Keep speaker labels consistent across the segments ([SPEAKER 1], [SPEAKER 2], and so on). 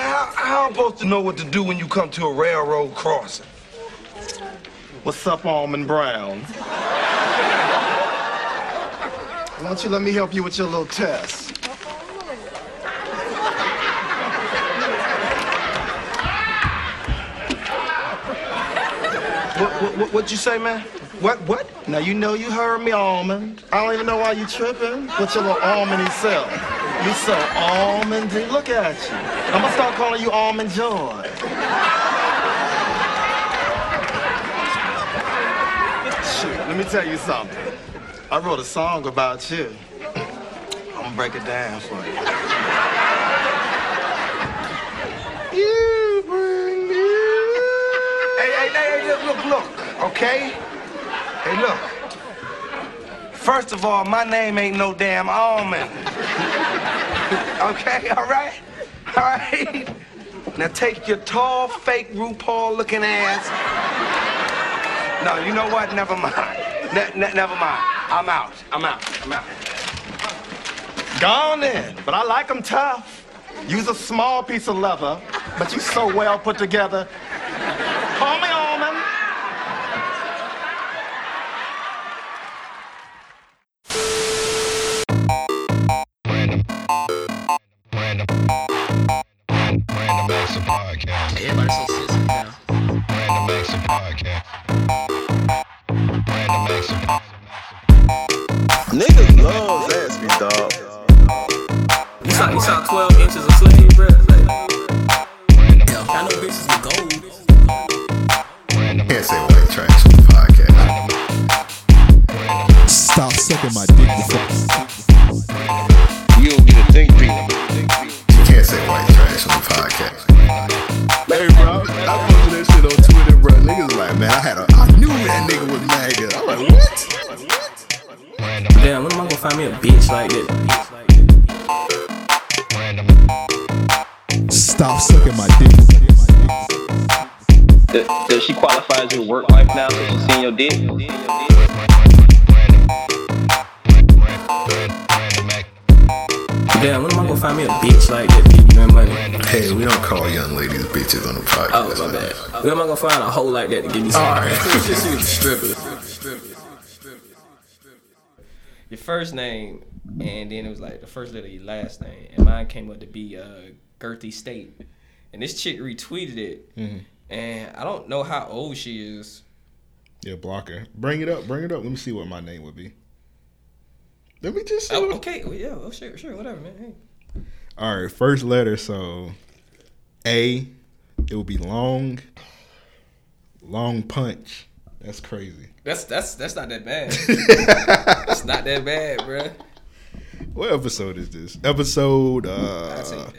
[SPEAKER 1] I'm supposed to know what to do when you come to a railroad crossing?
[SPEAKER 2] What's up, Almond Brown? Why don't you let me help you with your little test? What, what, what, what'd you say, man?
[SPEAKER 1] What, what?
[SPEAKER 2] Now, you know you heard me, Almond. I don't even know why you tripping. What's your little almondy self? You so almondy. Look at you. I'm gonna start calling you Almond Joy. Shoot, let me tell you something. I wrote a song about you. I'm gonna break it down for you. You bring me
[SPEAKER 1] Hey, hey, hey, hey, look, look, look, okay? Hey, look. First of all, my name ain't no damn almond. okay, all right? All right? Now take your tall, fake RuPaul looking ass. No, you know what? Never mind. Ne- ne- never mind. I'm out. I'm out. I'm out.
[SPEAKER 2] Gone in, but I like 'em tough. Use a small piece of leather, but you so well put together. Call me Almond.
[SPEAKER 3] Random Acts of Podcast.
[SPEAKER 4] Everybody's so sensitive now.
[SPEAKER 3] Random Acts of Podcast. Random Acts of
[SPEAKER 5] Niggas love Zaxby, dog.
[SPEAKER 6] You saw, you saw 12 inches of sleeve, bro. Like,
[SPEAKER 4] Yo, I know bitches with gold.
[SPEAKER 7] Can't say white trash on the podcast.
[SPEAKER 8] Stop sucking my dick. you fuck.
[SPEAKER 5] You don't get a thing, Peter.
[SPEAKER 7] You can't say white trash on the podcast. Hey, bro, I posted that shit on Twitter, bro. Niggas like, man, I had a, I knew that nigga was mad. good. I'm like, what?
[SPEAKER 6] damn, when am I gonna find me a bitch like this?
[SPEAKER 8] Stop sucking my dick.
[SPEAKER 9] Does, does she qualify as your work wife now since she's seen your dick?
[SPEAKER 6] Damn, when am I gonna find me a bitch like this? Give me money.
[SPEAKER 7] Hey, we don't call young ladies bitches on the podcast.
[SPEAKER 6] Oh, my bad. When am I gonna find a hoe like that to give me some?
[SPEAKER 7] All right.
[SPEAKER 4] Your first name, and then it was like the first letter of your last name, and mine came up to be uh, Girthy State, and this chick retweeted it, and I don't know how old she is.
[SPEAKER 10] Yeah, blocker. Bring it up. Bring it up. Let me see what my name would be. Let me just. See
[SPEAKER 4] Oh,
[SPEAKER 10] what-
[SPEAKER 4] okay, well, yeah, oh, sure, sure, whatever, man. Hey.
[SPEAKER 10] All right, first letter. So, A, it would be long. Long punch. That's crazy.
[SPEAKER 4] That's that's that's not that bad. It's not that bad, bruh.
[SPEAKER 10] what episode is this? Episode
[SPEAKER 4] I take
[SPEAKER 10] uh,
[SPEAKER 4] that.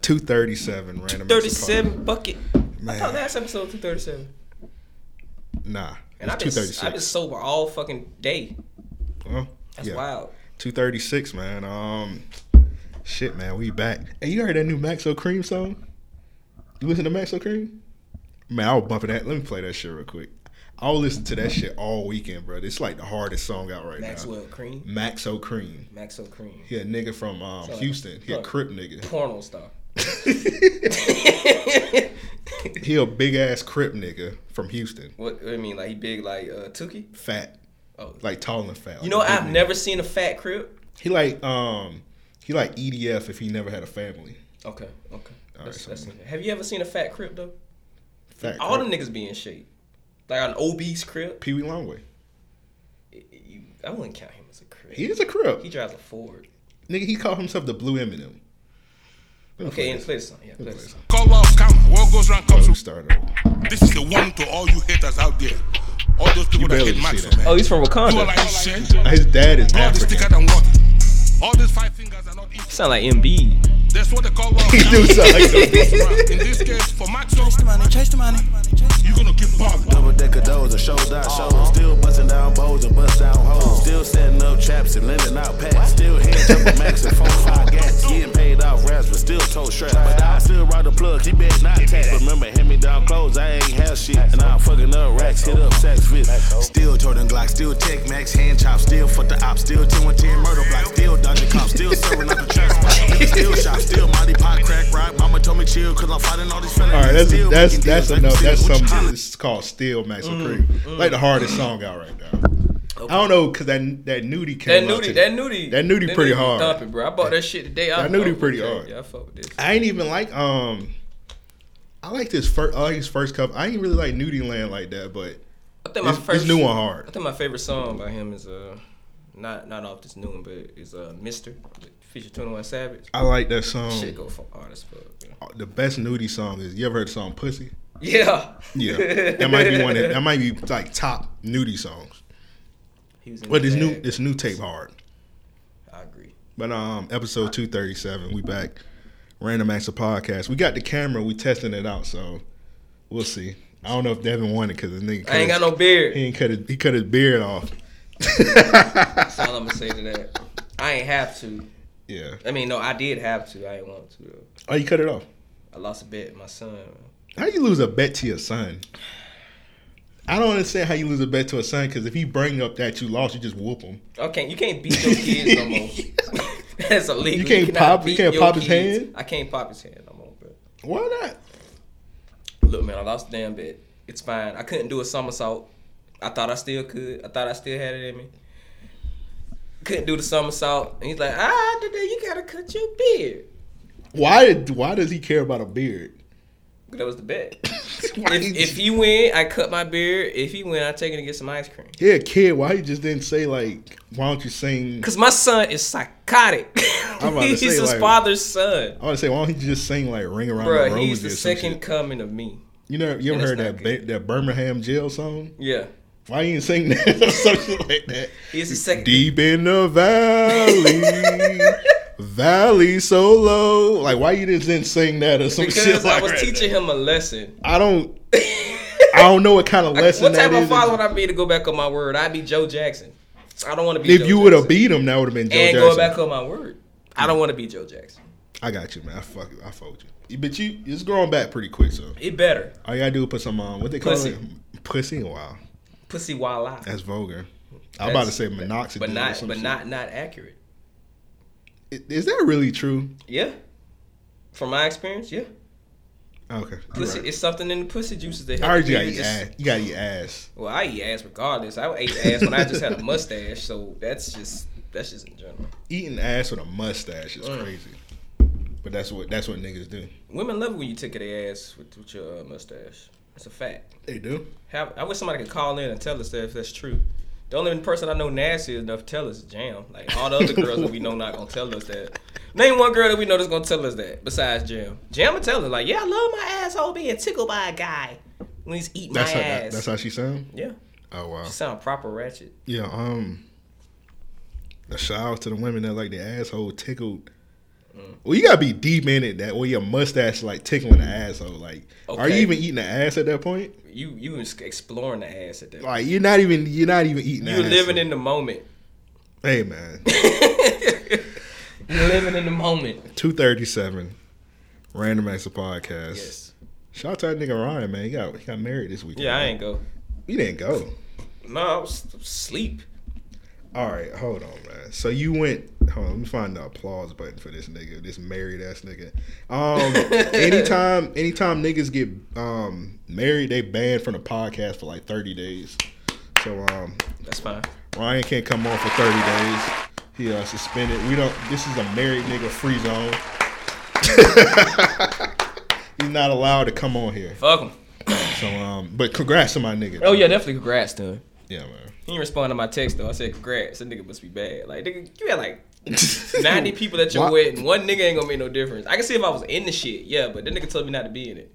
[SPEAKER 10] two thirty seven. Random.
[SPEAKER 6] Uh.
[SPEAKER 4] Thirty-seven bucket. I
[SPEAKER 10] Man.
[SPEAKER 4] thought last episode was two thirty-seven,
[SPEAKER 10] Nah,
[SPEAKER 4] and I've
[SPEAKER 10] it's
[SPEAKER 4] been
[SPEAKER 10] two
[SPEAKER 4] I've
[SPEAKER 10] thirty
[SPEAKER 4] been
[SPEAKER 10] six.
[SPEAKER 4] sober all fucking day.
[SPEAKER 10] Well,
[SPEAKER 4] That's wild.
[SPEAKER 10] Two thirty six, man. Um, shit, man, we back. Hey, you heard that new Maxo Cream song? You listen to Maxo Cream? Man, I was bumping that. Let me play that shit real quick. I'll listen to that shit all weekend, bro. It's like the hardest song out right
[SPEAKER 4] Maxwell Cream,
[SPEAKER 6] Mm.
[SPEAKER 10] now. Maxo Cream.
[SPEAKER 4] Maxwell Cream,
[SPEAKER 10] He a nigga from um,
[SPEAKER 4] like-
[SPEAKER 10] Houston. He a
[SPEAKER 4] like-
[SPEAKER 10] crip nigga.
[SPEAKER 4] porno star.
[SPEAKER 10] He a big ass crip nigga from Houston.
[SPEAKER 4] What I mean, like he big like uh, Tookie.
[SPEAKER 10] Fat,
[SPEAKER 4] Oh,
[SPEAKER 10] like tall and fat.
[SPEAKER 4] you know, I've never seen a fat crib.
[SPEAKER 10] He like um, he like EDF if he never had a family.
[SPEAKER 4] Okay, okay. That's-
[SPEAKER 10] so
[SPEAKER 4] that's- have you ever seen a fat crib though?
[SPEAKER 10] Fat.
[SPEAKER 4] All them niggas be in shape, like an obese crib.
[SPEAKER 10] Pee Wee Longway.
[SPEAKER 4] You, I wouldn't count him as a crib.
[SPEAKER 10] He is a crip.
[SPEAKER 4] He drives a Ford.
[SPEAKER 10] Nigga, he called himself the Blue Eminem. Let me
[SPEAKER 4] Okay,
[SPEAKER 10] play
[SPEAKER 4] and
[SPEAKER 10] this.
[SPEAKER 4] play the song. Yeah, play
[SPEAKER 10] Let
[SPEAKER 4] the
[SPEAKER 10] me play
[SPEAKER 4] song.
[SPEAKER 10] this.
[SPEAKER 3] Call out count. What goes round
[SPEAKER 10] Let
[SPEAKER 3] comes
[SPEAKER 10] me start over.
[SPEAKER 3] This is the one to all you haters out there. All those people
[SPEAKER 10] You
[SPEAKER 3] that
[SPEAKER 10] barely
[SPEAKER 3] hate
[SPEAKER 10] see
[SPEAKER 3] Max,
[SPEAKER 10] that.
[SPEAKER 3] man.
[SPEAKER 4] Oh, he's from
[SPEAKER 3] You are
[SPEAKER 4] Wakanda.
[SPEAKER 3] like shit.
[SPEAKER 10] His dad is
[SPEAKER 3] Blood is thicker
[SPEAKER 10] African.
[SPEAKER 3] than water. All these five fingers are not equal.
[SPEAKER 4] Sound like MB.
[SPEAKER 3] That's what they call out
[SPEAKER 10] He do
[SPEAKER 3] count.
[SPEAKER 10] sound like that.
[SPEAKER 3] In this case, for Max, chase the money, chase the money. You're gonna keep balling.
[SPEAKER 11] Double decker doors and shows out shows. Still busting down bows and bust down hoes. Still setting up traps and lending out packs. Still hand jumping max and four five gas. Getting paid off raps but still toe straps. But I still ride the plug. He bet not tax. Remember, hand me down clothes. I ain't have shit. And I'm fucking up racks. Hit up sex fist. Still Jordan Glock. Still Tech Max. Hand chop. Still for the ops. Still 1010 murder block. Still dodging cops. Still serving up the trash. Still shop. Still Mighty Pot crack rock. Mama told me
[SPEAKER 12] chill, cause I'm fighting all these feelings.
[SPEAKER 10] All right, that's
[SPEAKER 12] Still
[SPEAKER 10] that's
[SPEAKER 12] making
[SPEAKER 10] that's
[SPEAKER 12] deals, like
[SPEAKER 10] enough.
[SPEAKER 12] you
[SPEAKER 10] That's
[SPEAKER 12] said, what you
[SPEAKER 10] something.
[SPEAKER 12] tryna-
[SPEAKER 10] It's called "Still Max
[SPEAKER 4] Mm,
[SPEAKER 10] Cream."
[SPEAKER 4] mm.
[SPEAKER 10] Like the hardest song out right now. I don't know because that that nudie
[SPEAKER 4] That
[SPEAKER 10] came out
[SPEAKER 4] nudie,
[SPEAKER 10] today.
[SPEAKER 4] that nudie,
[SPEAKER 10] that nudie pretty hard.
[SPEAKER 4] Thumping, bro. I bought that shit today. I
[SPEAKER 10] That nudie
[SPEAKER 4] fuck with
[SPEAKER 10] pretty
[SPEAKER 4] that.
[SPEAKER 10] hard.
[SPEAKER 4] Yeah, I fuck with this.
[SPEAKER 10] I ain't even like um. I like this first. I like his first cover. I ain't really like Nudie Land like that, but
[SPEAKER 4] I think my
[SPEAKER 10] this,
[SPEAKER 4] first
[SPEAKER 10] this new one hard.
[SPEAKER 4] I think my favorite song by him is uh, not not off this new one, but is uh, Mister, feature Twenty One Savage.
[SPEAKER 10] I like that song.
[SPEAKER 4] Shit go for hard as fuck.
[SPEAKER 10] The best Nudie song is. You ever heard the song "Pussy"?
[SPEAKER 4] Yeah.
[SPEAKER 10] Yeah, that might be one that, that might be like top Nudie songs.
[SPEAKER 4] He was in
[SPEAKER 10] But
[SPEAKER 4] the
[SPEAKER 10] this new
[SPEAKER 4] bag.
[SPEAKER 10] this new tape hard.
[SPEAKER 4] I agree.
[SPEAKER 10] But um, episode two thirty seven, we back. Random Acts of Podcast. We got the camera. We testing it out, so we'll see. I don't know if Devin won it because the nigga.
[SPEAKER 4] I ain't
[SPEAKER 10] cut
[SPEAKER 4] got no beard.
[SPEAKER 10] He ain't cut his, he cut his beard off.
[SPEAKER 4] That's all I'm gonna say to that. I ain't have to.
[SPEAKER 10] Yeah.
[SPEAKER 4] I mean, no, I did have to. I ain't want to. Though.
[SPEAKER 10] Oh, you cut it off.
[SPEAKER 4] I lost a bet. with My son.
[SPEAKER 10] How you lose a bet to your son? I don't understand how you lose a bet to a son because if he bring up that you lost, you just whoop him.
[SPEAKER 4] Okay, you Oh, can't beat your kids no more. That's illegal.
[SPEAKER 10] You can't
[SPEAKER 4] cannot
[SPEAKER 10] pop- you
[SPEAKER 4] beat
[SPEAKER 10] can't
[SPEAKER 4] your
[SPEAKER 10] pop his
[SPEAKER 4] kids.
[SPEAKER 10] hand?
[SPEAKER 4] I can't pop his hand no more, bro.
[SPEAKER 10] Why not?
[SPEAKER 4] Look, man, I lost the damn bet. It's fine. I couldn't do a somersault. I thought I still could. I thought I still had it in me. Couldn't do the somersault. And he's like, ah, today you gotta cut your beard.
[SPEAKER 10] Why? Why does he care about a beard?
[SPEAKER 4] That was the bet. if, if he win, I cut my beard. If he win, I take him to get some ice cream.
[SPEAKER 10] Yeah, kid. Why he just didn't say like, why don't you sing?
[SPEAKER 4] Cause my son is psychotic.
[SPEAKER 10] I'm about to
[SPEAKER 4] he's
[SPEAKER 10] say,
[SPEAKER 4] his
[SPEAKER 10] like-
[SPEAKER 4] father's son.
[SPEAKER 10] I want to say, why don't he just sing like "Ring Around the
[SPEAKER 4] Bruh,
[SPEAKER 10] Rosie"?
[SPEAKER 4] he's the
[SPEAKER 10] or some shit?
[SPEAKER 4] second coming of me.
[SPEAKER 10] You know, you
[SPEAKER 4] And
[SPEAKER 10] ever
[SPEAKER 4] it's
[SPEAKER 10] heard that ba- that Birmingham jail song?
[SPEAKER 4] Yeah.
[SPEAKER 10] Why you ain't sing that or something like that?
[SPEAKER 4] He's the second.
[SPEAKER 10] Deep in the valley, valley so low. Like, why you just didn't sing that or some shit
[SPEAKER 4] Because
[SPEAKER 10] like
[SPEAKER 4] I was
[SPEAKER 10] that?
[SPEAKER 4] teaching him a lesson.
[SPEAKER 10] I don't. I don't know what kind of lesson
[SPEAKER 4] What
[SPEAKER 10] that
[SPEAKER 4] type of
[SPEAKER 10] is.
[SPEAKER 4] father would I be to go back on my word? I'd be Joe Jackson. I don't want to be.
[SPEAKER 10] if
[SPEAKER 4] Joe
[SPEAKER 10] you would have beat him, that would have been Joe
[SPEAKER 4] and
[SPEAKER 10] Jackson.
[SPEAKER 4] go back on my word, I don't want to be Joe Jackson.
[SPEAKER 10] I got you, man. I fuck, I fold you. But you, it's growing back pretty quick, so
[SPEAKER 4] It better
[SPEAKER 10] all you gotta do is put some um, what they call
[SPEAKER 4] Pussy.
[SPEAKER 10] it, pussy. Wow,
[SPEAKER 4] pussy while out.
[SPEAKER 10] that's vulgar. I'm about to say minoxidil,
[SPEAKER 4] but
[SPEAKER 10] or
[SPEAKER 4] not,
[SPEAKER 10] some
[SPEAKER 4] but
[SPEAKER 10] shit.
[SPEAKER 4] not, not accurate.
[SPEAKER 10] I- Is that really true?
[SPEAKER 4] Yeah, from my experience, yeah.
[SPEAKER 10] Oh, Okay, you
[SPEAKER 4] Pussy,
[SPEAKER 10] right.
[SPEAKER 4] it's something in the pussy juices that
[SPEAKER 10] I
[SPEAKER 4] help
[SPEAKER 10] heard you
[SPEAKER 4] the
[SPEAKER 10] gotta
[SPEAKER 4] beard
[SPEAKER 10] eat
[SPEAKER 4] just-
[SPEAKER 10] ass. You gotta eat ass.
[SPEAKER 4] Well, I eat ass regardless. I ate ass when I just had a mustache, so that's just that's just in general.
[SPEAKER 10] Eating ass with a mustache is
[SPEAKER 4] Mm.
[SPEAKER 10] crazy. But that's what that's what niggas do.
[SPEAKER 4] Women love it when you tickle their ass with, with your uh, mustache. It's a fact.
[SPEAKER 10] They do.
[SPEAKER 4] Have, I wish somebody could call in and tell us that if that's true. The only person I know nasty enough to tell us is Jam. Like all the other girls that we know not gonna tell us that. Name one girl that we know that's gonna tell us that besides Jam. Jam will tell us like, yeah, I love my asshole being tickled by a guy when he's eating
[SPEAKER 10] That's
[SPEAKER 4] my
[SPEAKER 10] how
[SPEAKER 4] ass.
[SPEAKER 10] that, that's how she sound.
[SPEAKER 4] yeah,
[SPEAKER 10] Oh wow.
[SPEAKER 4] she sound proper ratchet.
[SPEAKER 10] Yeah. Um. A shout out to the women that like the asshole tickled.
[SPEAKER 4] Mm.
[SPEAKER 10] Well, you gotta be deep in it that way. Your mustache like tickling the asshole. Like, are you
[SPEAKER 4] Okay.
[SPEAKER 10] even eating the ass at that point?
[SPEAKER 4] You you was exploring the ass at that.
[SPEAKER 10] Like, you're not even you're not even eating.
[SPEAKER 4] You're
[SPEAKER 10] ass.
[SPEAKER 4] living in the moment.
[SPEAKER 10] Hey man,
[SPEAKER 4] You're living in the moment.
[SPEAKER 10] two thirty seven, random acts of podcast.
[SPEAKER 4] Yes.
[SPEAKER 10] Shout out to that nigga Ryan, man. He got he got married this weekend.
[SPEAKER 4] Yeah, I
[SPEAKER 10] man.
[SPEAKER 4] ain't go.
[SPEAKER 10] You didn't go.
[SPEAKER 4] No, I was asleep.
[SPEAKER 10] All right, hold on, man. So you went. Hold on, let me find the applause button for this nigga, this married ass nigga. Um, anytime, anytime niggas get um married, they banned from the podcast for like thirty days. So um,
[SPEAKER 4] That's fine.
[SPEAKER 10] Ryan can't come on for thirty days. He uh, suspended. We don't. This is a married nigga free zone. He's not allowed to come on here.
[SPEAKER 4] Fuck him.
[SPEAKER 10] So um, but congrats to my nigga.
[SPEAKER 4] Oh yeah, definitely congrats to him.
[SPEAKER 10] yeah, man.
[SPEAKER 4] He didn't respond to my text though. I said congrats. That nigga must be bad. Like nigga, you had like ninety people at your
[SPEAKER 10] Why-
[SPEAKER 4] wedding. One nigga ain't gonna make no difference. I can see if I was in the shit, yeah, but that nigga told me not to be in it.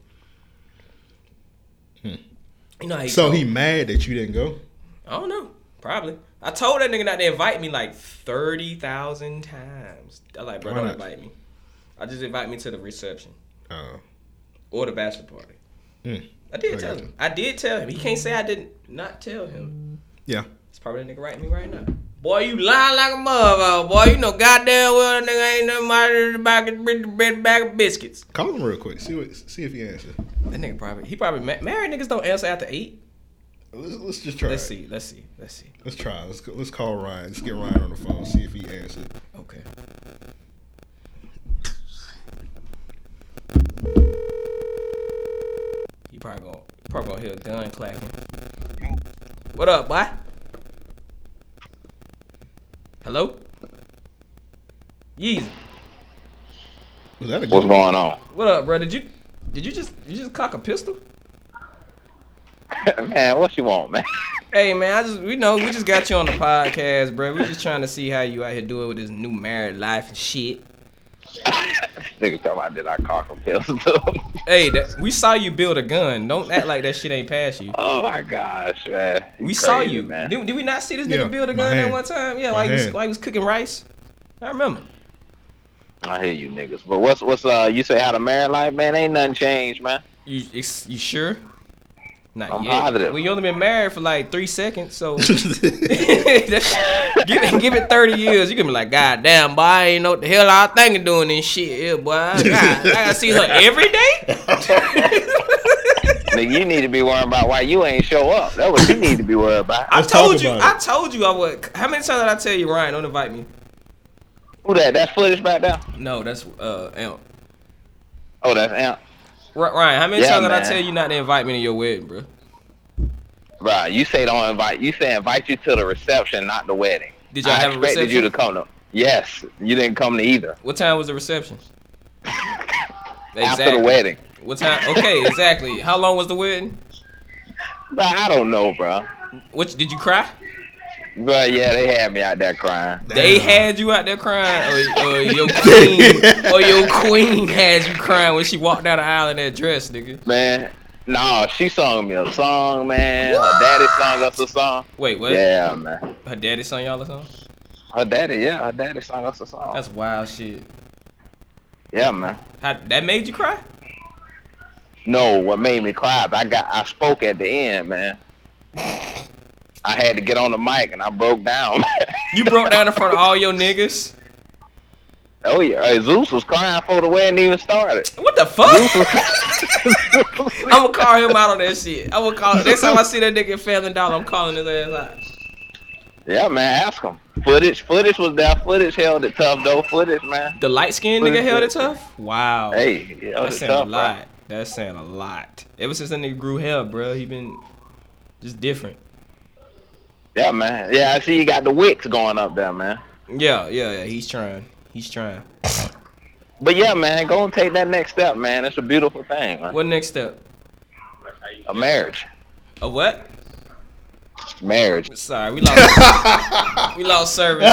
[SPEAKER 4] You know how Hmm. he
[SPEAKER 10] So
[SPEAKER 4] go.
[SPEAKER 10] he mad that you didn't go.
[SPEAKER 4] I don't know. Probably. I told that nigga not to invite me like thirty thousand times. I like, bro,
[SPEAKER 10] Why
[SPEAKER 4] don't
[SPEAKER 10] not?
[SPEAKER 4] invite me. I just invite me to the reception
[SPEAKER 10] Oh.
[SPEAKER 4] or the bachelor party.
[SPEAKER 10] Hmm.
[SPEAKER 4] I did
[SPEAKER 10] I
[SPEAKER 4] tell
[SPEAKER 10] got
[SPEAKER 4] him. I did tell him. He can't say I didn't not tell him.
[SPEAKER 10] Yeah.
[SPEAKER 4] It's probably that nigga writing me right now. Boy, you lying like a motherfucker. Boy, you know goddamn well that nigga ain't nothing matter than back of bread bag of biscuits.
[SPEAKER 10] Call him real quick. See what. See if he answers.
[SPEAKER 4] That nigga probably he probably ma- married niggas don't answer after eight.
[SPEAKER 10] Let's, let's just try.
[SPEAKER 4] Let's
[SPEAKER 10] it.
[SPEAKER 4] see. Let's see. Let's see.
[SPEAKER 10] Let's try. Let's go, let's call Ryan. Let's get Ryan on the phone. See if he answers.
[SPEAKER 4] Okay. probably gonna probably gonna hear a gun clacking. What up, boy? Hello? Yeezy.
[SPEAKER 9] What's going on?
[SPEAKER 4] What up, bro? Did you did you just you just cock a pistol?
[SPEAKER 9] man, what you want, man?
[SPEAKER 4] Hey man, I just we know we just got you on the podcast, bro. We just trying to see how you out here doing with this new married life and shit.
[SPEAKER 9] Nigga talking about did I cock a pistol?
[SPEAKER 4] Hey, that, we saw you build a gun. Don't act like that shit ain't past you.
[SPEAKER 9] oh my gosh, man.
[SPEAKER 4] We saw
[SPEAKER 9] Crazy,
[SPEAKER 4] you.
[SPEAKER 9] man.
[SPEAKER 4] Did, did we not see this
[SPEAKER 9] Yeah,
[SPEAKER 4] nigga build a
[SPEAKER 9] my
[SPEAKER 4] gun at
[SPEAKER 9] hand.
[SPEAKER 4] one time? Yeah,
[SPEAKER 9] My
[SPEAKER 4] like he was,
[SPEAKER 9] hand.
[SPEAKER 4] like he was cooking rice. I remember.
[SPEAKER 9] I hear you niggas. But what's what's uh you say how the married life, man? Ain't nothing changed, man.
[SPEAKER 4] You it's, you sure? Not
[SPEAKER 9] I'm
[SPEAKER 4] yet.
[SPEAKER 9] positive.
[SPEAKER 4] Well, you only been married for like three seconds, so That's- give, it- give it thirty years. You gonna be like, God damn, boy, I ain't know what the hell I thinking doing this shit, yeah, boy. I, I, I gotta see her every day.
[SPEAKER 9] Nigga, you need to be worrying about why you ain't show up. That's what you need to be worried about.
[SPEAKER 4] I told you, I told you, I would. How many times did I tell you, Ryan? Don't invite me.
[SPEAKER 9] Who that? That footage back there?
[SPEAKER 4] No, that's uh, Amp.
[SPEAKER 9] Oh, that's Amp.
[SPEAKER 4] Ri- Ryan, how many
[SPEAKER 9] Yeah,
[SPEAKER 4] times did I
[SPEAKER 9] man.
[SPEAKER 4] tell you not to invite me to your wedding, bro?
[SPEAKER 9] Bruh, you say don't invite. You say invite you to the reception, not the wedding.
[SPEAKER 4] Did y'all
[SPEAKER 9] I
[SPEAKER 4] have a
[SPEAKER 9] expected you
[SPEAKER 4] reception?
[SPEAKER 9] to come to. Yes, you didn't come to either.
[SPEAKER 4] What time was the reception?
[SPEAKER 9] After the wedding.
[SPEAKER 4] What time? Okay, exactly. How long was the wedding?
[SPEAKER 9] Bruh, I don't know, bruh.
[SPEAKER 4] What did you cry?
[SPEAKER 9] Bruh, yeah, they had me out there crying.
[SPEAKER 4] They had you out there crying, or, or your queen, or your queen had you crying when she walked down the aisle in that dress, nigga.
[SPEAKER 9] man. Nah, she sung me a song, man. Her daddy sung us a song.
[SPEAKER 4] Wait, what?
[SPEAKER 9] Yeah, man.
[SPEAKER 4] Her daddy sung y'all a song.
[SPEAKER 9] Her daddy, yeah, her daddy sung us a song.
[SPEAKER 4] That's wild shit.
[SPEAKER 9] Yeah, man.
[SPEAKER 4] How, that made you cry?
[SPEAKER 9] No, what made me cry? I got I spoke at the end, man. I had to get on the mic and I broke down.
[SPEAKER 4] You broke down in front of all your niggas.
[SPEAKER 9] oh yeah, hey, Zeus was crying for the wedding even started.
[SPEAKER 4] What the fuck? I'ma call him out on that shit. I'ma call. Next time I see that nigga failing dollar, I'm calling his ass out.
[SPEAKER 9] Yeah, man, ask him. Footage, footage was there. Footage held it tough though. Footage, man.
[SPEAKER 4] The light skinned nigga held it tough. Wow.
[SPEAKER 9] Hey, yeah,
[SPEAKER 4] that
[SPEAKER 9] it's
[SPEAKER 4] saying a
[SPEAKER 9] tough,
[SPEAKER 4] lot. That's saying a lot. Ever since that nigga grew hair, bro, he been just different.
[SPEAKER 9] Yeah, man. Yeah, I see you got the wicks going up there, man.
[SPEAKER 4] Yeah, yeah, yeah. He's trying. He's trying.
[SPEAKER 9] But yeah, man, go and take that next step, man. It's a beautiful thing, man.
[SPEAKER 4] What next step?
[SPEAKER 9] A marriage.
[SPEAKER 4] A what?
[SPEAKER 9] Marriage.
[SPEAKER 4] Sorry, we lost. we lost service.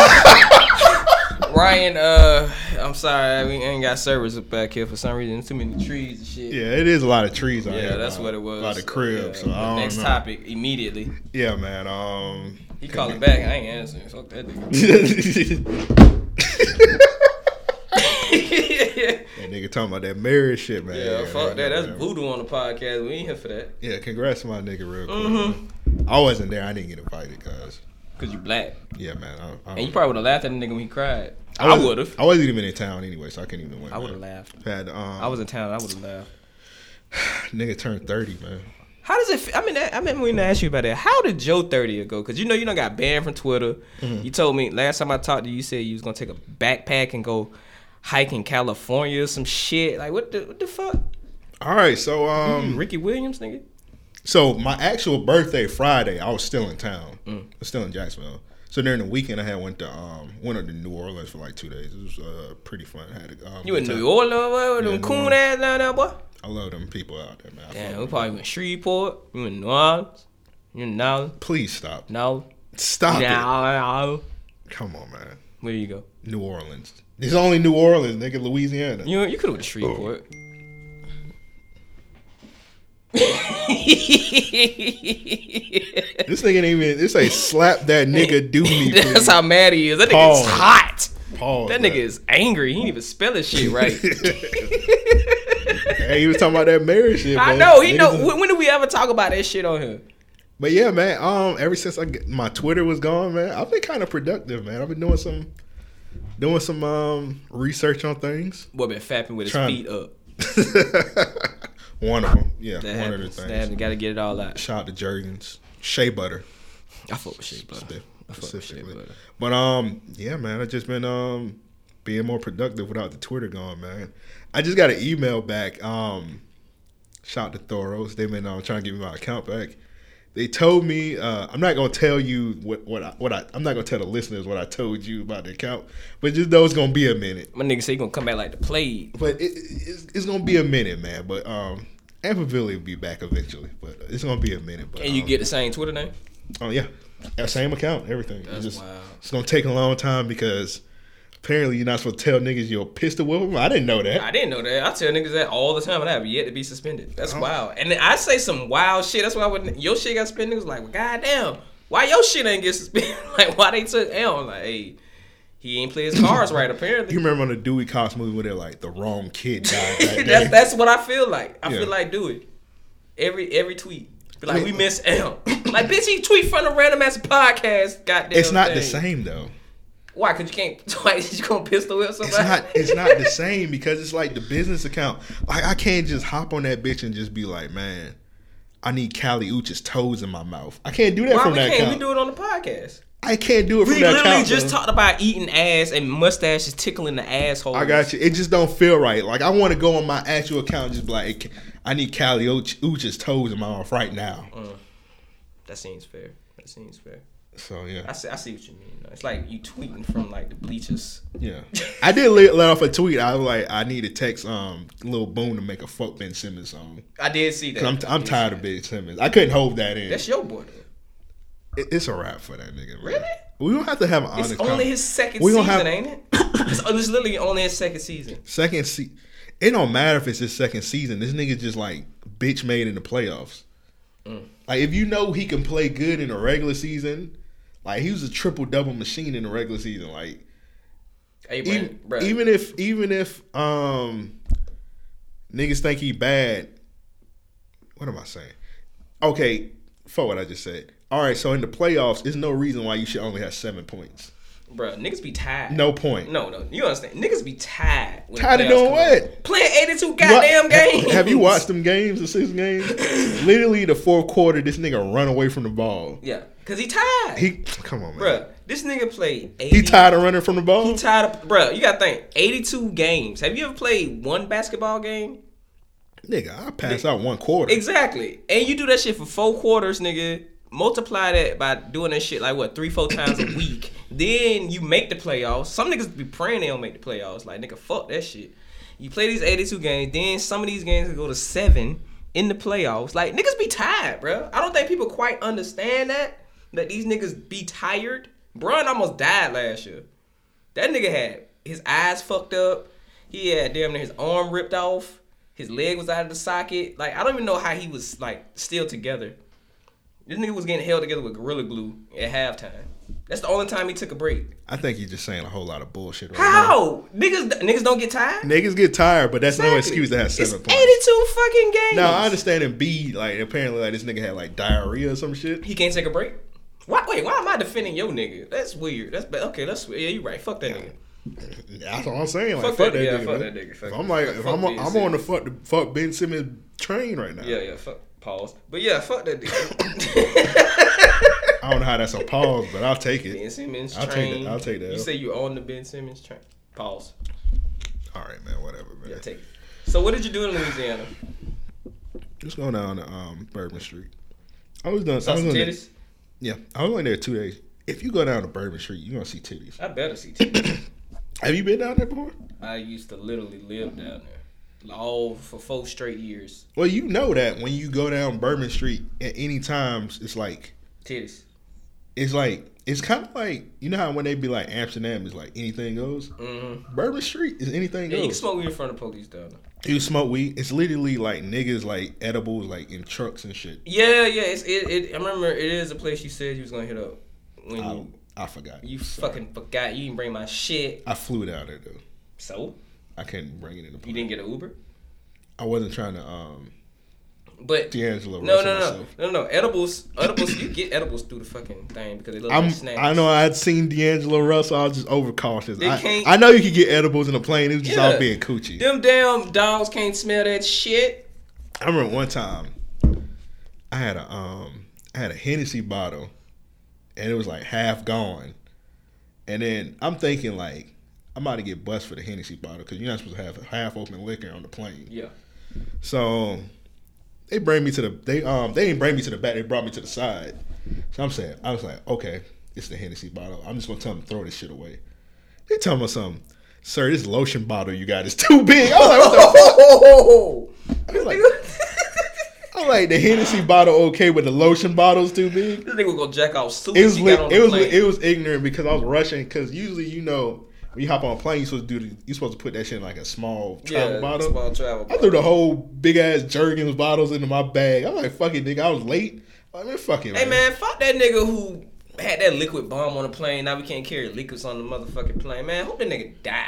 [SPEAKER 4] Ryan, uh, I'm sorry, we ain't got service back here for some reason. Too many trees and shit.
[SPEAKER 10] Yeah, it is a lot of trees out
[SPEAKER 4] Yeah,
[SPEAKER 10] here.
[SPEAKER 4] that's
[SPEAKER 10] bro.
[SPEAKER 4] what it was.
[SPEAKER 10] A lot of cribs.
[SPEAKER 4] Yeah,
[SPEAKER 10] so I don't
[SPEAKER 4] next
[SPEAKER 10] know.
[SPEAKER 4] topic immediately.
[SPEAKER 10] Yeah, man. Um,
[SPEAKER 4] He called it back. I ain't answering. Fuck that
[SPEAKER 10] um,
[SPEAKER 4] nigga.
[SPEAKER 10] that nigga talking about that marriage shit, man.
[SPEAKER 4] yeah, fuck that. That's
[SPEAKER 10] man.
[SPEAKER 4] voodoo on the podcast. We ain't here for that.
[SPEAKER 10] Yeah, congrats to my nigga, real quick.
[SPEAKER 4] Mhm.
[SPEAKER 10] man. I wasn't there. I didn't get invited, cause
[SPEAKER 4] Cause you black.
[SPEAKER 10] Yeah, man. I, I
[SPEAKER 4] And you
[SPEAKER 10] don't-
[SPEAKER 4] probably would have laughed at the nigga when he cried.
[SPEAKER 10] I
[SPEAKER 4] I
[SPEAKER 10] wasn't-
[SPEAKER 4] would have.
[SPEAKER 10] I wasn't even in town anyway, so I couldn't even win.
[SPEAKER 4] I would have
[SPEAKER 10] man.
[SPEAKER 4] laughed.
[SPEAKER 10] Had um,
[SPEAKER 4] I was in town. I would have laughed.
[SPEAKER 10] nigga turned thirty, man.
[SPEAKER 4] How does it? Feel? I mean, I I remember when I asked you about that. How did Joe 30 go? Because you know you done got banned from Twitter.
[SPEAKER 10] Mhm.
[SPEAKER 4] You told me last time I talked to you, you said you was gonna take a backpack and go hike in California or some shit. Like what the what the fuck?
[SPEAKER 10] All right, so um,
[SPEAKER 4] You Ricky Williams, nigga.
[SPEAKER 10] So my actual birthday Friday, I was still in town.
[SPEAKER 4] Mm.
[SPEAKER 10] I was still in Jacksonville. So during the weekend, I had went to um went to New Orleans for like two days. It was uh, pretty fun. I had a, um,
[SPEAKER 4] You
[SPEAKER 10] good
[SPEAKER 4] in
[SPEAKER 10] time.
[SPEAKER 4] New Orleans, boy, with
[SPEAKER 10] Yeah,
[SPEAKER 4] them
[SPEAKER 10] New
[SPEAKER 4] coon
[SPEAKER 10] Orleans.
[SPEAKER 4] ass down there, boy.
[SPEAKER 10] I love them people out there, man. I
[SPEAKER 4] Damn,
[SPEAKER 10] fuck
[SPEAKER 4] we
[SPEAKER 10] with
[SPEAKER 4] probably went Shreveport. You in New Orleans. You in New
[SPEAKER 10] them. Please stop.
[SPEAKER 4] No.
[SPEAKER 10] Stop it.
[SPEAKER 4] No.
[SPEAKER 10] Come on, man.
[SPEAKER 4] Where you go?
[SPEAKER 10] New Orleans. It's only New Orleans, nigga. Louisiana.
[SPEAKER 4] You you could have went to Shreveport.
[SPEAKER 10] Oh. This nigga ain't even. This ain't slap that nigga do me.
[SPEAKER 4] That's
[SPEAKER 10] please.
[SPEAKER 4] how mad he is. That nigga
[SPEAKER 10] Pause.
[SPEAKER 4] is hot.
[SPEAKER 10] Pause,
[SPEAKER 4] that
[SPEAKER 10] man.
[SPEAKER 4] nigga is angry. He didn't even spell his shit right.
[SPEAKER 10] Hey, he was talking about that marriage shit.
[SPEAKER 4] I
[SPEAKER 10] man.
[SPEAKER 4] know. He
[SPEAKER 10] Niggas
[SPEAKER 4] know.
[SPEAKER 10] is-
[SPEAKER 4] When, when do we ever talk about that shit on here?
[SPEAKER 10] But yeah, man. Um, ever since I get, my Twitter was gone, man, I've been kind of productive, man. I've been doing some, doing some um research on things.
[SPEAKER 4] Boy been fapping with his
[SPEAKER 10] Tryna-
[SPEAKER 4] feet up.
[SPEAKER 10] One of them, yeah, one
[SPEAKER 4] That happens.
[SPEAKER 10] of the
[SPEAKER 4] That
[SPEAKER 10] things.
[SPEAKER 4] happens. Got to get it all out.
[SPEAKER 10] Shout out to Jergens, Shea Butter.
[SPEAKER 4] I fuck with Shea Butter.
[SPEAKER 10] Spe-
[SPEAKER 4] I fuck with Shea
[SPEAKER 10] specifically.
[SPEAKER 4] Butter.
[SPEAKER 10] But um, yeah, man, I just been um being more productive without the Twitter gone, man. I just got an email back um Shout out to Thoros. They've been uh, trying to give me my account back. They told me uh, I'm not gonna tell you what what I, what I I'm not gonna tell the listeners what I told you about the account, but just know it's gonna be a minute.
[SPEAKER 4] My nigga said he gonna come back like the plague.
[SPEAKER 10] But it, it's, it's gonna be a minute, man. But um, Amperville will be back eventually. But it's gonna be a minute. But
[SPEAKER 4] Can you
[SPEAKER 10] um,
[SPEAKER 4] get the same Twitter name?
[SPEAKER 10] Oh yeah, That same account, everything. It's,
[SPEAKER 4] That's
[SPEAKER 10] just,
[SPEAKER 4] wild.
[SPEAKER 10] it's gonna take a long time because apparently you're not supposed to tell niggas you're pissed at them. I didn't know that.
[SPEAKER 4] I didn't know that. I tell niggas that all the time, and I have yet to be suspended. That's
[SPEAKER 10] Uh-huh.
[SPEAKER 4] wild. And then I say some wild shit. That's why when your shit got suspended, niggas like, well, goddamn, why your shit ain't get suspended? like, why they took L? I'm Like, hey, he ain't play his cards right. Apparently,
[SPEAKER 10] you remember on the Dewey Cox movie when they're like the wrong kid died. that day?
[SPEAKER 4] that's that's what I feel like. I
[SPEAKER 10] Yeah.
[SPEAKER 4] feel like do it every every tweet. Be like, we miss L. like, bitch, he tweet from the random ass podcast. Goddamn,
[SPEAKER 10] it's not the
[SPEAKER 4] thing.
[SPEAKER 10] same though.
[SPEAKER 4] Why? Cause you can't. Twice you gonna pistol whip somebody?
[SPEAKER 10] It's not it's not the same because it's like the business account. Like I can't just hop on that bitch and just be like, man, I need Cali Ucha's toes in my mouth. I can't do that
[SPEAKER 4] Why
[SPEAKER 10] from
[SPEAKER 4] we
[SPEAKER 10] that
[SPEAKER 4] can't?
[SPEAKER 10] account.
[SPEAKER 4] We do it on the podcast.
[SPEAKER 10] I can't do it from
[SPEAKER 4] we
[SPEAKER 10] that
[SPEAKER 4] literally
[SPEAKER 10] account,
[SPEAKER 4] just
[SPEAKER 10] though.
[SPEAKER 4] talked about eating ass and mustache is tickling the asshole.
[SPEAKER 10] I got you. It just don't feel right. Like I want to go on my actual account and just be like, I need Cali Uch- Ucha's toes in my mouth right now.
[SPEAKER 4] Mm. that seems fair. That seems fair.
[SPEAKER 10] So yeah.
[SPEAKER 4] I see. I see what you mean. though. It's like you tweeting from like the bleachers.
[SPEAKER 10] Yeah, I did let, let off a tweet. I was like, I need to text um Lil Boone to make a fuck Ben Simmons song.
[SPEAKER 4] I did see
[SPEAKER 10] 'Cause
[SPEAKER 4] that.
[SPEAKER 10] I'm, I'm tired of Ben Simmons. I couldn't hold that in.
[SPEAKER 4] That's your boy. though.
[SPEAKER 10] It- it's a wrap for that nigga. Man. Really? We don't have to have an honest.
[SPEAKER 4] It's only
[SPEAKER 10] con-
[SPEAKER 4] his second
[SPEAKER 10] We
[SPEAKER 4] season,
[SPEAKER 10] don't have-
[SPEAKER 4] ain't it? It's, oh, it's literally only his second season.
[SPEAKER 10] second se- It don't matter if it's his second season. This nigga just like bitch made in the playoffs.
[SPEAKER 4] Mm.
[SPEAKER 10] Like if you know he can play good in the regular season, like he was a triple double machine in the regular season. Like
[SPEAKER 4] Hey,
[SPEAKER 10] even,
[SPEAKER 4] Brandon, bruh.
[SPEAKER 10] even if even if um niggas think he bad, what am I saying? Okay, for what I just said. All right, so in the playoffs, there's no reason why you should only have seven points.
[SPEAKER 4] Bruh, niggas be tired.
[SPEAKER 10] No point.
[SPEAKER 4] No, no, you understand? Niggas be tired. when the
[SPEAKER 10] Tired of
[SPEAKER 4] playoffs
[SPEAKER 10] doing
[SPEAKER 4] come
[SPEAKER 10] what?
[SPEAKER 4] up. Playing eighty-two goddamn
[SPEAKER 10] What-
[SPEAKER 4] games.
[SPEAKER 10] Have you watched them games, the six games? Literally, the fourth quarter, this nigga run away from the ball.
[SPEAKER 4] Yeah, cause he tired.
[SPEAKER 10] He, come on, man.
[SPEAKER 4] Bruh, this nigga played. 80,
[SPEAKER 10] He tired of running from the ball.
[SPEAKER 4] He tired of. Bruh, you gotta think. Eighty-two games. Have you ever played one basketball game?
[SPEAKER 10] Nigga, I passed out one quarter.
[SPEAKER 4] Exactly. And you do that shit for four quarters, nigga. Multiply that by doing that shit like what three, four times a week. Then you make the playoffs. Some niggas be praying they don't make the playoffs. Like nigga, fuck that shit. You play these eighty-two games. Then some of these games go to seven in the playoffs. Like niggas be tired, bro. I don't think people quite understand that that these niggas be tired. Brun almost died last year. That nigga had his eyes fucked up. He had damn near his arm ripped off. His leg was out of the socket. Like I don't even know how he was like still together. This nigga was getting held together with gorilla glue at halftime. That's the only time he took a break.
[SPEAKER 10] I think you're just saying a whole lot of bullshit right
[SPEAKER 4] How niggas niggas don't get tired?
[SPEAKER 10] now. Niggas get tired, but that's no
[SPEAKER 4] Exactly.
[SPEAKER 10] excuse to have seven points.
[SPEAKER 4] Eighty two fucking games.
[SPEAKER 10] Now I understand in B, like apparently like this nigga had like diarrhea or some shit.
[SPEAKER 4] He can't take a break. Why, wait, why am I defending your nigga? That's weird. That's ba- okay. That's yeah. You right. Fuck that nigga.
[SPEAKER 10] That's what I'm saying. Like
[SPEAKER 4] Fuck
[SPEAKER 10] fuck,
[SPEAKER 4] that-
[SPEAKER 10] that,
[SPEAKER 4] yeah,
[SPEAKER 10] nigga,
[SPEAKER 4] fuck
[SPEAKER 10] man.
[SPEAKER 4] that nigga, fuck
[SPEAKER 10] If
[SPEAKER 4] that
[SPEAKER 10] I'm like,
[SPEAKER 4] nigga.
[SPEAKER 10] if
[SPEAKER 4] Fuck
[SPEAKER 10] I'm, on-
[SPEAKER 4] Ben
[SPEAKER 10] I'm on the fuck, the fuck Ben Simmons train right now.
[SPEAKER 4] Yeah, yeah. Fuck. Pause. But yeah, fuck that nigga.
[SPEAKER 10] I don't know how that's a pause, but I'll take it.
[SPEAKER 4] Ben Simmons
[SPEAKER 10] I'll
[SPEAKER 4] train.
[SPEAKER 10] take that. I'll take that.
[SPEAKER 4] You say you own the Ben Simmons train. Pause.
[SPEAKER 10] All right, man. Whatever, man.
[SPEAKER 4] Yeah, take it. So what did you do in Louisiana?
[SPEAKER 10] Just going down to um, Bourbon Street. I was done.
[SPEAKER 4] Saw
[SPEAKER 10] I was
[SPEAKER 4] some
[SPEAKER 10] only-
[SPEAKER 4] titties?
[SPEAKER 10] Yeah, I was only there two days. If you go down to Bourbon Street, you're gonna see titties.
[SPEAKER 4] I better see titties.
[SPEAKER 10] Have you been down there before?
[SPEAKER 4] I used to literally live down there, all for four straight years.
[SPEAKER 10] Well, you know that when you go down Bourbon Street at any times, it's like
[SPEAKER 4] Titties.
[SPEAKER 10] it's like it's kind of like you know how when they be like Amsterdam is like anything goes.
[SPEAKER 4] Mm-hmm.
[SPEAKER 10] Bourbon Street is anything
[SPEAKER 4] Yeah, you can
[SPEAKER 10] goes.
[SPEAKER 4] smoke weed in front of police down there.
[SPEAKER 10] You smoke weed. It's literally like niggas like edibles like in trucks and shit.
[SPEAKER 4] Yeah, yeah. It's, it, it. I remember it is a place you said you was gonna hit up. When
[SPEAKER 10] I,
[SPEAKER 4] you,
[SPEAKER 10] I forgot.
[SPEAKER 4] you fucking forgot, you didn't bring my shit.
[SPEAKER 10] I flew down there though.
[SPEAKER 4] So
[SPEAKER 10] I couldn't bring it in the
[SPEAKER 4] you
[SPEAKER 10] plane.
[SPEAKER 4] didn't get an Uber.
[SPEAKER 10] I wasn't trying to um
[SPEAKER 4] But
[SPEAKER 10] D'Angelo.
[SPEAKER 4] No,
[SPEAKER 10] Russell
[SPEAKER 4] no, no,
[SPEAKER 10] myself.
[SPEAKER 4] no, no. Edibles, edibles. you get edibles through the fucking thing because they look
[SPEAKER 10] I'm,
[SPEAKER 4] like snacks.
[SPEAKER 10] I know I'd seen D'Angelo Russell. I was just overcautious.
[SPEAKER 4] They
[SPEAKER 10] I,
[SPEAKER 4] can't-
[SPEAKER 10] I know you could get edibles in a plane. It was just all being coochie.
[SPEAKER 4] Them damn dogs can't smell that shit.
[SPEAKER 10] I remember one time I had a um I had a Hennessy bottle and it was like half gone. And then I'm thinking like I'm about to get bust for the Hennessy bottle because you're not supposed to have half open liquor on the plane.
[SPEAKER 4] Yeah.
[SPEAKER 10] So They bring me to the they um they didn't bring me to the back. They brought me to the side. So I'm saying I was like, okay, it's the Hennessy bottle. I'm just gonna tell them to throw this shit away. They tell me something, sir. This lotion bottle you got is too big. I was like, what the fuck? I was like, I'm like the Hennessy bottle okay, but the lotion bottle's too big
[SPEAKER 4] This nigga gonna jack off soup.
[SPEAKER 10] it was
[SPEAKER 4] he
[SPEAKER 10] lit-
[SPEAKER 4] got on
[SPEAKER 10] it
[SPEAKER 4] the
[SPEAKER 10] was
[SPEAKER 4] plane.
[SPEAKER 10] lit- it was ignorant because I was rushing because usually you know when you hop on a plane you supposed to do the, you supposed to put that shit in like a small travel
[SPEAKER 4] Yeah,
[SPEAKER 10] bottle.
[SPEAKER 4] small travel
[SPEAKER 10] I threw the whole big ass Jergens bottles into my bag. I'm like fucking nigga, I was late. I mean fucking.
[SPEAKER 4] Hey man, fuck that nigga who had that liquid bomb on the plane. Now we can't carry liquids on the motherfucking plane. Man, hope that nigga die.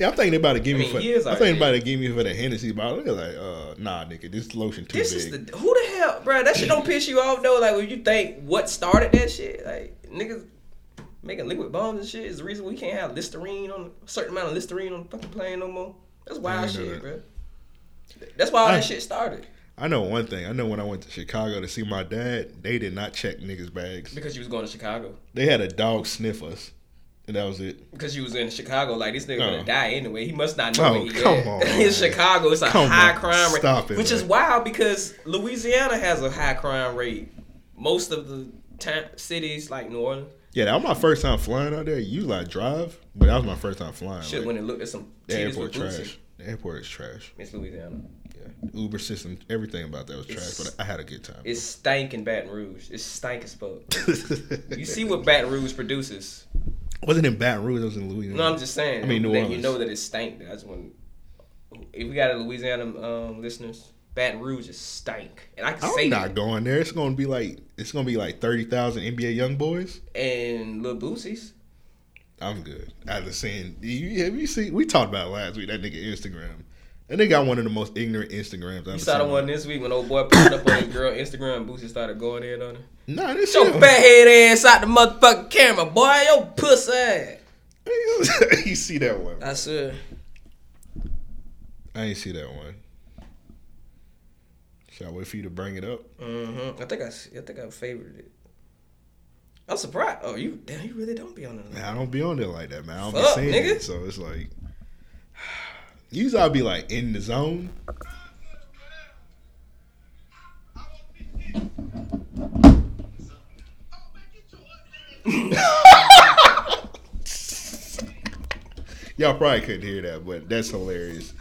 [SPEAKER 10] Yeah, I'm thinking they about to give
[SPEAKER 4] I
[SPEAKER 10] me
[SPEAKER 4] mean,
[SPEAKER 10] for.
[SPEAKER 4] years
[SPEAKER 10] I'm
[SPEAKER 4] already.
[SPEAKER 10] thinking about to give me for the Hennessy bottle. They're like, uh, nah, nigga, this lotion too
[SPEAKER 4] This
[SPEAKER 10] big.
[SPEAKER 4] is the who the hell, bro? That shit don't piss you off though. Like when you think what started that shit, like niggas making liquid bombs and shit is the reason we can't have Listerine on a certain amount of Listerine on the fucking plane no more. That's wild
[SPEAKER 10] I didn't know
[SPEAKER 4] shit, bro. That's why all
[SPEAKER 10] I-
[SPEAKER 4] that shit started
[SPEAKER 10] I know one thing. I know when I went to Chicago to see my dad, they did not check niggas' bags.
[SPEAKER 4] because you was going to Chicago.
[SPEAKER 10] They had a dog sniff us, and that was it.
[SPEAKER 4] Because you was in Chicago, like this nigga
[SPEAKER 10] No.
[SPEAKER 4] gonna die anyway. He must not know.
[SPEAKER 10] Oh,
[SPEAKER 4] where he
[SPEAKER 10] come
[SPEAKER 4] at.
[SPEAKER 10] on, man.
[SPEAKER 4] in Chicago, it's a
[SPEAKER 10] Come
[SPEAKER 4] high
[SPEAKER 10] on,
[SPEAKER 4] crime rate,
[SPEAKER 10] stop it,
[SPEAKER 4] which is
[SPEAKER 10] man.
[SPEAKER 4] wild because Louisiana has a high crime rate. Most of the ta- cities like New Orleans,
[SPEAKER 10] Yeah, that was my first time flying out there. You like drive, but that was my first time flying.
[SPEAKER 4] shit.
[SPEAKER 10] Like,
[SPEAKER 4] When it looked at some
[SPEAKER 10] the
[SPEAKER 4] titties
[SPEAKER 10] airport
[SPEAKER 4] with boots,
[SPEAKER 10] trash. The airport is trash.
[SPEAKER 4] it's Louisiana.
[SPEAKER 10] The Uber system, everything about that was trash.
[SPEAKER 4] It's-
[SPEAKER 10] But I had a good time.
[SPEAKER 4] It's stank in Baton Rouge. It's stank as fuck. you see what Baton Rouge produces?
[SPEAKER 10] wasn't in Baton Rouge. It was in Louisiana.
[SPEAKER 4] No, I'm just saying.
[SPEAKER 10] I mean, New
[SPEAKER 4] that
[SPEAKER 10] Orleans.
[SPEAKER 4] You know that it's stank. That's when. If we got a Louisiana um, listeners, Baton Rouge is stank, and I can say
[SPEAKER 10] I'm
[SPEAKER 4] that.
[SPEAKER 10] not going there. It's gonna be like it's gonna be like thirty thousand NBA young boys.
[SPEAKER 4] and Lil Boosie's.
[SPEAKER 10] I'm good. After seeing you, have you seen? We talked about it last week that nigga Instagram. That nigga got one of the most ignorant Instagrams.
[SPEAKER 4] You
[SPEAKER 10] I've
[SPEAKER 4] saw the
[SPEAKER 10] seen.
[SPEAKER 4] one this week when old boy popped up on his girl Instagram. Boosie started going in on her.
[SPEAKER 10] Nah, this
[SPEAKER 4] Your
[SPEAKER 10] shit-
[SPEAKER 4] fat head ass out the motherfucking camera, boy. Your pussy ass.
[SPEAKER 10] you see that one?
[SPEAKER 4] I said.
[SPEAKER 10] I ain't see that one. Shall I wait for you to bring it up?
[SPEAKER 4] hmm I think I, s- I think I favored it. I'm surprised. Oh, you damn, you really don't be on the.
[SPEAKER 10] Man, I don't be on there like that, man. I don't
[SPEAKER 4] Fuck,
[SPEAKER 10] be saying
[SPEAKER 4] nigga.
[SPEAKER 10] it. So it's like usually I'll be like in the zone. Y'all probably couldn't hear that, but that's hilarious.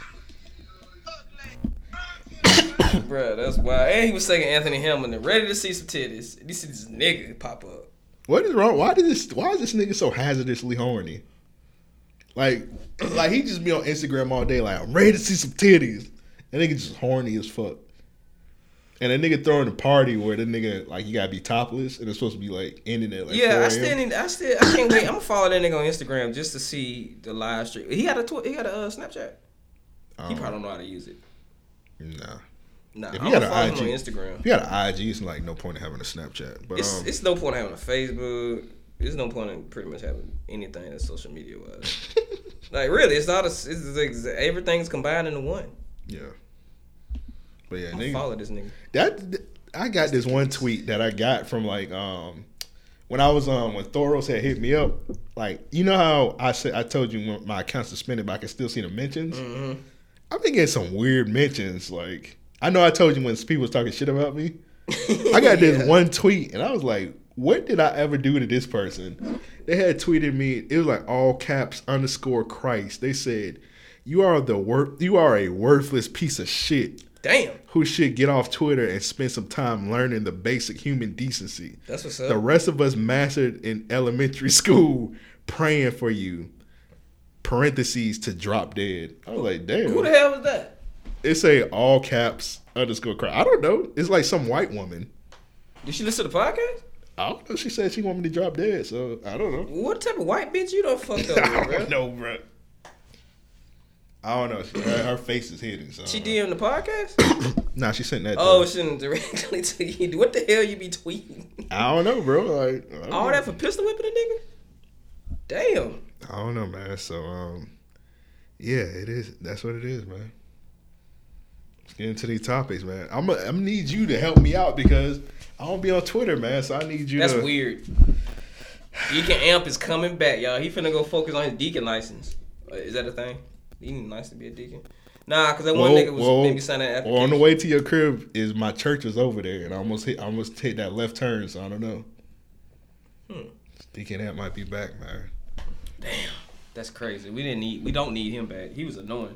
[SPEAKER 4] Bruh, that's wild. And he was singing Anthony Hamilton, ready to see some titties. And he see this nigga pop up.
[SPEAKER 10] What is wrong? Why did this? Why is this nigga so hazardously horny? Like, like he just be on Instagram all day. Like I'm ready to see some titties. That nigga just horny as fuck. And that nigga throwing a party where the nigga like you gotta be topless and it's supposed to be like ending at like
[SPEAKER 4] yeah,
[SPEAKER 10] 4
[SPEAKER 4] I
[SPEAKER 10] a.m..
[SPEAKER 4] still, need, I still, I can't wait. I'm gonna follow that nigga on Instagram just to see the live stream. He got a, tw- he got a uh, Snapchat. He
[SPEAKER 10] Um,
[SPEAKER 4] probably don't know how to use it.
[SPEAKER 10] Nah.
[SPEAKER 4] Nah,
[SPEAKER 10] If
[SPEAKER 4] I'm
[SPEAKER 10] you got
[SPEAKER 4] gonna follow him
[SPEAKER 10] an
[SPEAKER 4] on
[SPEAKER 10] IG,
[SPEAKER 4] Instagram.
[SPEAKER 10] if you got an IG, it's like no point in having a Snapchat. But
[SPEAKER 4] it's
[SPEAKER 10] um,
[SPEAKER 4] it's no point having a Facebook. There's no point in pretty much having anything that's social media wise. like really, it's all the it's the exa- everything's combined into one.
[SPEAKER 10] yeah. But yeah,
[SPEAKER 4] I'm
[SPEAKER 10] nigga.
[SPEAKER 4] follow this nigga.
[SPEAKER 10] That th- I got this one tweet that I got from like um when I was um when Thoros had hit me up. Like you know how I said I told you when my account's suspended, but I can still see the mentions. I've been getting some weird mentions. Like I know I told you when people was talking shit about me. I got this one tweet and I was like, what did I ever do to this person? They had tweeted me. It was like all caps underscore Christ. They said, "You are the wor- You are a worthless piece of shit."
[SPEAKER 4] Damn.
[SPEAKER 10] who should get off Twitter and spend some time learning the basic human decency.
[SPEAKER 4] That's what's up.
[SPEAKER 10] The rest of us mastered in elementary school praying for you. Parentheses to drop dead. I was like, damn.
[SPEAKER 4] Who the hell was that?
[SPEAKER 10] It say all caps underscore cry. I don't know. It's like some white woman.
[SPEAKER 4] Did she listen to the podcast?
[SPEAKER 10] I don't know. She said she want me to drop dead, so I don't know.
[SPEAKER 4] What type of white bitch you don't fucked
[SPEAKER 10] I
[SPEAKER 4] up with,
[SPEAKER 10] don't
[SPEAKER 4] bro?
[SPEAKER 10] know, bro. I don't know. She- Her, her face is hidden. So.
[SPEAKER 4] She DM the podcast?
[SPEAKER 10] Nah, she sent that.
[SPEAKER 4] oh,
[SPEAKER 10] Oh,
[SPEAKER 4] she didn't directly to you. What the hell you be tweeting?
[SPEAKER 10] I don't know, bro. Like I don't
[SPEAKER 4] All
[SPEAKER 10] know.
[SPEAKER 4] that for pistol whipping a nigga? Damn.
[SPEAKER 10] I don't know, man. So, um, yeah, it is. That's what it is, man. Let's get into these topics, man. I'm gonna I'm need you to help me out because I don't be on Twitter, man. So I need you.
[SPEAKER 4] That's
[SPEAKER 10] to,
[SPEAKER 4] weird. Deacon Amp is coming back, y'all. He finna go focus on his deacon license. Uh, Is that a thing? You need nice to be a deacon. Nah, because that one nigga was maybe signing
[SPEAKER 10] Or
[SPEAKER 4] an
[SPEAKER 10] on
[SPEAKER 4] application.
[SPEAKER 10] the way to your crib is my church was over there, and I almost hit, I almost take that left turn. So I don't know.
[SPEAKER 4] Hmm.
[SPEAKER 10] Thinking that might be back, man.
[SPEAKER 4] That's crazy. We didn't need. We don't need him back. He was annoying.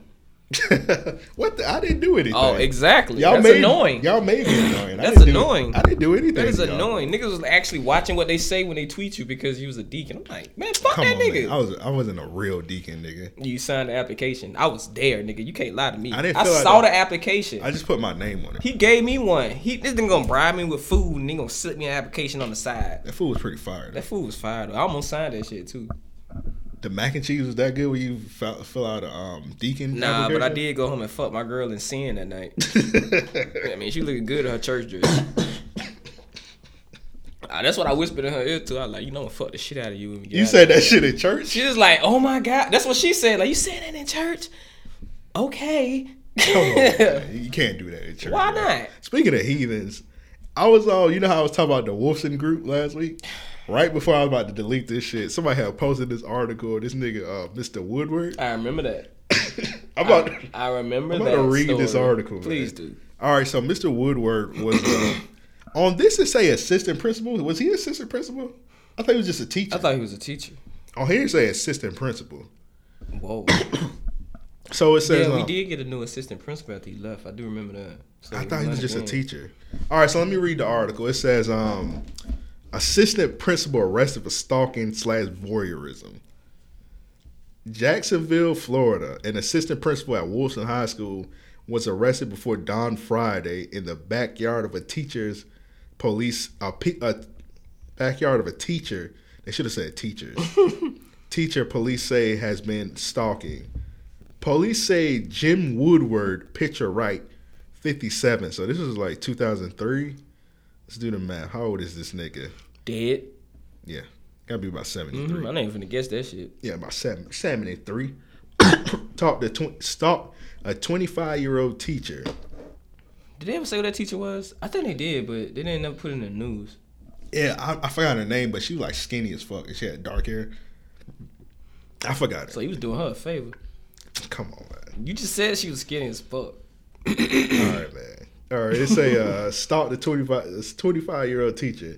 [SPEAKER 10] What the, I didn't do anything.
[SPEAKER 4] Oh, exactly.
[SPEAKER 10] Y'all
[SPEAKER 4] That's
[SPEAKER 10] made,
[SPEAKER 4] annoying.
[SPEAKER 10] Y'all made me annoying. I
[SPEAKER 4] That's
[SPEAKER 10] didn't do-
[SPEAKER 4] annoying.
[SPEAKER 10] I didn't do anything.
[SPEAKER 4] That is
[SPEAKER 10] to y'all.
[SPEAKER 4] annoying. Niggas was actually watching what they say when they tweet you because you was a deacon. I'm like, man, fuck
[SPEAKER 10] Come
[SPEAKER 4] that
[SPEAKER 10] on,
[SPEAKER 4] nigga.
[SPEAKER 10] man. I was I wasn't a real deacon, nigga.
[SPEAKER 4] You signed the application. I was there, nigga. You can't lie to me.
[SPEAKER 10] I
[SPEAKER 4] I,
[SPEAKER 10] didn't feel like
[SPEAKER 4] saw
[SPEAKER 10] that.
[SPEAKER 4] the application.
[SPEAKER 10] I just put my name on it.
[SPEAKER 4] He gave me one. He this nigga gonna bribe me with food and he gonna slip me an application on the side.
[SPEAKER 10] That food was pretty fire.
[SPEAKER 4] That food was fire. Though. I almost signed that shit too.
[SPEAKER 10] The mac and cheese was that good when you fill, fill out a um, deacon.
[SPEAKER 4] Nah, but I
[SPEAKER 10] application?
[SPEAKER 4] did go home and fuck my girl in sin that night. I mean, she looking good in her church dress. Ah, that's what I whispered in her ear too. I was like, you know, I'm gonna fuck the shit out of you. When we get
[SPEAKER 10] You
[SPEAKER 4] out of
[SPEAKER 10] said
[SPEAKER 4] here.
[SPEAKER 10] that shit in church?
[SPEAKER 4] She was like, oh my god, that's what she said. Like, you said that in church? Okay.
[SPEAKER 10] Come on, man. you can't do that in church.
[SPEAKER 4] Why
[SPEAKER 10] man.
[SPEAKER 4] not?
[SPEAKER 10] Speaking of heathens, I was on. You know how I was talking about the Wolfson group last week. Right before I was about to delete this shit, somebody had posted this article. This nigga, uh, Mr. Woodward.
[SPEAKER 4] I remember that.
[SPEAKER 10] I'm about. to-
[SPEAKER 4] I remember
[SPEAKER 10] I'm
[SPEAKER 4] that.
[SPEAKER 10] about to read this
[SPEAKER 4] story.
[SPEAKER 10] article.
[SPEAKER 4] Please
[SPEAKER 10] man.
[SPEAKER 4] do.
[SPEAKER 10] All right, so Mr. Woodward was uh, on this. It say assistant principal. Was he assistant principal? I thought he was just a teacher. I
[SPEAKER 4] thought he was a teacher.
[SPEAKER 10] Oh, here it say assistant principal.
[SPEAKER 4] Whoa.
[SPEAKER 10] so it says
[SPEAKER 4] yeah, we
[SPEAKER 10] um,
[SPEAKER 4] did get a new assistant principal after he left. I do remember that. So
[SPEAKER 10] I thought he
[SPEAKER 4] might
[SPEAKER 10] was
[SPEAKER 4] have
[SPEAKER 10] just a
[SPEAKER 4] won.
[SPEAKER 10] teacher. All right, so let me read the article. It says, um, "Assistant principal arrested for stalking slash voyeurism." Jacksonville, Florida, an assistant principal at Wilson High School was arrested before dawn Friday in the backyard of a teacher's police a, pe- a backyard of a teacher. They should have said teachers. teacher police say has been stalking. Police say Jim Woodward, picture right, 57. So this was like 2003. Let's do the math. How old is this nigga?
[SPEAKER 4] Dead.
[SPEAKER 10] Yeah. Gotta be about 73.
[SPEAKER 4] Mhm, I ain't even guess that shit.
[SPEAKER 10] Yeah, about seven, 73. Talked to tw- stalked a 25 year old teacher.
[SPEAKER 4] Did they ever say who that teacher was? I think they did, but they didn't ever put it in the news.
[SPEAKER 10] Yeah, I, I forgot her name, but she was like skinny as fuck and she had dark hair. I forgot it.
[SPEAKER 4] So he was doing her a favor.
[SPEAKER 10] Come on,
[SPEAKER 4] man. You just said she was skinny as fuck.
[SPEAKER 10] All right, man. All right, it's a uh, stalked a 25 25 year old teacher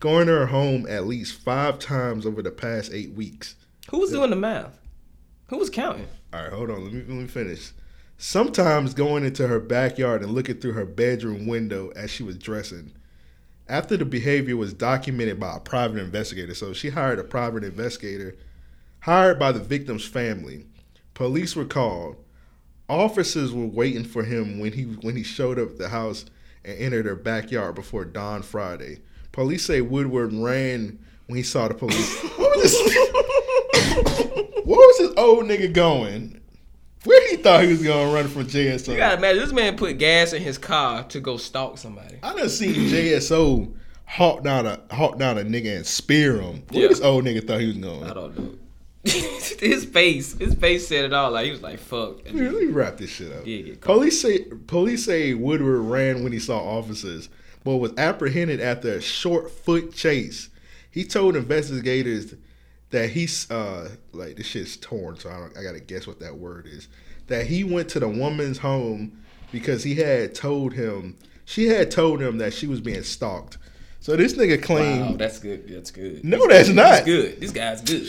[SPEAKER 10] going to her home at least five times over the past eight weeks.
[SPEAKER 4] Who was doing the math? Who was counting?
[SPEAKER 10] All right, hold on. Let me let me finish. Sometimes going into her backyard and looking through her bedroom window as she was dressing. After the behavior was documented by a private investigator, so she hired a private investigator hired by the victim's family. Police were called. Officers were waiting for him when he when he showed up at the house and entered her backyard before dawn Friday. Police say Woodward ran when he saw the police. what was this? Where was this old nigga going? Where he thought he was gonna run from JSO?
[SPEAKER 4] You gotta imagine this man put gas in his car to go stalk somebody.
[SPEAKER 10] I done seen JSO hawk down a hawk down a nigga and spear him. Where this old nigga thought he was going? I
[SPEAKER 4] don't know. his face, his face said it all. Like he was like, "Fuck."
[SPEAKER 10] Yeah, let me wrap this shit up.
[SPEAKER 4] Yeah, get caught.
[SPEAKER 10] Police say police say Woodward ran when he saw officers, but was apprehended after a short foot chase. He told investigators that he's uh like this shit's torn, so I don't, I gotta guess what that word is. That he went to the woman's home because he had told him she had told him that she was being stalked. So this nigga claimed
[SPEAKER 4] Wow, Oh, that's good. That's good.
[SPEAKER 10] No, that's
[SPEAKER 4] good.
[SPEAKER 10] not.
[SPEAKER 4] That's good. This guy's good.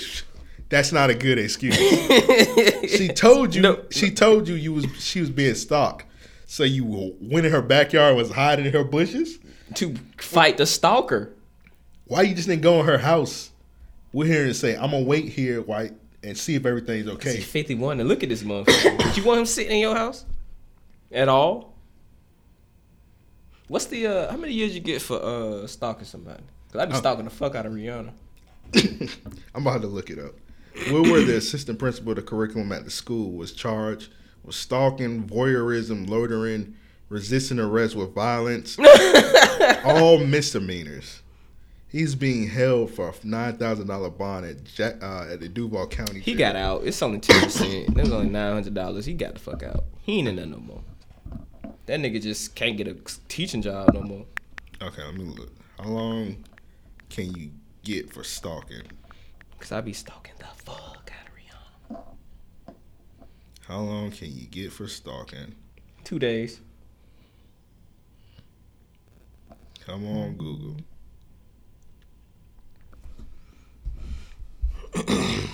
[SPEAKER 10] That's not a good excuse. she told you. she told you you was she was being stalked. So you went in her backyard and was hiding in her bushes
[SPEAKER 4] to fight the stalker.
[SPEAKER 10] Why you just didn't go in her house? We're here and say I'm gonna wait here, white, and see if everything's okay.
[SPEAKER 4] He's 51 and look at this motherfucker. Did you want him sitting in your house at all? What's the uh how many years you get for uh stalking somebody? Cause I be
[SPEAKER 10] Oh.
[SPEAKER 4] stalking the fuck out of Rihanna.
[SPEAKER 10] I'm about to look it up. Woodward, the assistant principal of the curriculum at the school, was charged with stalking, voyeurism, loitering, resisting arrest with violence, all misdemeanors. He's being held for a nine thousand dollar bond at Jack, uh, at the Duval County.
[SPEAKER 4] He got out. It's only ten percent. That was only nine hundred dollars. He got the fuck out. He ain't in there no more. That nigga just can't get a teaching job no more.
[SPEAKER 10] Okay, let me look. How long can you get for stalking?
[SPEAKER 4] Cause I be stalking the fuck out of Rihanna.
[SPEAKER 10] How long can you get for stalking?
[SPEAKER 4] Two days.
[SPEAKER 10] Come on, Google.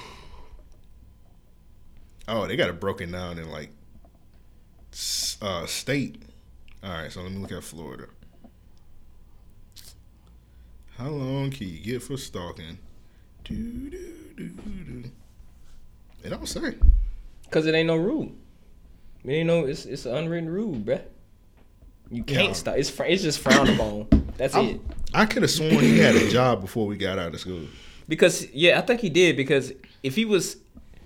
[SPEAKER 10] oh, they got it broken down in like s- uh, state. All right, so let me look at Florida. How long can you get for stalking? Do, do, do, do. It don't say.
[SPEAKER 4] Cause it ain't no rule. It ain't no. It's it's an unwritten rule, bruh. You can't
[SPEAKER 10] Yeah.
[SPEAKER 4] stop. It's fr- it's just frowned upon. That's
[SPEAKER 10] I'm-
[SPEAKER 4] it.
[SPEAKER 10] I could have sworn he had a job before we got out of school.
[SPEAKER 4] Because yeah, I think he did. Because if he was,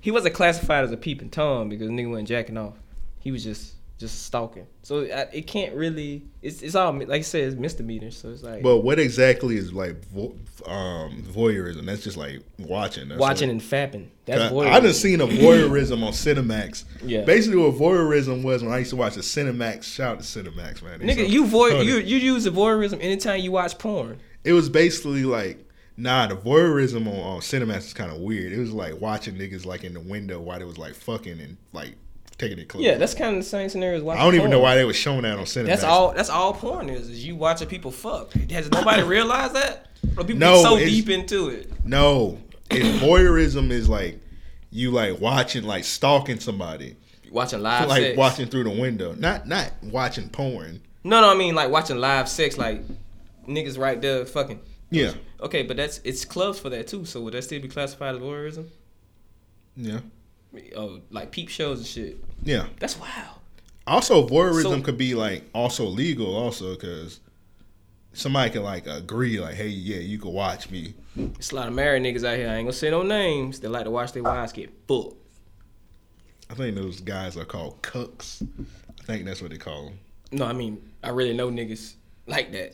[SPEAKER 4] he wasn't classified as a peeping tom because nigga wasn't jacking off. He was just just stalking. So I, it can't really. It's it's all like I said. It's misdemeanor. So it's like
[SPEAKER 10] But what exactly is like vo- um, voyeurism? That's just like watching, That's
[SPEAKER 4] watching
[SPEAKER 10] like-
[SPEAKER 4] and fapping. That's
[SPEAKER 10] I-
[SPEAKER 4] voyeurism.
[SPEAKER 10] I done seen a voyeurism on Cinemax.
[SPEAKER 4] Yeah.
[SPEAKER 10] Basically, what voyeurism was when I used to watch the Cinemax. Shout out to Cinemax, man. They
[SPEAKER 4] Nigga,
[SPEAKER 10] so
[SPEAKER 4] you voy
[SPEAKER 10] funny.
[SPEAKER 4] you you use the voyeurism anytime you watch porn.
[SPEAKER 10] It was basically like, nah, the voyeurism on, on Cinemax is kind of weird. It was like watching niggas like in the window while they was like fucking and like taking it close.
[SPEAKER 4] Yeah, that's kind of the same scenario as watching.
[SPEAKER 10] I don't even know
[SPEAKER 4] porn.
[SPEAKER 10] why they was showing that on Cinemax.
[SPEAKER 4] That's all. That's all porn is. Is you watching people fuck? Has nobody realized that? Or people
[SPEAKER 10] No,
[SPEAKER 4] get so
[SPEAKER 10] it's-
[SPEAKER 4] deep into it.
[SPEAKER 10] No, if voyeurism is like you like watching, like stalking somebody,
[SPEAKER 4] Watching live
[SPEAKER 10] like
[SPEAKER 4] sex.
[SPEAKER 10] watching through the window, not not watching porn.
[SPEAKER 4] No, no, I mean like watching live sex, like niggas right there fucking.
[SPEAKER 10] Yeah,
[SPEAKER 4] Okay, but that's it's clubs for that too. So would that still be classified as voyeurism?
[SPEAKER 10] yeah,
[SPEAKER 4] Oh, like peep shows and shit.
[SPEAKER 10] yeah.
[SPEAKER 4] That's wild.
[SPEAKER 10] Also, voyeurism
[SPEAKER 4] So-
[SPEAKER 10] could be like also legal, also because somebody can like agree, like, hey, yeah, you can watch me.
[SPEAKER 4] It's a lot of married niggas out here. I ain't gonna say no names. They like to watch their wives get fucked.
[SPEAKER 10] I think those guys are called cucks. I think that's what they call them.
[SPEAKER 4] No, I mean I really know niggas like that.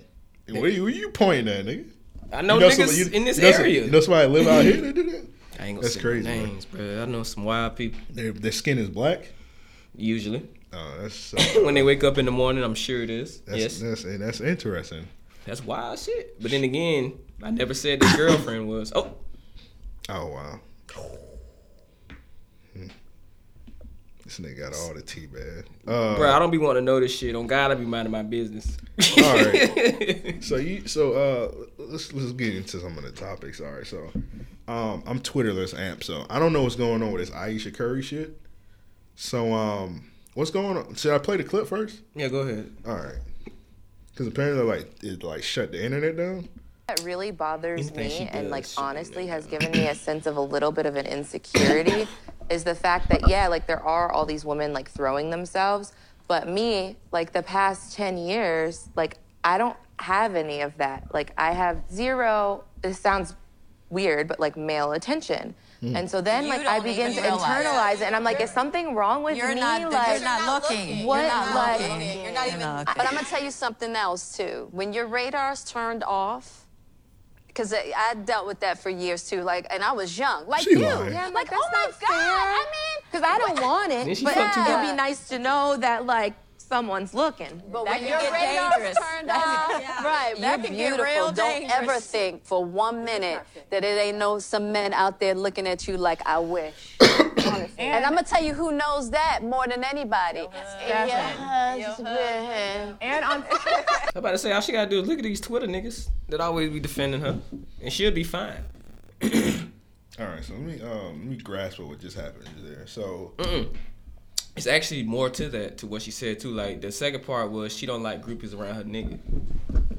[SPEAKER 10] What are you, what you pointing at, nigga?
[SPEAKER 4] I know,
[SPEAKER 10] You know
[SPEAKER 4] niggas
[SPEAKER 10] some- you-
[SPEAKER 4] in this
[SPEAKER 10] you know some-
[SPEAKER 4] area.
[SPEAKER 10] you know somebody live out here that do that?
[SPEAKER 4] I ain't gonna
[SPEAKER 10] That's
[SPEAKER 4] say
[SPEAKER 10] crazy,
[SPEAKER 4] no
[SPEAKER 10] man.
[SPEAKER 4] names, bro. I know some wild people.
[SPEAKER 10] Their, their skin is black.
[SPEAKER 4] Usually,
[SPEAKER 10] Oh, that's
[SPEAKER 4] when they wake up in the morning, I'm sure it is.
[SPEAKER 10] That's,
[SPEAKER 4] yes,
[SPEAKER 10] that's that's interesting.
[SPEAKER 4] that's wild shit. But then again, I never said this girlfriend was. Oh,
[SPEAKER 10] Oh wow. Hmm. This nigga got all the tea, man. Uh,
[SPEAKER 4] bro, I don't be wanting to know this shit. On God, I be minding my business.
[SPEAKER 10] all right. So you so uh let's let's get into some of the topics. All right. So um I'm Twitterless amp, so I don't know what's going on with this Aisha Curry shit. So um what's going on? Should I play the clip first?
[SPEAKER 4] Yeah, go ahead.
[SPEAKER 10] All right. Cuz apparently like it like shut the internet down.
[SPEAKER 11] That really bothers
[SPEAKER 10] Anything she
[SPEAKER 11] me and like
[SPEAKER 10] does,
[SPEAKER 11] honestly has given me a sense of a little bit of an insecurity is the fact that yeah, like there are all these women like throwing themselves, but me, like the past 10 years, like I don't have any of that. Like I have zero this sounds weird, but like male attention.
[SPEAKER 13] Hmm.
[SPEAKER 11] And so then
[SPEAKER 13] You
[SPEAKER 11] like I
[SPEAKER 13] don't
[SPEAKER 11] begin to
[SPEAKER 13] even realize.
[SPEAKER 11] internalize it and I'm like, is something wrong with
[SPEAKER 13] You're
[SPEAKER 11] me?
[SPEAKER 13] not- you're
[SPEAKER 11] like
[SPEAKER 13] not looking.
[SPEAKER 11] what
[SPEAKER 13] You're not
[SPEAKER 11] like
[SPEAKER 13] looking. You're not You're even- not
[SPEAKER 11] but I'm gonna tell you something else too. When your radar's turned off, because I dealt with that for years too. Like, and I was young, like
[SPEAKER 13] She
[SPEAKER 11] you.
[SPEAKER 13] lying.
[SPEAKER 11] Yeah, I'm like, oh my god. I mean, because I don't want
[SPEAKER 13] Then
[SPEAKER 11] it,
[SPEAKER 13] she
[SPEAKER 11] but
[SPEAKER 13] fucked you
[SPEAKER 11] it'd
[SPEAKER 13] up.
[SPEAKER 11] be nice to know that like someone's looking.
[SPEAKER 13] But
[SPEAKER 11] That
[SPEAKER 13] when
[SPEAKER 11] could
[SPEAKER 13] your
[SPEAKER 11] get
[SPEAKER 13] radar's
[SPEAKER 11] dangerous.
[SPEAKER 13] turned off,
[SPEAKER 11] right?
[SPEAKER 13] you
[SPEAKER 11] That could
[SPEAKER 13] beautiful.
[SPEAKER 11] get real
[SPEAKER 13] Don't
[SPEAKER 11] dangerous.
[SPEAKER 13] ever
[SPEAKER 11] think for one minute that it ain't no some men out there looking at you like I wish. And I'm gonna tell you who knows that more than anybody. Yeah, And on
[SPEAKER 4] I'm about to say all she gotta do is look at these Twitter niggas that always be defending her, and she'll be fine.
[SPEAKER 10] All right, so let me um let me grasp what just happened there. So
[SPEAKER 4] Mm-mm. It's actually more to that to what she said too. Like the second part was she don't like groupies around her nigga.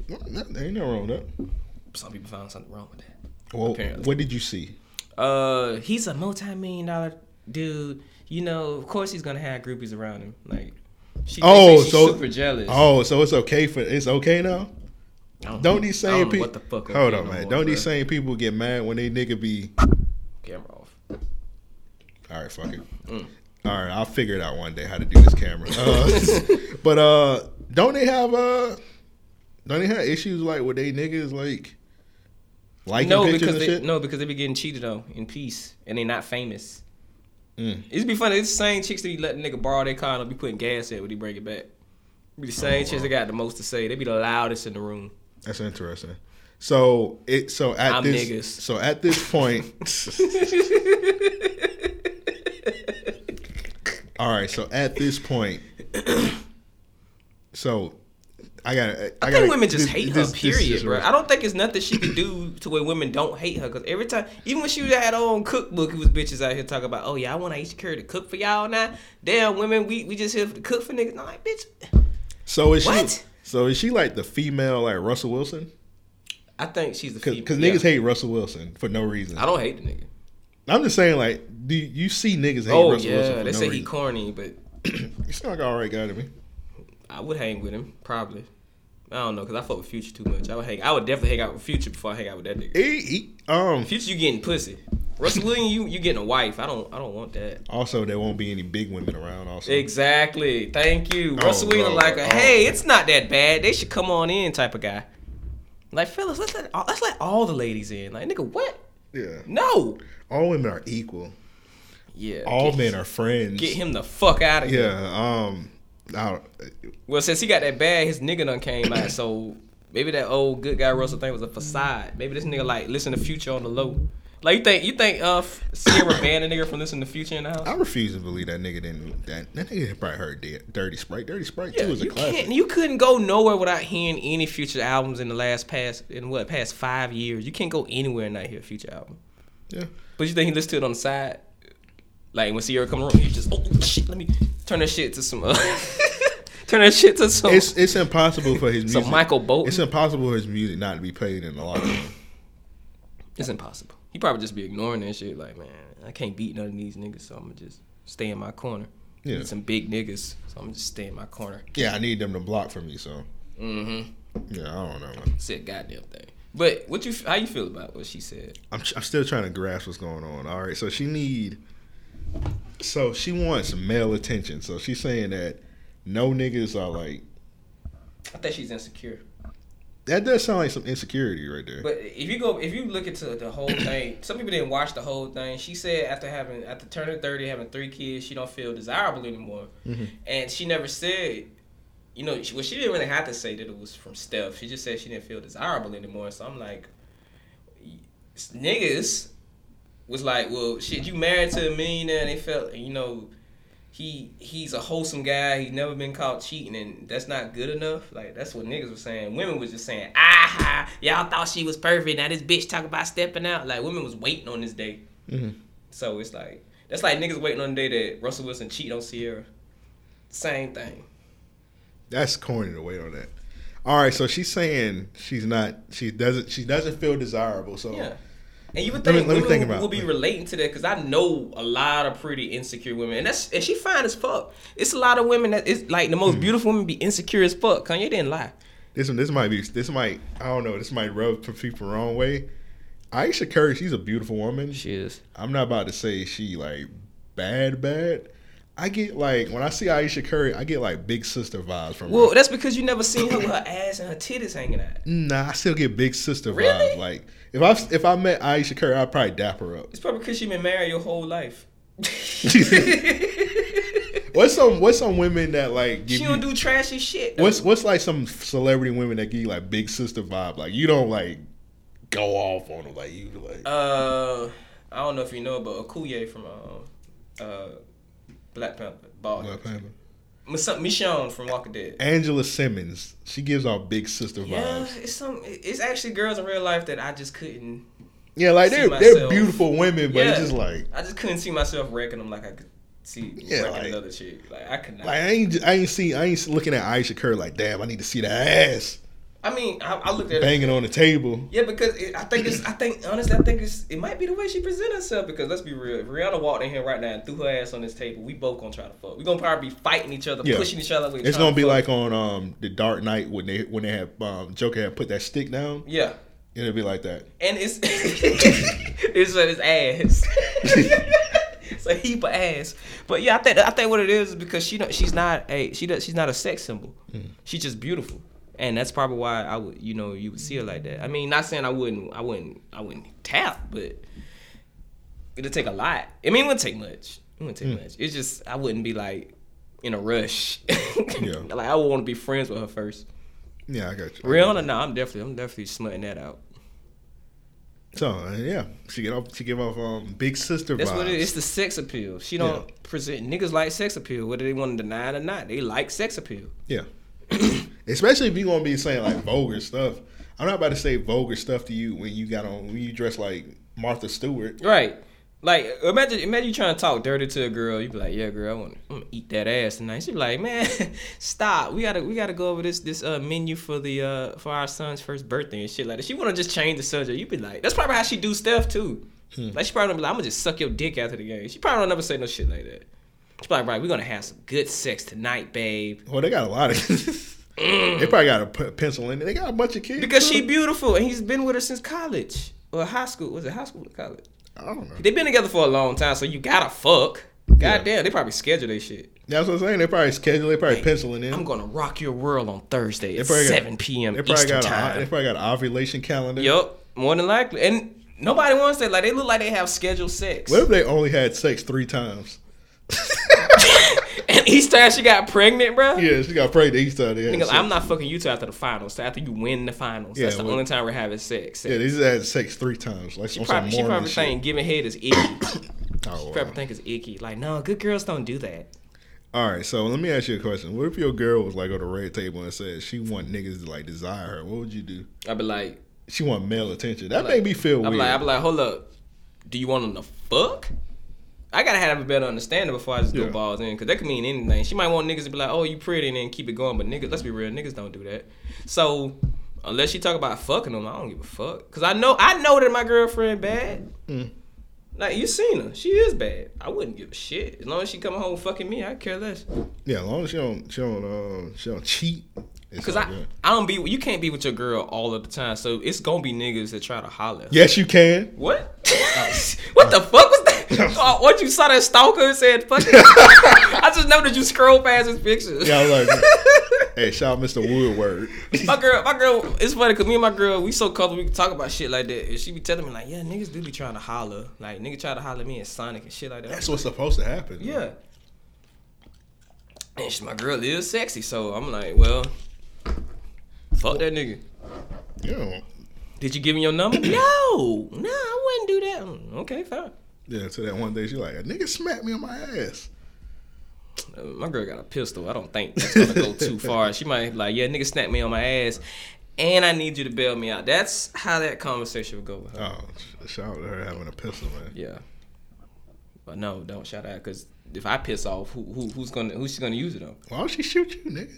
[SPEAKER 10] there ain't nothing wrong with
[SPEAKER 4] that. Some people found something wrong with that.
[SPEAKER 10] well,
[SPEAKER 4] Apparently.
[SPEAKER 10] what did you see?
[SPEAKER 4] Uh, he's a multi-million dollar dude. You know, of course he's gonna have groupies around him. Like, she oh,
[SPEAKER 10] oh,
[SPEAKER 4] she's
[SPEAKER 10] so
[SPEAKER 4] super jealous.
[SPEAKER 10] Oh, so it's okay for it's okay now.
[SPEAKER 4] don't-
[SPEAKER 10] Don't, these
[SPEAKER 4] I don't
[SPEAKER 10] same
[SPEAKER 4] know
[SPEAKER 10] people.
[SPEAKER 4] what the fuck okay
[SPEAKER 10] Hold on,
[SPEAKER 4] no
[SPEAKER 10] man.
[SPEAKER 4] more,
[SPEAKER 10] don't these
[SPEAKER 4] bruh.
[SPEAKER 10] same people get mad when they nigga be?
[SPEAKER 4] Camera off.
[SPEAKER 10] All right, fuck it.
[SPEAKER 4] Mm.
[SPEAKER 10] All right, I'll figure it out one day how to do this camera. Uh, but uh, don't they have uh, don't they have issues like with they niggas like liking
[SPEAKER 4] no,
[SPEAKER 10] pictures
[SPEAKER 4] because
[SPEAKER 10] and
[SPEAKER 4] they,
[SPEAKER 10] shit?
[SPEAKER 4] no, because they be getting cheated on in peace, and they not famous.
[SPEAKER 10] Mm.
[SPEAKER 4] It'd be funny. It's the same chicks that be letting nigga borrow their car and be putting gas at when he bring it back. Be the same chicks that got the most to say. They be the loudest in the room.
[SPEAKER 10] That's interesting. So it so at
[SPEAKER 4] I'm
[SPEAKER 10] this
[SPEAKER 4] niggas.
[SPEAKER 10] so at this point. All right, so at this point, so I got. I,
[SPEAKER 4] I
[SPEAKER 10] gotta-
[SPEAKER 4] think women just
[SPEAKER 10] this-
[SPEAKER 4] hate
[SPEAKER 10] this-
[SPEAKER 4] her,
[SPEAKER 10] this- this
[SPEAKER 4] period,
[SPEAKER 10] is
[SPEAKER 4] bro.
[SPEAKER 10] rough.
[SPEAKER 4] I don't think it's nothing she can do to where women don't hate her. Because every time, even when she was at her own cookbook, it was bitches out here talking about, oh, yeah, I want Aisha Curry to cook for y'all now. Damn, women, we, we just here to cook for niggas. I'm like, bitch,
[SPEAKER 10] So is she?
[SPEAKER 4] What?
[SPEAKER 10] So is she like the female like Russell Wilson?
[SPEAKER 4] I think she's the female.
[SPEAKER 10] Because niggas hate Russell Wilson for no reason.
[SPEAKER 4] I don't hate the nigga.
[SPEAKER 10] I'm just saying like, do you see niggas hate
[SPEAKER 4] Oh,
[SPEAKER 10] Russell
[SPEAKER 4] yeah.
[SPEAKER 10] Wilson? For
[SPEAKER 4] they
[SPEAKER 10] no
[SPEAKER 4] say he
[SPEAKER 10] reason?
[SPEAKER 4] corny, but
[SPEAKER 10] he sound like an all right guy to me.
[SPEAKER 4] I would hang with him, probably. I don't know, because I fuck with Future too much. I would hang. I would definitely hang out with Future before I hang out with that nigga.
[SPEAKER 10] um,
[SPEAKER 4] Future, you getting pussy. Russell Williams, you you getting a wife. I don't I don't want that.
[SPEAKER 10] Also, there won't be any big women around. Also,
[SPEAKER 4] Exactly. Thank you.
[SPEAKER 10] Oh,
[SPEAKER 4] Russell Wilson,
[SPEAKER 10] no.
[SPEAKER 4] like, a,
[SPEAKER 10] Oh.
[SPEAKER 4] hey, it's not that bad. They should come on in, type of guy. Like, fellas, let's let all, let's let all the ladies in. Like, nigga, what?
[SPEAKER 10] yeah,
[SPEAKER 4] No.
[SPEAKER 10] all women are equal.
[SPEAKER 4] Yeah.
[SPEAKER 10] All
[SPEAKER 4] get-
[SPEAKER 10] men are friends.
[SPEAKER 4] Get him the fuck out of here.
[SPEAKER 10] Yeah. Um. I don't,
[SPEAKER 4] Well, since he got that bag, his nigga done came out. So maybe that old good guy Russell thing was a facade. Maybe this nigga like listen to Future on the low. Like you think you think uh F- Sierra banned a nigga from listening to Future in the house?
[SPEAKER 10] I refuse to believe that nigga didn't. That, that nigga probably heard Di- Dirty Sprite. Dirty Sprite
[SPEAKER 4] Yeah,
[SPEAKER 10] too is a
[SPEAKER 4] you
[SPEAKER 10] classic.
[SPEAKER 4] can't. You couldn't go nowhere without hearing any Future albums in the last past in what past five years. You can't go anywhere and not hear a Future album.
[SPEAKER 10] Yeah.
[SPEAKER 4] But you think he listened to it on the side, like when Sierra come around, he just oh shit, let me turn that shit to some. Uh, turn that shit to some.
[SPEAKER 10] It's it's impossible for his
[SPEAKER 4] Oh. Some
[SPEAKER 10] music.
[SPEAKER 4] Michael Bolton.
[SPEAKER 10] It's impossible for his music not to be played in a lot. of
[SPEAKER 4] It's impossible. He probably just be ignoring that shit. Like, man, I can't beat none of these niggas, so I'm gonna just stay in my corner.
[SPEAKER 10] Yeah.
[SPEAKER 4] Need some big niggas, so I'm just stay in my corner.
[SPEAKER 10] Yeah, I need them to block for me. So
[SPEAKER 4] Mm-hmm.
[SPEAKER 10] yeah, I don't know. Man.
[SPEAKER 4] Said goddamn thing. But what you? How you feel about what she said?
[SPEAKER 10] I'm I'm still trying to grasp what's going on. All right, so she need. So she wants male attention. So she's saying that no niggas are like
[SPEAKER 4] I think she's insecure.
[SPEAKER 10] that. Does sound like some insecurity right there.
[SPEAKER 4] But if you go, if you look into the whole thing, some people didn't watch the whole thing. She said after having, after turning thirty, having three kids, she don't feel desirable anymore,
[SPEAKER 14] Mhm.
[SPEAKER 4] and she never said, you know, she, well, she didn't really have to say that it was from Steph. She just said she didn't feel desirable anymore. So I'm like, niggas was like, well, shit, you married to a millionaire, and they felt, you know, he he's a wholesome guy. He's never been caught cheating, and that's not good enough. Like that's what niggas were saying. Women was just saying, ah, ha, y'all thought she was perfect. Now this bitch talk about stepping out. Like women was waiting on this day.
[SPEAKER 10] Mhm.
[SPEAKER 4] So it's like that's like niggas waiting on the day that Russell Wilson cheat on Sierra. Same thing.
[SPEAKER 10] That's corny to wait on that. All right, so she's saying she's not. She doesn't. She doesn't feel desirable. So
[SPEAKER 4] Yeah. And you would
[SPEAKER 10] Let me-
[SPEAKER 4] think
[SPEAKER 10] let me
[SPEAKER 4] women
[SPEAKER 10] think
[SPEAKER 4] would-
[SPEAKER 10] about
[SPEAKER 4] would be
[SPEAKER 10] it.
[SPEAKER 4] relating to that because I know a lot of pretty insecure women, and that's and she fine as fuck. It's a lot of women that is like the
[SPEAKER 10] Mm.
[SPEAKER 4] most beautiful women be insecure as fuck. Kanye didn't lie.
[SPEAKER 10] this one, this might be. This might. I don't know. This might rub some people the wrong way. Aisha Curry, she's a beautiful woman. She
[SPEAKER 4] is.
[SPEAKER 10] I'm not about to say she like bad, bad. I get like when I see Aisha Curry, I get like big sister vibes from
[SPEAKER 4] Well,
[SPEAKER 10] her.
[SPEAKER 4] that's because you never seen her with her ass and her titties hanging out.
[SPEAKER 10] Nah, I still get big sister
[SPEAKER 4] Really?
[SPEAKER 10] vibes. Like if I if I met Aisha Curry, I'd probably dap her up.
[SPEAKER 4] It's probably because she been married your whole life.
[SPEAKER 10] What's some What's some women that like give
[SPEAKER 4] She
[SPEAKER 10] you
[SPEAKER 4] don't do trashy shit. though.
[SPEAKER 10] What's what's like some celebrity women that give you like big sister vibe? Like you don't like go off on them. Like you like
[SPEAKER 4] Uh, I don't know if you know, but Akuye from um, uh, Black Panther, bald.
[SPEAKER 10] Black Panther.
[SPEAKER 4] Mis- Michonne from Walking Dead.
[SPEAKER 10] Angela Simmons. She gives off big sister
[SPEAKER 4] Yeah,
[SPEAKER 10] vibes.
[SPEAKER 4] it's some. It's actually girls in real life that I just couldn't.
[SPEAKER 10] Yeah, like
[SPEAKER 4] see
[SPEAKER 10] they're they're
[SPEAKER 4] myself-
[SPEAKER 10] beautiful women, but it's
[SPEAKER 4] Yeah.
[SPEAKER 10] just like
[SPEAKER 4] I just couldn't see myself wrecking them like I could see
[SPEAKER 10] Yeah,
[SPEAKER 4] wrecking
[SPEAKER 10] like-
[SPEAKER 4] another chick. Like I could not.
[SPEAKER 10] like I ain't I ain't see I ain't looking at Aisha Kerr like damn I need to see that ass
[SPEAKER 4] I mean, I, I looked at it.
[SPEAKER 10] banging on the table.
[SPEAKER 4] Yeah, because it, I think it's. I think honestly, I think it's. It might be the way she presents herself. Because let's be real, if Rihanna walked in here right now and threw her ass on this table, we both gonna try to fuck. We gonna probably be fighting each other,
[SPEAKER 10] Yeah.
[SPEAKER 4] pushing each other.
[SPEAKER 10] It's gonna be like on um the Dark Knight when they when they have um Joker had put that stick down.
[SPEAKER 4] Yeah,
[SPEAKER 10] It'll be like that.
[SPEAKER 4] and it's it's on his ass. it's a heap of ass. But yeah, I think I think what it is is because she don't, she's not a she does, she's not a sex symbol. She's just beautiful. And that's probably why I would, you know, you would see her like that. I mean, not saying I wouldn't, I wouldn't, I wouldn't tap, but it'll take a lot. I mean, it wouldn't take much. It wouldn't take
[SPEAKER 10] Mm.
[SPEAKER 4] much. It's just I wouldn't be like in a rush. Like I would want to be friends with her first.
[SPEAKER 10] Yeah, I got you.
[SPEAKER 4] Rihanna, no, I'm definitely, I'm definitely smutting that out.
[SPEAKER 10] So uh, yeah, she get off. She give off um big sister
[SPEAKER 4] That's
[SPEAKER 10] vibes.
[SPEAKER 4] what it is. It's the sex appeal. She don't present niggas like sex appeal, whether they want to deny it or not. They like sex appeal.
[SPEAKER 10] Yeah. Especially if you gonna be saying like vulgar stuff. I'm not about to say vulgar stuff to you when you got on when you dress like Martha Stewart.
[SPEAKER 4] Right. Like imagine imagine you trying to talk dirty to a girl. You be like, yeah, girl, I want I'm gonna eat that ass tonight. She be like, man, stop. We gotta we gotta go over this this uh, menu for the uh for our son's first birthday and shit like that. She wanna just change the subject. You be like, that's probably how she do stuff too. Like she probably don't be like, I'm gonna just suck your dick after the game. She probably don't ever say no shit like that. She probably right. We're gonna have some good sex tonight, babe.
[SPEAKER 10] Well, they got a lot of. they probably got a p- pencil in it. They got a bunch of kids
[SPEAKER 4] Because
[SPEAKER 10] too.
[SPEAKER 4] she beautiful and he's been with her since college or high school. Was it high school or college?
[SPEAKER 10] I don't know.
[SPEAKER 4] They've been together for a long time, so you gotta fuck. Goddamn, they probably schedule their shit.
[SPEAKER 10] That's what I'm saying. They probably schedule. They probably penciling in.
[SPEAKER 4] I'm gonna rock your world on Thursday
[SPEAKER 10] They
[SPEAKER 4] at
[SPEAKER 10] probably got-
[SPEAKER 4] 7 p.m.
[SPEAKER 10] They probably
[SPEAKER 4] Eastern
[SPEAKER 10] got. A,
[SPEAKER 4] time.
[SPEAKER 10] they probably got an ovulation calendar.
[SPEAKER 4] Yup, more than likely. And nobody wants that. Like they look like they have scheduled sex.
[SPEAKER 10] What if they only had sex three times?
[SPEAKER 4] And each time she got pregnant, bro.
[SPEAKER 10] Yeah, she got pregnant each time. They had
[SPEAKER 4] Nigga,
[SPEAKER 10] sex.
[SPEAKER 4] I'm not fucking you till after the finals. Till after you win the finals.
[SPEAKER 10] Yeah,
[SPEAKER 4] That's the
[SPEAKER 10] well-
[SPEAKER 4] only time we're having sex.
[SPEAKER 10] Yeah, they just had sex three times. Like
[SPEAKER 4] She
[SPEAKER 10] on
[SPEAKER 4] probably,
[SPEAKER 10] some
[SPEAKER 4] she
[SPEAKER 10] Mormon
[SPEAKER 4] probably
[SPEAKER 10] shit. Oh,
[SPEAKER 4] think giving head is icky. She probably think it's icky. Like, no, good girls don't do that.
[SPEAKER 10] All right, so let me ask you a question. What if your girl was like on the red table and said she want niggas to like desire her? What would you do?
[SPEAKER 4] I'd be like,
[SPEAKER 10] She want male attention. That
[SPEAKER 4] I'm
[SPEAKER 10] made
[SPEAKER 4] like-
[SPEAKER 10] me feel
[SPEAKER 4] I'm
[SPEAKER 10] weird.
[SPEAKER 4] Like, I'm like, hold up. Do you want them to fuck? I gotta have a better understanding before I just go
[SPEAKER 10] Yeah.
[SPEAKER 4] balls in, cause that could mean anything. She might want niggas to be like, "Oh, you pretty," and then keep it going. But niggas, let's be real, niggas don't do that. So unless she talk about fucking them, I don't give a fuck, cause I know I know that my girlfriend bad.
[SPEAKER 10] Mm.
[SPEAKER 4] Like you seen her, she is bad. I wouldn't give a shit as long as she coming home fucking me. I care less,
[SPEAKER 10] yeah, as long as she don't, she don't, uh, she don't cheat. It's
[SPEAKER 4] cause
[SPEAKER 10] all
[SPEAKER 4] I
[SPEAKER 10] good.
[SPEAKER 4] I don't be you can't be with your girl all of the time. So it's gonna be niggas that try to holler.
[SPEAKER 10] Yes, you can.
[SPEAKER 4] What? what the fuck was that? Oh, what you saw that stalker and said fuck it. I just know that you scroll past his pictures.
[SPEAKER 10] Yeah, I was like, hey, shout out Mr. Woodward.
[SPEAKER 4] my girl, my girl, it's funny because me and my girl, we so comfortable we can talk about shit like that. And she be telling me like, yeah, niggas do be trying to holler. Like nigga try to holler at me and Sonic and shit like that.
[SPEAKER 10] That's what's supposed to happen.
[SPEAKER 4] Yeah. And she, my girl is sexy, so I'm like, well, fuck that nigga.
[SPEAKER 10] Yeah.
[SPEAKER 4] Did you give me your number? no, no, I wouldn't do that. Mm, Okay, fine.
[SPEAKER 10] Yeah, until that one day she like, a nigga smacked me on my ass.
[SPEAKER 4] Uh, My girl got a pistol. I don't think that's gonna go too far. She might be like, yeah, nigga snap me on my ass, and I need you to bail me out. That's how that conversation would go. With her.
[SPEAKER 10] Oh, sh- shout out to her having a pistol, man.
[SPEAKER 4] Yeah, but no, don't shout out because if I piss off, who, who who's gonna who's she gonna use it on?
[SPEAKER 10] Why would she shoot you, nigga?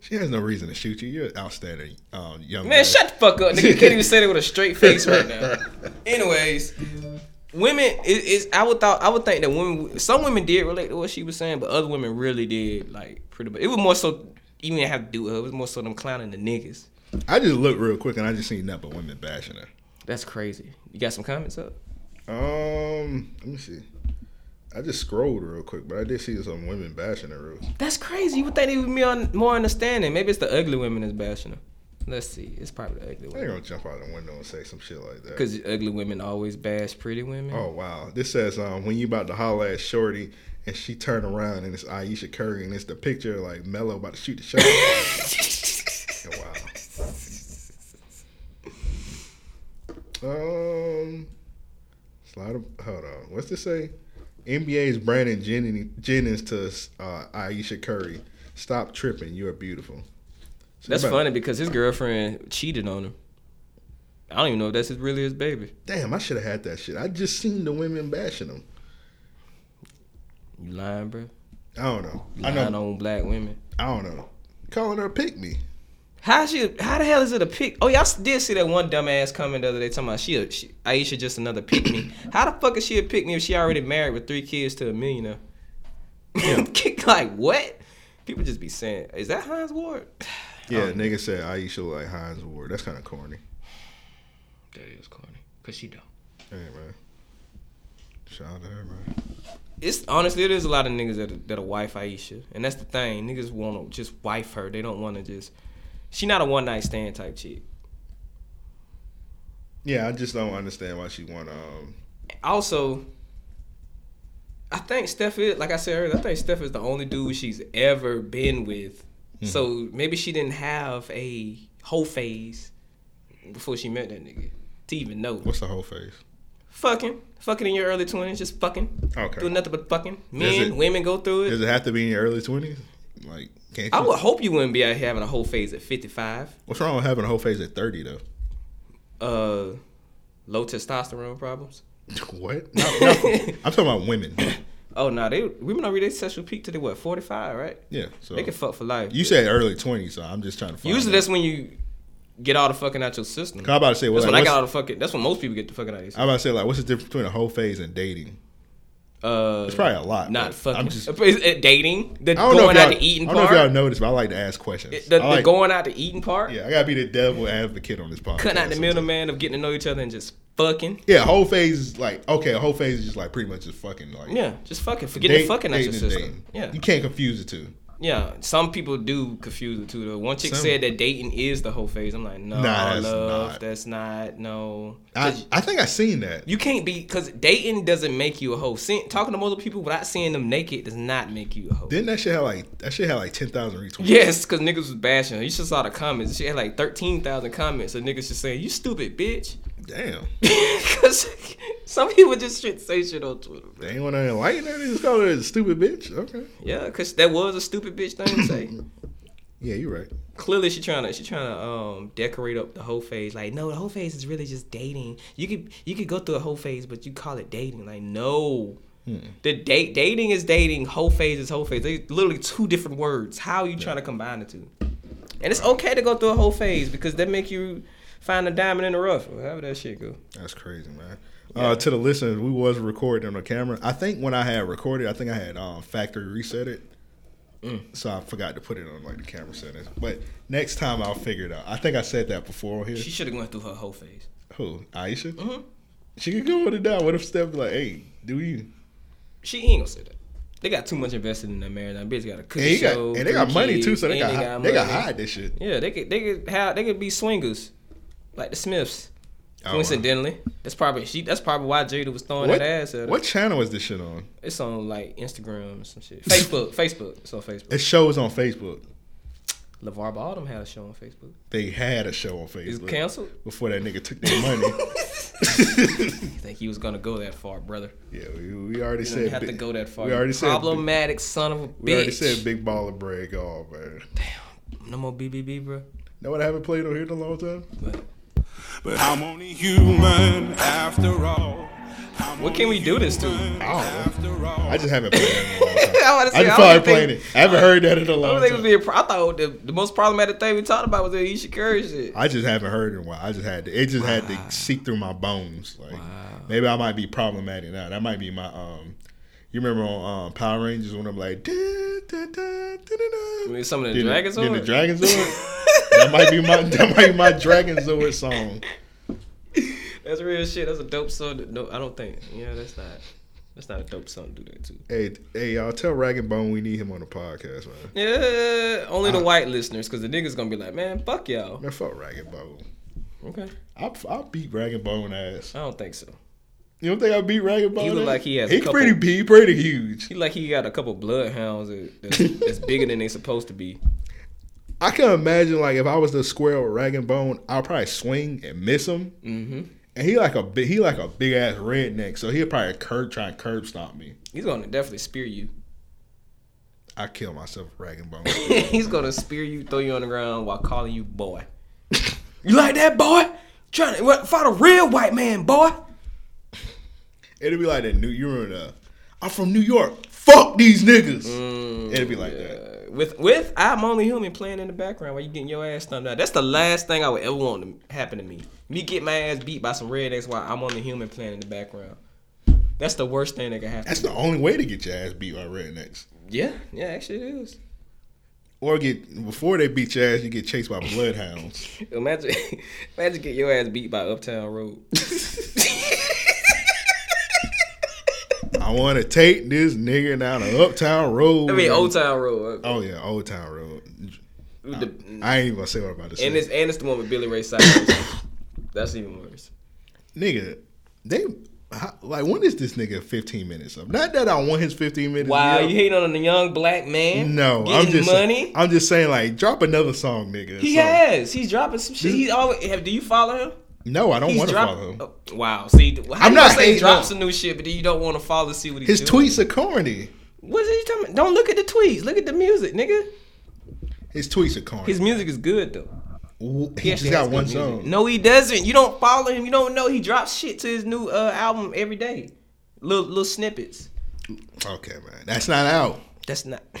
[SPEAKER 10] She has no reason to shoot you. You're an outstanding um, young
[SPEAKER 4] Man, shut the fuck up, nigga. You can't even say that with a straight face right now. Anyways, women is, is I would thought I would think that women some women did relate to what she was saying, but other women really did like pretty much. It was more so even have to do with her. It was more so them clowning the niggas.
[SPEAKER 10] I just looked real quick and I just seen nothing but women bashing her.
[SPEAKER 4] That's crazy. You got some comments up?
[SPEAKER 10] Um, let me see. I just scrolled real quick, but I did see some women bashing her. real-
[SPEAKER 4] That's crazy. You would think they would be on more understanding. Maybe it's the ugly women that's bashing them. Let's see. It's probably the ugly
[SPEAKER 10] They
[SPEAKER 4] women.
[SPEAKER 10] gonna jump out the window and say some shit like that.
[SPEAKER 4] Because ugly women always bash pretty women.
[SPEAKER 10] oh wow, this says um when you about to holler at Shorty and she turn around and it's Aisha Curry and it's the picture of, like Mello about to shoot the shot. Yeah, wow. Um, it's a lot of hold on. What's this say? NBA's Brandon Jennings, Jennings to uh, Aisha Curry. Stop tripping. You are beautiful. So
[SPEAKER 4] That's
[SPEAKER 10] about-
[SPEAKER 4] funny because his girlfriend cheated on him. I don't even know if that's his, really his baby.
[SPEAKER 10] Damn, I should have had that shit. I just seen the women bashing him.
[SPEAKER 4] You lying, bro?
[SPEAKER 10] I don't know.
[SPEAKER 4] You
[SPEAKER 10] I
[SPEAKER 4] lying
[SPEAKER 10] know.
[SPEAKER 4] on black women.
[SPEAKER 10] I don't know. Calling her a pick me.
[SPEAKER 4] How she? How the hell is it a pick? Oh, y'all did see that one dumbass comment the other day talking about she, a, she Aisha just another pick me. How the fuck is she a pick me if she already married with three kids to a millionaire? like what? People just be saying, is that Heinz Ward?
[SPEAKER 10] Yeah, nigga said Aisha look like Heinz Ward. That's kind of corny.
[SPEAKER 4] That is corny. Cause she don't.
[SPEAKER 10] Hey man. Shout out to her, man.
[SPEAKER 4] It's honestly, it is a lot of niggas that are, that are wife Aisha, and that's the thing. Niggas want to just wife her. They don't want to just. She not a one night stand type chick.
[SPEAKER 10] Yeah, I just don't understand why she want um.
[SPEAKER 4] Also, I think Steph is like I said earlier. I think Steph is the only dude she's ever been with.
[SPEAKER 10] Mm-hmm.
[SPEAKER 4] So maybe she didn't have a whole phase before she met that nigga. to even know.
[SPEAKER 10] What's the whole phase?
[SPEAKER 4] Fucking, fucking in your early twenties, just fucking.
[SPEAKER 10] Okay.
[SPEAKER 4] Doing nothing but fucking.
[SPEAKER 10] Is
[SPEAKER 4] Men,
[SPEAKER 10] it-
[SPEAKER 4] women go through it.
[SPEAKER 10] Does it have to be in your early twenties? Like, can't
[SPEAKER 4] I
[SPEAKER 10] you-
[SPEAKER 4] would hope you wouldn't be out here having a whole phase at fifty five.
[SPEAKER 10] What's wrong with having a whole phase at thirty though?
[SPEAKER 4] Uh, low testosterone problems.
[SPEAKER 10] What? No, no. I'm talking about women.
[SPEAKER 4] Oh no, they women already their sexual peak to the what forty five, right?
[SPEAKER 10] Yeah, so-
[SPEAKER 4] they can fuck for life.
[SPEAKER 10] Oh. You said early twenties, so I'm just trying to. Find out.
[SPEAKER 4] Usually that's when you get all the fucking out your system.
[SPEAKER 10] I'm about to say, well,
[SPEAKER 4] that's
[SPEAKER 10] like,
[SPEAKER 4] when I got
[SPEAKER 10] what's-
[SPEAKER 4] all the fucking. That's when most people get the fucking out. Of their
[SPEAKER 10] I'm about to say like, what's the difference between a whole phase and dating?
[SPEAKER 4] Uh,
[SPEAKER 10] it's probably a lot.
[SPEAKER 4] Not
[SPEAKER 10] but
[SPEAKER 4] fucking.
[SPEAKER 10] I'm just.
[SPEAKER 4] Is it dating. The
[SPEAKER 10] I don't know if
[SPEAKER 4] going
[SPEAKER 10] y'all,
[SPEAKER 4] out to eating
[SPEAKER 10] I don't
[SPEAKER 4] part.
[SPEAKER 10] know if y'all noticed, but I like to ask questions.
[SPEAKER 4] It- the,
[SPEAKER 10] I like,
[SPEAKER 4] the going out to eating part.
[SPEAKER 10] yeah, I gotta be the devil advocate on this podcast.
[SPEAKER 4] Cutting out the
[SPEAKER 10] sometimes.
[SPEAKER 4] middleman of getting to know each other and just fucking.
[SPEAKER 10] Yeah, whole phase is like okay, a whole phase is just like pretty much just fucking like
[SPEAKER 4] Yeah, just fucking. Forget
[SPEAKER 10] date-
[SPEAKER 4] the fucking out your
[SPEAKER 10] dating is
[SPEAKER 4] system.
[SPEAKER 10] dating.
[SPEAKER 4] Yeah.
[SPEAKER 10] you can't confuse the two.
[SPEAKER 4] Yeah, some people do confuse the two though. One chick
[SPEAKER 10] Some-
[SPEAKER 4] said that dating is the whole phase. I'm like, no,
[SPEAKER 10] Nah, that's
[SPEAKER 4] love,
[SPEAKER 10] not.
[SPEAKER 4] that's not. No,
[SPEAKER 10] I I think I seen that.
[SPEAKER 4] you can't be because dating doesn't make you a hoe. Seeing, talking to multiple people without seeing them naked does not make you a hoe.
[SPEAKER 10] Didn't that shit have like that shit had like ten thousand retweets?
[SPEAKER 4] Yes, because niggas was bashing her. You should saw the comments. She had like 13,000 comments. So niggas just saying, you stupid bitch.
[SPEAKER 10] Damn.
[SPEAKER 4] Because some people just shit say shit on Twitter.
[SPEAKER 10] They ain't want to enlighten her. They just call her a stupid bitch. Okay.
[SPEAKER 4] Yeah, because that was a stupid bitch thing to say.
[SPEAKER 10] Yeah, you're right.
[SPEAKER 4] Clearly, she trying to she trying to um decorate up the whole phase. Like, no, the whole phase is really just dating. You could you could go through a whole phase, but you call it dating. Like, no,
[SPEAKER 10] Hmm.
[SPEAKER 4] the date dating is dating. Whole phase is whole phase. They literally two different words. How you trying to combine the two? And it's okay to go through a whole phase because that make you find a diamond in the rough. or However that shit go.
[SPEAKER 10] That's crazy, man. Uh, to the listeners, we was recording on the camera. I think when I had recorded, I think I had um, factory reset it,
[SPEAKER 4] Mm.
[SPEAKER 10] so I forgot to put it on like the camera settings. But next time I'll figure it out. I think I said that before on here.
[SPEAKER 4] She Mm-hmm. should have went through her whole phase.
[SPEAKER 10] Who Aisha? She could go with it down. What if Steph be like, "Hey, do you?"
[SPEAKER 4] She ain't gonna say that. They got too much invested in that marriage. That bitch got a
[SPEAKER 10] And
[SPEAKER 4] cookie
[SPEAKER 10] he got-
[SPEAKER 4] show,
[SPEAKER 10] and they got
[SPEAKER 4] three
[SPEAKER 10] money,
[SPEAKER 4] kids,
[SPEAKER 10] too, so they
[SPEAKER 4] and
[SPEAKER 10] got hi- they got
[SPEAKER 4] money.
[SPEAKER 10] hide this shit.
[SPEAKER 4] Yeah, they could they could have they could be swingers, like the Smiths.
[SPEAKER 10] Oh, wow.
[SPEAKER 4] Coincidentally, that's probably she. That's probably why Jada was throwing
[SPEAKER 10] What,
[SPEAKER 4] that ass at her.
[SPEAKER 10] what channel is this shit on?
[SPEAKER 4] It's on like Instagram or some shit. Facebook, Facebook. It's on Facebook.
[SPEAKER 10] It shows on Facebook.
[SPEAKER 4] LeVar Bottom had a show on Facebook.
[SPEAKER 10] They had a show on Facebook.
[SPEAKER 4] canceled?
[SPEAKER 10] before that nigga took their money.
[SPEAKER 4] You think he was gonna go that far, brother?
[SPEAKER 10] yeah, we, we already
[SPEAKER 4] You
[SPEAKER 10] said
[SPEAKER 4] didn't have
[SPEAKER 10] big-
[SPEAKER 4] to go that far.
[SPEAKER 10] We
[SPEAKER 4] you
[SPEAKER 10] already said big-
[SPEAKER 4] problematic son of a bitch.
[SPEAKER 10] We already said big ball of break all man.
[SPEAKER 4] no more BBB, bro.
[SPEAKER 10] Know what I haven't played on here in a long time?
[SPEAKER 3] But I'm only human after all.
[SPEAKER 4] What can we do this to?
[SPEAKER 3] Oh.
[SPEAKER 10] I don't know. I just haven't played it in a long time.
[SPEAKER 4] I, wanna
[SPEAKER 10] I
[SPEAKER 4] say,
[SPEAKER 10] just
[SPEAKER 4] I
[SPEAKER 10] probably
[SPEAKER 4] don't think-
[SPEAKER 10] played it. I haven't heard that in a
[SPEAKER 4] I,
[SPEAKER 10] long
[SPEAKER 4] don't think it
[SPEAKER 10] time.
[SPEAKER 4] was being pro- I thought the, the most problematic thing we talked about was the Isha Curry shit.
[SPEAKER 10] I just haven't heard it in a while. I just had to, it just had to seep through my bones. Like maybe I might be problematic now. That might be my um. You remember on um, Power Rangers when I'm like, "Da, da, da, da, da, da."
[SPEAKER 4] I mean, some of the
[SPEAKER 10] Then
[SPEAKER 4] dragons
[SPEAKER 10] then
[SPEAKER 4] on
[SPEAKER 10] the
[SPEAKER 4] it.
[SPEAKER 10] Dragon Zord. that might be my that might be my Dragon Zord song.
[SPEAKER 4] That's real shit. That's a dope song. to- No, I don't think. Yeah, that's not. That's not a dope song to do that too.
[SPEAKER 10] Hey, hey, y'all tell Rag and Bone we need him on the podcast, man.
[SPEAKER 4] Yeah, only the white listeners, because the niggas gonna be like, man, fuck y'all.
[SPEAKER 10] Man, fuck Rag and Bone.
[SPEAKER 4] Okay.
[SPEAKER 10] I I beat Rag and Bone ass.
[SPEAKER 4] I don't think so.
[SPEAKER 10] You don't think I beat Rag and Bone?
[SPEAKER 4] He look
[SPEAKER 10] ass?
[SPEAKER 4] like he has.
[SPEAKER 10] He
[SPEAKER 4] a couple,
[SPEAKER 10] pretty he pretty huge.
[SPEAKER 4] He like he got a couple bloodhounds that- that's, that's bigger than they supposed to be.
[SPEAKER 10] I can imagine like if I was the square with Rag and Bone, I'll probably swing and miss him.
[SPEAKER 4] Mm-hmm.
[SPEAKER 10] And he like a big he like a big ass redneck, so he'll probably curb try and curb stomp me.
[SPEAKER 4] He's gonna definitely spear you.
[SPEAKER 10] I kill myself with Rag and Bone.
[SPEAKER 4] He's gonna spear you, throw you on the ground while calling you boy. you like that, boy? Trying to what, fight a real white man, boy?
[SPEAKER 10] It'll be like that New You're in a I'm from New York. Fuck these niggas.
[SPEAKER 4] Mm,
[SPEAKER 10] It'll be like that.
[SPEAKER 4] With with I'm only human playing in the background while you getting your ass thumbed out. That's the last thing I would ever want to happen to me. Me get my ass beat by some rednecks while I'm only human playing in the background. That's the worst thing that can happen.
[SPEAKER 10] That's the only way to get your ass beat by rednecks.
[SPEAKER 4] yeah, yeah, actually it is.
[SPEAKER 10] Or get before they beat your ass, you get chased by bloodhounds.
[SPEAKER 4] Imagine imagine get your ass beat by Uptown Road.
[SPEAKER 10] I want to take this nigga down to Uptown Road.
[SPEAKER 4] I mean Old Town Road. uh,
[SPEAKER 10] Oh yeah, Old Town Road.
[SPEAKER 4] With the-
[SPEAKER 10] I ain't even gonna say what I'm about to say.
[SPEAKER 4] and it's and it's the one with Billy Ray Cyrus. That's even worse.
[SPEAKER 10] nigga, they how, like when is this nigga 15 minutes up? Not that I want his 15 minutes.
[SPEAKER 4] Wow,
[SPEAKER 10] to
[SPEAKER 4] you
[SPEAKER 10] be
[SPEAKER 4] hating on a young black
[SPEAKER 10] up.
[SPEAKER 4] man?
[SPEAKER 10] No, I'm
[SPEAKER 4] Getting
[SPEAKER 10] just
[SPEAKER 4] money.
[SPEAKER 10] I'm just saying like drop another song, nigga.
[SPEAKER 4] He
[SPEAKER 10] So-
[SPEAKER 4] has. He's dropping some shit. He always have. Do you follow him?
[SPEAKER 10] No, I don't
[SPEAKER 4] He's
[SPEAKER 10] want to
[SPEAKER 4] drop-
[SPEAKER 10] follow him.
[SPEAKER 4] Oh, wow. See, how
[SPEAKER 10] I'm
[SPEAKER 4] you
[SPEAKER 10] not
[SPEAKER 4] gonna say he
[SPEAKER 10] hating
[SPEAKER 4] drops
[SPEAKER 10] on-
[SPEAKER 4] some new shit, but then you don't want to follow see what he's
[SPEAKER 10] His
[SPEAKER 4] doing.
[SPEAKER 10] tweets are corny.
[SPEAKER 4] What is he talking? about? Don't look at the tweets. Look at the music, nigga.
[SPEAKER 10] His tweets are corny.
[SPEAKER 4] His music is good though.
[SPEAKER 10] he just
[SPEAKER 4] actually
[SPEAKER 10] got
[SPEAKER 4] has good
[SPEAKER 10] one
[SPEAKER 4] music.
[SPEAKER 10] song.
[SPEAKER 4] No, he doesn't. You don't follow him. You don't know he drops shit to his new uh, album every day. Little little snippets.
[SPEAKER 10] Okay, man. That's not out.
[SPEAKER 4] That's not.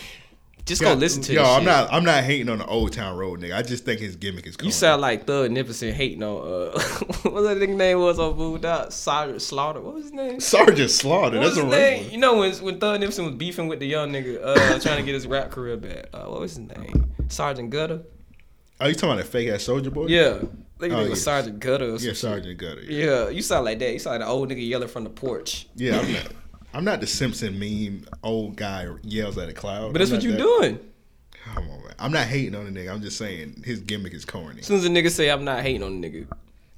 [SPEAKER 4] Just go listen to
[SPEAKER 10] Yo,
[SPEAKER 4] this
[SPEAKER 10] I'm
[SPEAKER 4] shit.
[SPEAKER 10] not. I'm not hating on the Old Town Road nigga. I just think his gimmick is.
[SPEAKER 4] You sound like Thug Nipperson hating on uh, what that nigga name was on Bulldog Sergeant Slaughter. What was his name?
[SPEAKER 10] Sergeant Slaughter.
[SPEAKER 4] What was
[SPEAKER 10] That's a
[SPEAKER 4] his
[SPEAKER 10] real
[SPEAKER 4] name?
[SPEAKER 10] one.
[SPEAKER 4] You know when when Thug Nipperson was beefing with the young nigga uh, trying to get his rap career back. Uh, what was his name? Sergeant Gutter.
[SPEAKER 10] Oh, you talking about that fake ass soldier boy?
[SPEAKER 4] Yeah. Nigga
[SPEAKER 10] Oh,
[SPEAKER 4] nigga was
[SPEAKER 10] yeah.
[SPEAKER 4] Sergeant Gutter. Or some
[SPEAKER 10] Yeah,
[SPEAKER 4] shit.
[SPEAKER 10] Sergeant Gutter,
[SPEAKER 4] Yeah. you sound like that. You sound like the old nigga yelling from the porch.
[SPEAKER 10] Yeah, I'm not. I'm not the Simpson meme old guy yells at a cloud.
[SPEAKER 4] But that's
[SPEAKER 10] I'm
[SPEAKER 4] what
[SPEAKER 10] not
[SPEAKER 4] you
[SPEAKER 10] that-
[SPEAKER 4] doing.
[SPEAKER 10] Come on, man. I'm not hating on the nigga. I'm just saying his gimmick is corny.
[SPEAKER 4] As soon as a nigga say I'm not hating on the nigga,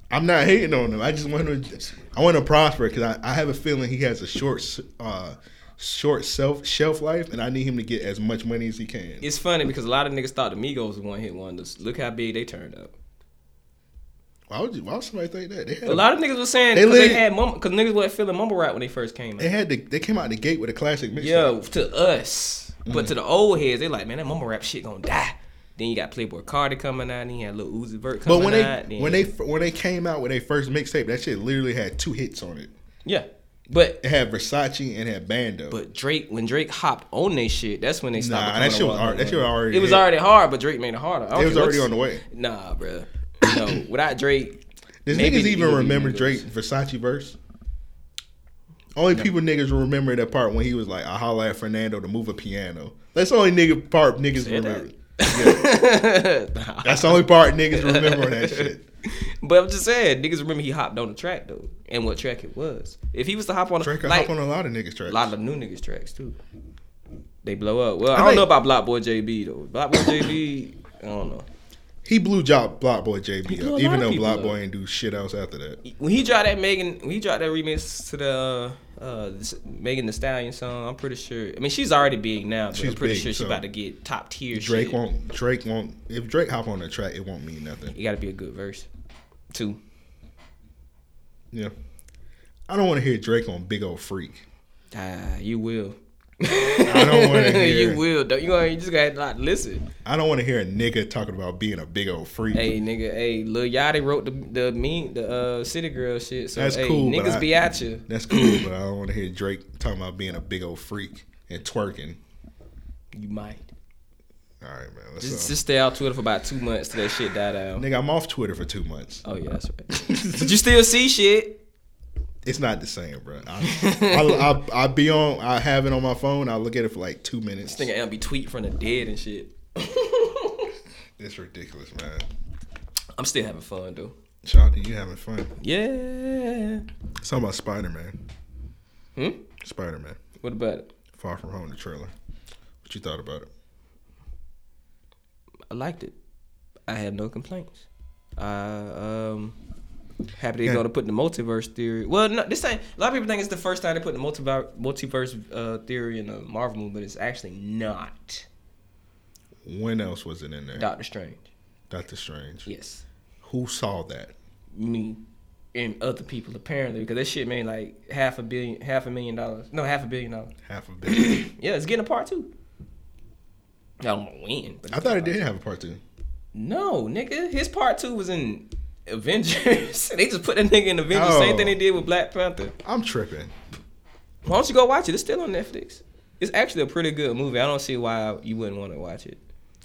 [SPEAKER 10] I'm not hating on him. I just want him. To, I want him to prosper because I, I have a feeling he has a short, s- uh, short self shelf life, and I need him to get as much money as he can.
[SPEAKER 4] it's funny because a lot of niggas thought the Migos was one hit wonders. Look how big they turned up.
[SPEAKER 10] Why would you? Why would somebody think that? They had
[SPEAKER 4] A lot of niggas was saying
[SPEAKER 10] They
[SPEAKER 4] because they
[SPEAKER 10] lit-
[SPEAKER 4] had because niggas wasn't feeling mumble rap when they first came out.
[SPEAKER 10] They had the, They came out the gate with a classic mix.
[SPEAKER 4] Yeah, to us, but
[SPEAKER 10] Mm.
[SPEAKER 4] to the old heads, they like, man, that mumble rap shit gonna die. Then you got Playboy Carter coming out, and you had Lil Uzi Vert
[SPEAKER 10] But
[SPEAKER 4] coming
[SPEAKER 10] when they
[SPEAKER 4] out. then-
[SPEAKER 10] when they f- when they came out with their first mixtape, that shit literally had two hits on it.
[SPEAKER 4] yeah, but
[SPEAKER 10] It had Versace and had Bando.
[SPEAKER 4] but Drake when Drake hopped on they shit, that's when they stopped.
[SPEAKER 10] Nah,
[SPEAKER 4] becoming
[SPEAKER 10] that shit was
[SPEAKER 4] a
[SPEAKER 10] alre- that shit was already
[SPEAKER 4] It was
[SPEAKER 10] hit.
[SPEAKER 4] already hard, but Drake made it harder. I don't
[SPEAKER 10] It was
[SPEAKER 4] care
[SPEAKER 10] already
[SPEAKER 4] what's-
[SPEAKER 10] on the way.
[SPEAKER 4] Nah, bro. No, without Drake,
[SPEAKER 10] Does
[SPEAKER 4] maybe
[SPEAKER 10] niggas
[SPEAKER 4] the
[SPEAKER 10] even
[SPEAKER 4] Eagles
[SPEAKER 10] remember
[SPEAKER 4] would be
[SPEAKER 10] Drake Versace verse? Only people niggas remember that part when he was like, "I holla at Fernando to move a piano." That's the only nigga part niggas remember. Yeah. That's the only part niggas remember on that shit.
[SPEAKER 4] But I'm just saying, niggas remember he hopped on the track though, and what track it was. If he was to hop on,
[SPEAKER 10] Drake
[SPEAKER 4] a,
[SPEAKER 10] could
[SPEAKER 4] like,
[SPEAKER 10] hop on a lot of niggas tracks.
[SPEAKER 4] a lot of new niggas tracks too. They blow up. Well, I,
[SPEAKER 10] I
[SPEAKER 4] don't
[SPEAKER 10] think-
[SPEAKER 4] know about Block Boy JB though. Block Boy JB, I don't know.
[SPEAKER 10] He blew job Block Boy JB
[SPEAKER 4] blew
[SPEAKER 10] up,
[SPEAKER 4] a lot of
[SPEAKER 10] even though
[SPEAKER 4] people
[SPEAKER 10] Block
[SPEAKER 4] up.
[SPEAKER 10] Boy ain't do shit else after that.
[SPEAKER 4] When he dropped that Megan, when he dropped that remix to the uh, uh this Megan the Stallion song, I'm pretty sure. I mean, she's already big now, but
[SPEAKER 10] She's
[SPEAKER 4] I'm pretty
[SPEAKER 10] big,
[SPEAKER 4] sure she's
[SPEAKER 10] so
[SPEAKER 4] about to get top tier.
[SPEAKER 10] Drake
[SPEAKER 4] shit.
[SPEAKER 10] won't. Drake won't. If Drake hop on a track, it won't mean nothing.
[SPEAKER 4] You got to be a good verse, too.
[SPEAKER 10] Yeah. I don't want to hear Drake on Big Old Freak.
[SPEAKER 4] Ah, you will.
[SPEAKER 10] I don't want to hear.
[SPEAKER 4] you will. Though. You gonna you just gotta like, listen.
[SPEAKER 10] I don't want to hear a nigga talking about being a big old freak.
[SPEAKER 4] Hey nigga, hey Lil Yachty wrote the the mean the uh, city girl shit. So
[SPEAKER 10] That's
[SPEAKER 4] hey,
[SPEAKER 10] cool. but
[SPEAKER 4] niggas
[SPEAKER 10] I-
[SPEAKER 4] be at you.
[SPEAKER 10] That's cool, but I don't want to hear Drake talking about being a big old freak and twerking.
[SPEAKER 4] You might.
[SPEAKER 10] All right, man. Let's
[SPEAKER 4] Just,
[SPEAKER 10] uh,
[SPEAKER 4] just stay off Twitter for about two months till that shit die down.
[SPEAKER 10] nigga, I'm off Twitter for two months.
[SPEAKER 4] Oh yeah, that's right. but you still see shit.
[SPEAKER 10] It's not the same, bro. I, I, I, I be on. I have it on my phone. I look at it for like two minutes.
[SPEAKER 4] This nigga Amp be tweet from the dead and shit.
[SPEAKER 10] It's ridiculous, man.
[SPEAKER 4] I'm still having fun though.
[SPEAKER 10] Shawty, you having fun?
[SPEAKER 4] Yeah.
[SPEAKER 10] Something about Spider Man.
[SPEAKER 4] Hmm?
[SPEAKER 10] Spider Man.
[SPEAKER 4] What about it?
[SPEAKER 10] Far from home. The trailer. What you thought about it?
[SPEAKER 4] I liked it. I have no complaints. I um happy they're
[SPEAKER 10] Yeah.
[SPEAKER 4] gonna put the multiverse theory. Well, no, this ain't. A lot of people think it's the first time they put the multiverse multiverse uh, theory in a Marvel movie, but it's actually not.
[SPEAKER 10] When else was it in there?
[SPEAKER 4] Doctor Strange.
[SPEAKER 10] Doctor Strange.
[SPEAKER 4] Yes,
[SPEAKER 10] Who saw that?
[SPEAKER 4] me and other people apparently because that shit made like half a billion, half a million dollars. No, half a billion dollars.
[SPEAKER 10] Half a billion.
[SPEAKER 4] Yeah, it's getting a part two. I don't know when. But
[SPEAKER 10] I thought it did have a part two.
[SPEAKER 4] No, nigga. His part two was in Avengers. they just put that nigga in Avengers. Same
[SPEAKER 10] Oh.
[SPEAKER 4] thing they did with Black Panther.
[SPEAKER 10] I'm tripping.
[SPEAKER 4] Why don't you go watch it? It's still on Netflix. It's actually a pretty good movie. I don't see why you wouldn't want to watch it.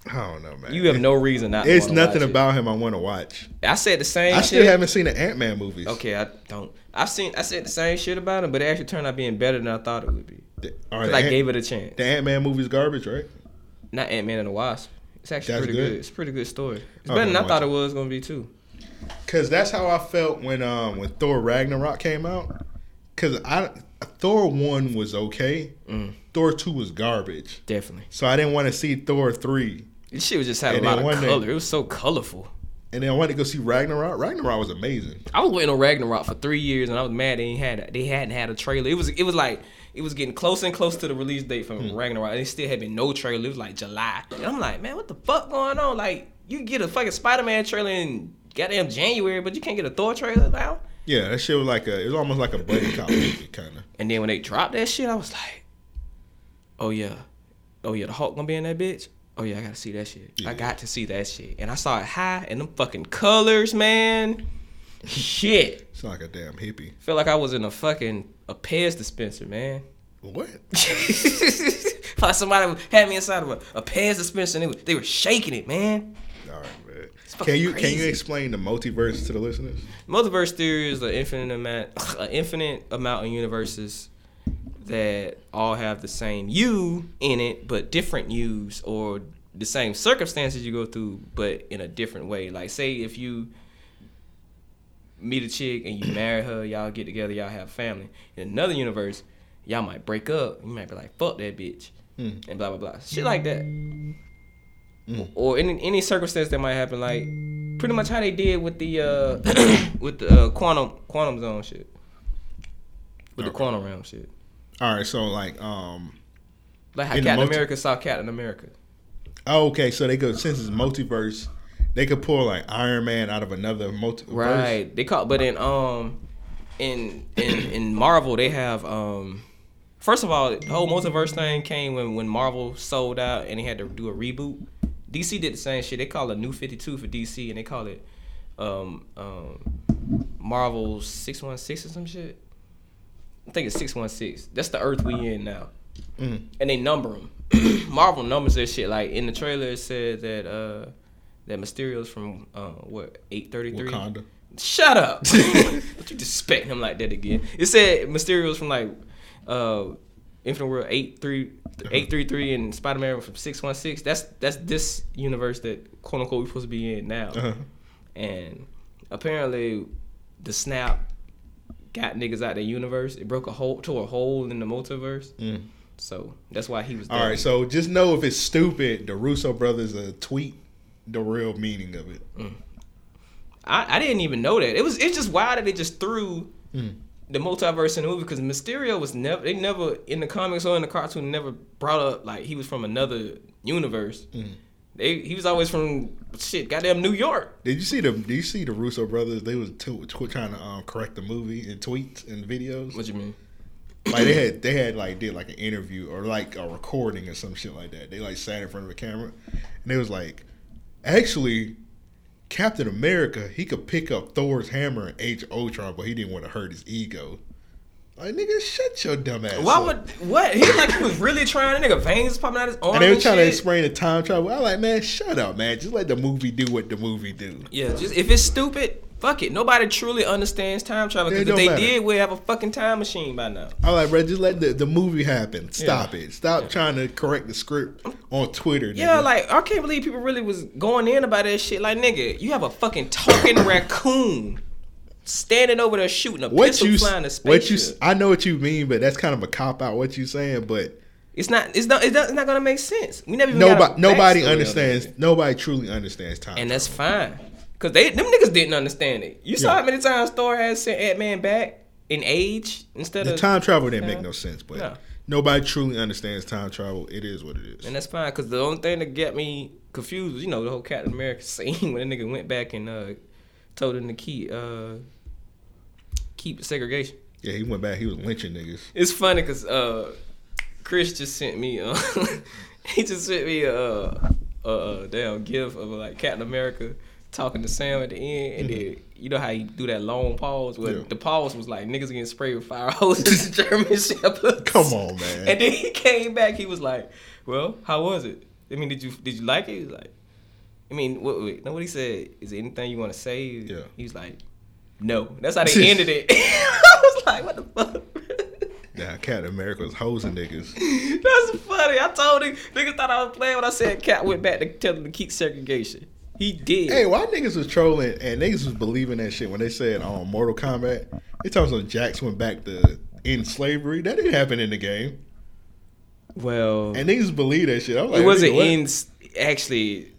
[SPEAKER 10] I don't know, man.
[SPEAKER 4] You have no reason not. to
[SPEAKER 10] It's
[SPEAKER 4] wanna
[SPEAKER 10] nothing
[SPEAKER 4] watch it.
[SPEAKER 10] about him I want to watch.
[SPEAKER 4] I said the same.
[SPEAKER 10] I still
[SPEAKER 4] shit.
[SPEAKER 10] haven't seen the Ant Man movies.
[SPEAKER 4] Okay, I don't. I've seen. I said the same shit about it, but it actually turned out being better than I thought it would be.
[SPEAKER 10] All
[SPEAKER 4] Cause
[SPEAKER 10] the
[SPEAKER 4] I
[SPEAKER 10] Ant-
[SPEAKER 4] gave it a chance.
[SPEAKER 10] The Ant Man movie's garbage, right?
[SPEAKER 4] Not Ant Man and the Wasp. It's actually
[SPEAKER 10] That's
[SPEAKER 4] pretty good.
[SPEAKER 10] good.
[SPEAKER 4] It's a pretty good story. It's
[SPEAKER 10] Okay,
[SPEAKER 4] better than I
[SPEAKER 10] watch
[SPEAKER 4] thought
[SPEAKER 10] it.
[SPEAKER 4] it was gonna be too.
[SPEAKER 10] Cause that's how I felt when um when Thor Ragnarok came out. Cause I Thor one was okay.
[SPEAKER 4] Mm.
[SPEAKER 10] Thor two was garbage.
[SPEAKER 4] Definitely.
[SPEAKER 10] So I didn't want to see Thor three.
[SPEAKER 4] This shit was just had a
[SPEAKER 10] And
[SPEAKER 4] lot
[SPEAKER 10] then
[SPEAKER 4] of
[SPEAKER 10] one day-
[SPEAKER 4] color. it was so colorful.
[SPEAKER 10] And then I wanted to go see Ragnarok. Ragnarok was amazing.
[SPEAKER 4] I was waiting on Ragnarok for three years, and I was mad they ain't had they hadn't had a trailer. It was it was like it was getting close and close to the release date from Ragnarok, and it still had been no trailer. It was like July, and I'm like, man, what the fuck going on? Like, you get a fucking Spider Man trailer in goddamn January, but you can't get a Thor trailer now.
[SPEAKER 10] Yeah, that shit was like a. It was almost like a buddy cop movie, kind of.
[SPEAKER 4] And then when they dropped that shit, I was like, oh yeah, oh yeah, the Hulk gonna be in that bitch. Oh yeah, I gotta see that shit. I got to see that shit. And I saw it high and them fucking colors, man. Shit.
[SPEAKER 10] It's like a damn hippie.
[SPEAKER 4] Feel like I was in a fucking a Pez dispenser, man.
[SPEAKER 10] What?
[SPEAKER 4] like somebody had me inside of a, a Pez dispenser and they were, they were shaking it, man.
[SPEAKER 10] All right, man.
[SPEAKER 4] fucking
[SPEAKER 10] Can you can you
[SPEAKER 4] crazy.
[SPEAKER 10] explain the multiverse to the listeners?
[SPEAKER 4] Multiverse theory is an infinite amount, an infinite amount of universes that all have the same you in it, but different yous or the same circumstances you go through, but in a different way. Like, say if you meet a chick and you marry her, y'all get together, y'all have family. In another universe, y'all might break up. You might be like, "Fuck that bitch,"
[SPEAKER 10] Hmm.
[SPEAKER 4] and blah blah blah, shit like that. Or any any circumstance that might happen, like pretty much how they did with the uh with the uh, quantum quantum zone shit, with the quantum realm shit.
[SPEAKER 10] All right, so like um.
[SPEAKER 4] Like how
[SPEAKER 10] in the
[SPEAKER 4] Captain
[SPEAKER 10] multi-
[SPEAKER 4] America saw Captain America.
[SPEAKER 10] Oh, okay, so they could since it's multiverse, they could pull like Iron Man out of another multiverse.
[SPEAKER 4] Right. They call but in um in in in Marvel they have um first of all, the whole multiverse thing came when when Marvel sold out and they had to do a reboot. DC did the same shit. They call it New 52 for DC and they call it um um Marvel 616 or some shit. I think it's 616. That's the earth we in now.
[SPEAKER 10] Mm.
[SPEAKER 4] and they number them. Marvel numbers their shit. Like in the trailer, it said that uh that Mysterio's from uh, what eight thirty three.
[SPEAKER 10] Wakanda.
[SPEAKER 4] Shut up! Don't you disrespect him like that again. It said Mysterio's from like uh Infinite World eight three eight three three and Spider Man from six one six. That's that's this universe that quote unquote we're supposed to be in now.
[SPEAKER 10] Uh-huh.
[SPEAKER 4] And apparently, the snap got niggas out the universe. It broke a hole, tore a hole in the multiverse.
[SPEAKER 10] Mm.
[SPEAKER 4] So that's why he was.
[SPEAKER 10] All right, so just know if it's stupid, the Russo brothers uh, tweet the real meaning of it.
[SPEAKER 4] Mm. I, I didn't even know that. It was it's just wild that they just threw
[SPEAKER 10] Mm.
[SPEAKER 4] the multiverse in the movie because Mysterio was never they never in the comics or in the cartoon never brought up like he was from another universe.
[SPEAKER 10] Mm.
[SPEAKER 4] They he was always from shit, goddamn New York.
[SPEAKER 10] Did you see the? Did you see the Russo brothers? They was t- tw trying to um, correct the movie in tweets and videos.
[SPEAKER 4] What you mean?
[SPEAKER 10] Like they had they had like did like an interview or like a recording or some shit like that. They like sat in front of a camera and they was like, actually, Captain America he could pick up Thor's hammer and H Ultron, but he didn't want to hurt his ego. Like nigga, shut your dumb ass.
[SPEAKER 4] Why
[SPEAKER 10] up.
[SPEAKER 4] would what? He like he was really trying. Nigga, veins popping out his arm.
[SPEAKER 10] And they were trying to
[SPEAKER 4] shit.
[SPEAKER 10] explain the time travel. I like, man, shut up, man. Just let the movie do what the movie do.
[SPEAKER 4] Yeah, just if it's stupid, fuck it. Nobody truly understands time travel.
[SPEAKER 10] It
[SPEAKER 4] Because if
[SPEAKER 10] don't
[SPEAKER 4] they
[SPEAKER 10] matter.
[SPEAKER 4] did, we'd have a fucking time machine by now.
[SPEAKER 10] I like, bro, just let the, the movie happen. Stop
[SPEAKER 4] Yeah.
[SPEAKER 10] it. Stop trying to correct the script on Twitter.
[SPEAKER 4] Yeah,
[SPEAKER 10] nigga.
[SPEAKER 4] like I can't believe people really was going in about that shit. Like, nigga, you have a fucking talking raccoon standing over there shooting a
[SPEAKER 10] what
[SPEAKER 4] pistol
[SPEAKER 10] you
[SPEAKER 4] flying a
[SPEAKER 10] s- what you s-
[SPEAKER 4] spaceship.
[SPEAKER 10] I know what you mean, but that's kind of a cop out what you saying. But
[SPEAKER 4] it's not. It's not. It's not, it's not gonna make sense. We never even got
[SPEAKER 10] nobody
[SPEAKER 4] a
[SPEAKER 10] nobody
[SPEAKER 4] backstory on
[SPEAKER 10] understands.
[SPEAKER 4] it.
[SPEAKER 10] Nobody truly understands time.
[SPEAKER 4] and that's fine. Cause they them niggas didn't understand it. You saw
[SPEAKER 10] Yeah.
[SPEAKER 4] how many times Thor has sent Ant Man back in age instead
[SPEAKER 10] the
[SPEAKER 4] of
[SPEAKER 10] time travel didn't
[SPEAKER 4] Yeah.
[SPEAKER 10] make no sense, but
[SPEAKER 4] No.
[SPEAKER 10] nobody truly understands time travel. It is what it is.
[SPEAKER 4] And that's fine, cause the only thing that got me confused, was, you know, the whole Captain America scene when the nigga went back and uh, told him to keep uh, keep segregation.
[SPEAKER 10] Yeah, he went back. He was lynching niggas.
[SPEAKER 4] It's funny because uh, Chris just sent me. Uh, he just sent me a, a, a damn gif of like Captain America talking to Sam at the end, and then you know how you do that long pause. Well,
[SPEAKER 10] Mm-hmm. Yeah.
[SPEAKER 4] the pause was like niggas getting sprayed with fire hoses and German shepherds.
[SPEAKER 10] Come on, man.
[SPEAKER 4] And then he came back. He was like, "Well, how was it? I mean, did you did you like it?" He was like, "I mean, what? Wait, no, what he said is there anything you want to say?" Yeah. He was like, "No." That's how they ended it. I was like, "What the fuck?"
[SPEAKER 10] Nah, Captain America was hosing niggas.
[SPEAKER 4] That's funny. I told him niggas thought I was playing when I said Cat went back to tell him to keep segregation. He did.
[SPEAKER 10] Hey, why niggas was trolling and niggas was believing that shit when they said on um, Mortal Kombat, they talking about Jax went back to end slavery. That didn't happen in the game.
[SPEAKER 4] Well,
[SPEAKER 10] and niggas believe that shit. I'm like,
[SPEAKER 4] it wasn't
[SPEAKER 10] nigga, what?
[SPEAKER 4] in actually.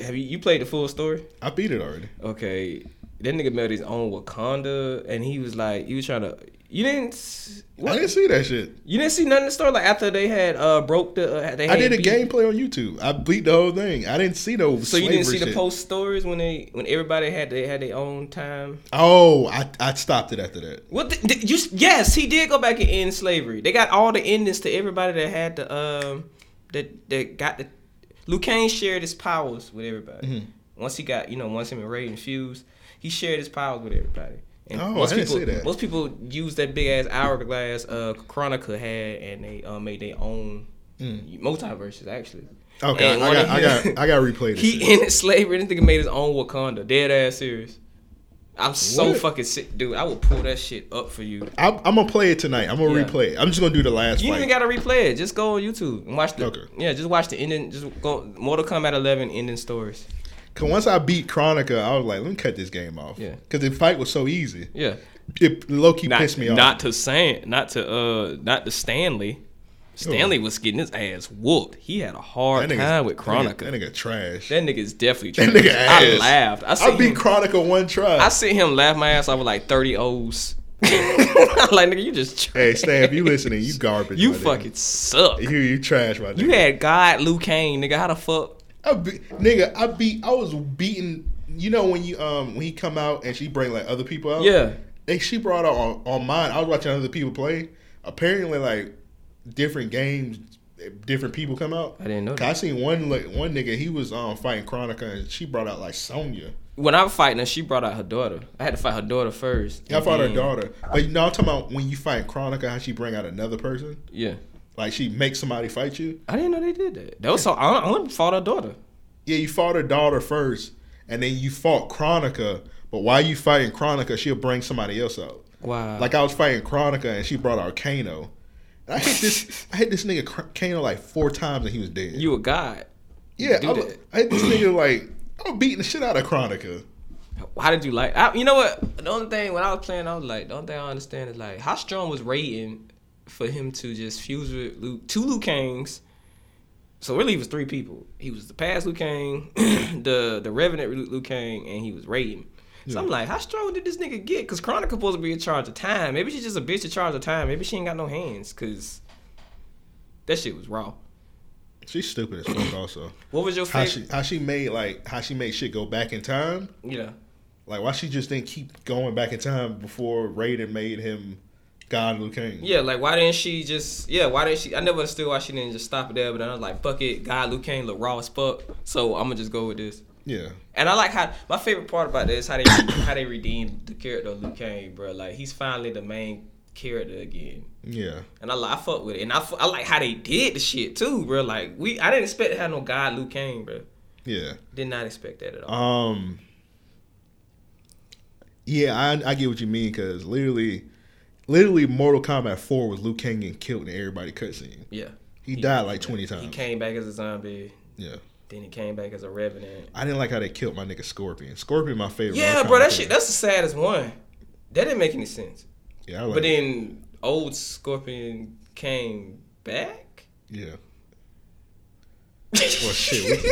[SPEAKER 4] Have you you played the full story?
[SPEAKER 10] I beat it already.
[SPEAKER 4] Okay, That nigga made his own Wakanda, and he was like, he was trying to. You didn't. s-
[SPEAKER 10] I didn't see that shit.
[SPEAKER 4] You didn't see nothing in the store like after they had uh broke the. Uh, they
[SPEAKER 10] I
[SPEAKER 4] had
[SPEAKER 10] did a
[SPEAKER 4] beef?
[SPEAKER 10] gameplay on YouTube. I bleeped the whole thing. I didn't see no.
[SPEAKER 4] So you didn't see
[SPEAKER 10] slavery
[SPEAKER 4] the
[SPEAKER 10] shit.
[SPEAKER 4] post stories when they when everybody had they had their own time.
[SPEAKER 10] Oh, I, I stopped it after that.
[SPEAKER 4] What the, did you? s- Yes, he did go back and end slavery. They got all the endings to everybody that had the um that that got the. Luke Kane shared his powers with everybody.
[SPEAKER 10] Mhm.
[SPEAKER 4] Once he got you know once him and Ray infused, he shared his powers with everybody. And
[SPEAKER 10] Oh,
[SPEAKER 4] most
[SPEAKER 10] I didn't
[SPEAKER 4] people,
[SPEAKER 10] see that.
[SPEAKER 4] Most people used that big ass hourglass uh Chronica had, and they uh, made their own
[SPEAKER 10] Mm.
[SPEAKER 4] multiverses actually.
[SPEAKER 10] Okay,
[SPEAKER 4] And
[SPEAKER 10] I
[SPEAKER 4] one
[SPEAKER 10] got-
[SPEAKER 4] of
[SPEAKER 10] I
[SPEAKER 4] his-
[SPEAKER 10] got- I gotta replay this
[SPEAKER 4] He
[SPEAKER 10] shit.
[SPEAKER 4] ended slavery. and This nigga made his own Wakanda. Dead ass serious. I'm so
[SPEAKER 10] What?
[SPEAKER 4] fucking sick, dude. I will pull that shit up for you.
[SPEAKER 10] I, I'm gonna play it tonight. I'm gonna
[SPEAKER 4] Yeah.
[SPEAKER 10] replay it. I'm just gonna do the last
[SPEAKER 4] You
[SPEAKER 10] fight.
[SPEAKER 4] ain't even gotta replay it. Just go on YouTube and watch the. Yeah, just watch the ending. Just go Mortal Kombat 11 ending stories.
[SPEAKER 10] Cause once I beat Chronica, I was like, let me cut this game off.
[SPEAKER 4] Yeah.
[SPEAKER 10] Cause the fight was so easy.
[SPEAKER 4] Yeah.
[SPEAKER 10] It low key
[SPEAKER 4] not,
[SPEAKER 10] pissed me off.
[SPEAKER 4] Not to San, not to uh, not to Stanley. Stanley was getting his ass whooped. He had a hard
[SPEAKER 10] That nigga's-
[SPEAKER 4] time with
[SPEAKER 10] that nigga-
[SPEAKER 4] Chronica.
[SPEAKER 10] that nigga trash.
[SPEAKER 4] That nigga's definitely trash.
[SPEAKER 10] That nigga
[SPEAKER 4] I
[SPEAKER 10] ass.
[SPEAKER 4] laughed. I,
[SPEAKER 10] I
[SPEAKER 4] seen
[SPEAKER 10] beat
[SPEAKER 4] him-
[SPEAKER 10] Chronica one try.
[SPEAKER 4] I see him laugh my ass off with like 30 O's. I'm like, nigga, you just trash.
[SPEAKER 10] hey Stan, if you listening, you garbage.
[SPEAKER 4] You
[SPEAKER 10] my nigga.
[SPEAKER 4] fucking suck.
[SPEAKER 10] You you trash, my nigga.
[SPEAKER 4] You had God, Luke Kane, nigga. How the fuck?
[SPEAKER 10] I be, nigga, I beat. I was beating. You know when you um when he come out and she bring like other people out.
[SPEAKER 4] Yeah.
[SPEAKER 10] And she brought out on, on mine. I was watching other people play. Apparently, like different games, different people come out. I
[SPEAKER 4] didn't know.
[SPEAKER 10] I seen one like one nigga. He was um fighting Chronica and she brought out like Sonya.
[SPEAKER 4] When I was fighting her, she brought out her daughter. I had to fight her daughter first.
[SPEAKER 10] I fought her
[SPEAKER 4] Then-
[SPEAKER 10] daughter, but you know I'm talking about when you fight Chronica, how she bring out another person.
[SPEAKER 4] Yeah.
[SPEAKER 10] Like she makes somebody fight you.
[SPEAKER 4] I didn't know they did that. That was so. I, I only fought her daughter.
[SPEAKER 10] Yeah, you fought her daughter first, and then you fought Chronica. But while you fighting Chronica, she'll bring somebody else out.
[SPEAKER 4] Wow.
[SPEAKER 10] Like I was fighting Chronica, and she brought out Kano. And I hit this, I hit this nigga Cr- Kano like four times, and he was dead.
[SPEAKER 4] You a god.
[SPEAKER 10] Yeah,
[SPEAKER 4] do
[SPEAKER 10] I,
[SPEAKER 4] that.
[SPEAKER 10] I hit this nigga like I'm beating the shit out of Chronica.
[SPEAKER 4] How did you like? I, you know what? The only thing when I was playing, I was like, the only thing I understand is like how strong was rating for him to just fuse with Luke, two Luke Kangs. So really, it was three people. He was the past Luke Kang, the the Revenant Luke, Luke Kang, and he was rating. So I'm
[SPEAKER 6] Yeah.
[SPEAKER 4] like, how strong did this nigga get? Cause Chronica supposed to be in charge of time. Maybe she's just a bitch in charge of time. Maybe she ain't got no hands. Cause that shit was raw.
[SPEAKER 10] She's stupid as fuck. Also,
[SPEAKER 4] What was your
[SPEAKER 10] how
[SPEAKER 4] favorite?
[SPEAKER 10] she how she made like how she made shit go back in time?
[SPEAKER 4] yeah.
[SPEAKER 10] Like why she just didn't keep going back in time before Raiden made him God Liu Kang?
[SPEAKER 4] Yeah, like why didn't she just? Yeah, why didn't she? I never understood why she didn't just stop it there. But then I was like, fuck it, God, Luke Kane look raw as fuck, so I'm gonna just go with this.
[SPEAKER 10] Yeah.
[SPEAKER 4] And I like how my favorite part about this how they how they redeemed the character of Luke Kane, bro. Like he's finally the main character again.
[SPEAKER 10] Yeah.
[SPEAKER 4] And I, li- I fuck with it, and I, fu- I like how they did the shit too, bro. Like we, I didn't expect to have no God Luke Kane, bro.
[SPEAKER 10] Yeah.
[SPEAKER 4] Did not expect that at all.
[SPEAKER 10] Um. Yeah, I, I get what you mean because literally, literally, Mortal Kombat Four was Luke Kang getting killed in everybody cutscene.
[SPEAKER 4] Yeah.
[SPEAKER 10] he, died like twenty times.
[SPEAKER 4] He came back as a zombie.
[SPEAKER 10] Yeah.
[SPEAKER 4] Then he came back as a revenant.
[SPEAKER 10] I didn't like how they killed my nigga Scorpion. Scorpion, my favorite.
[SPEAKER 4] Yeah,
[SPEAKER 10] Mortal
[SPEAKER 4] bro, that
[SPEAKER 10] Kombat
[SPEAKER 4] shit that's the saddest one. That didn't make any sense.
[SPEAKER 10] character. Yeah, I like
[SPEAKER 4] but then old Scorpion came back.
[SPEAKER 10] yeah. well, shit,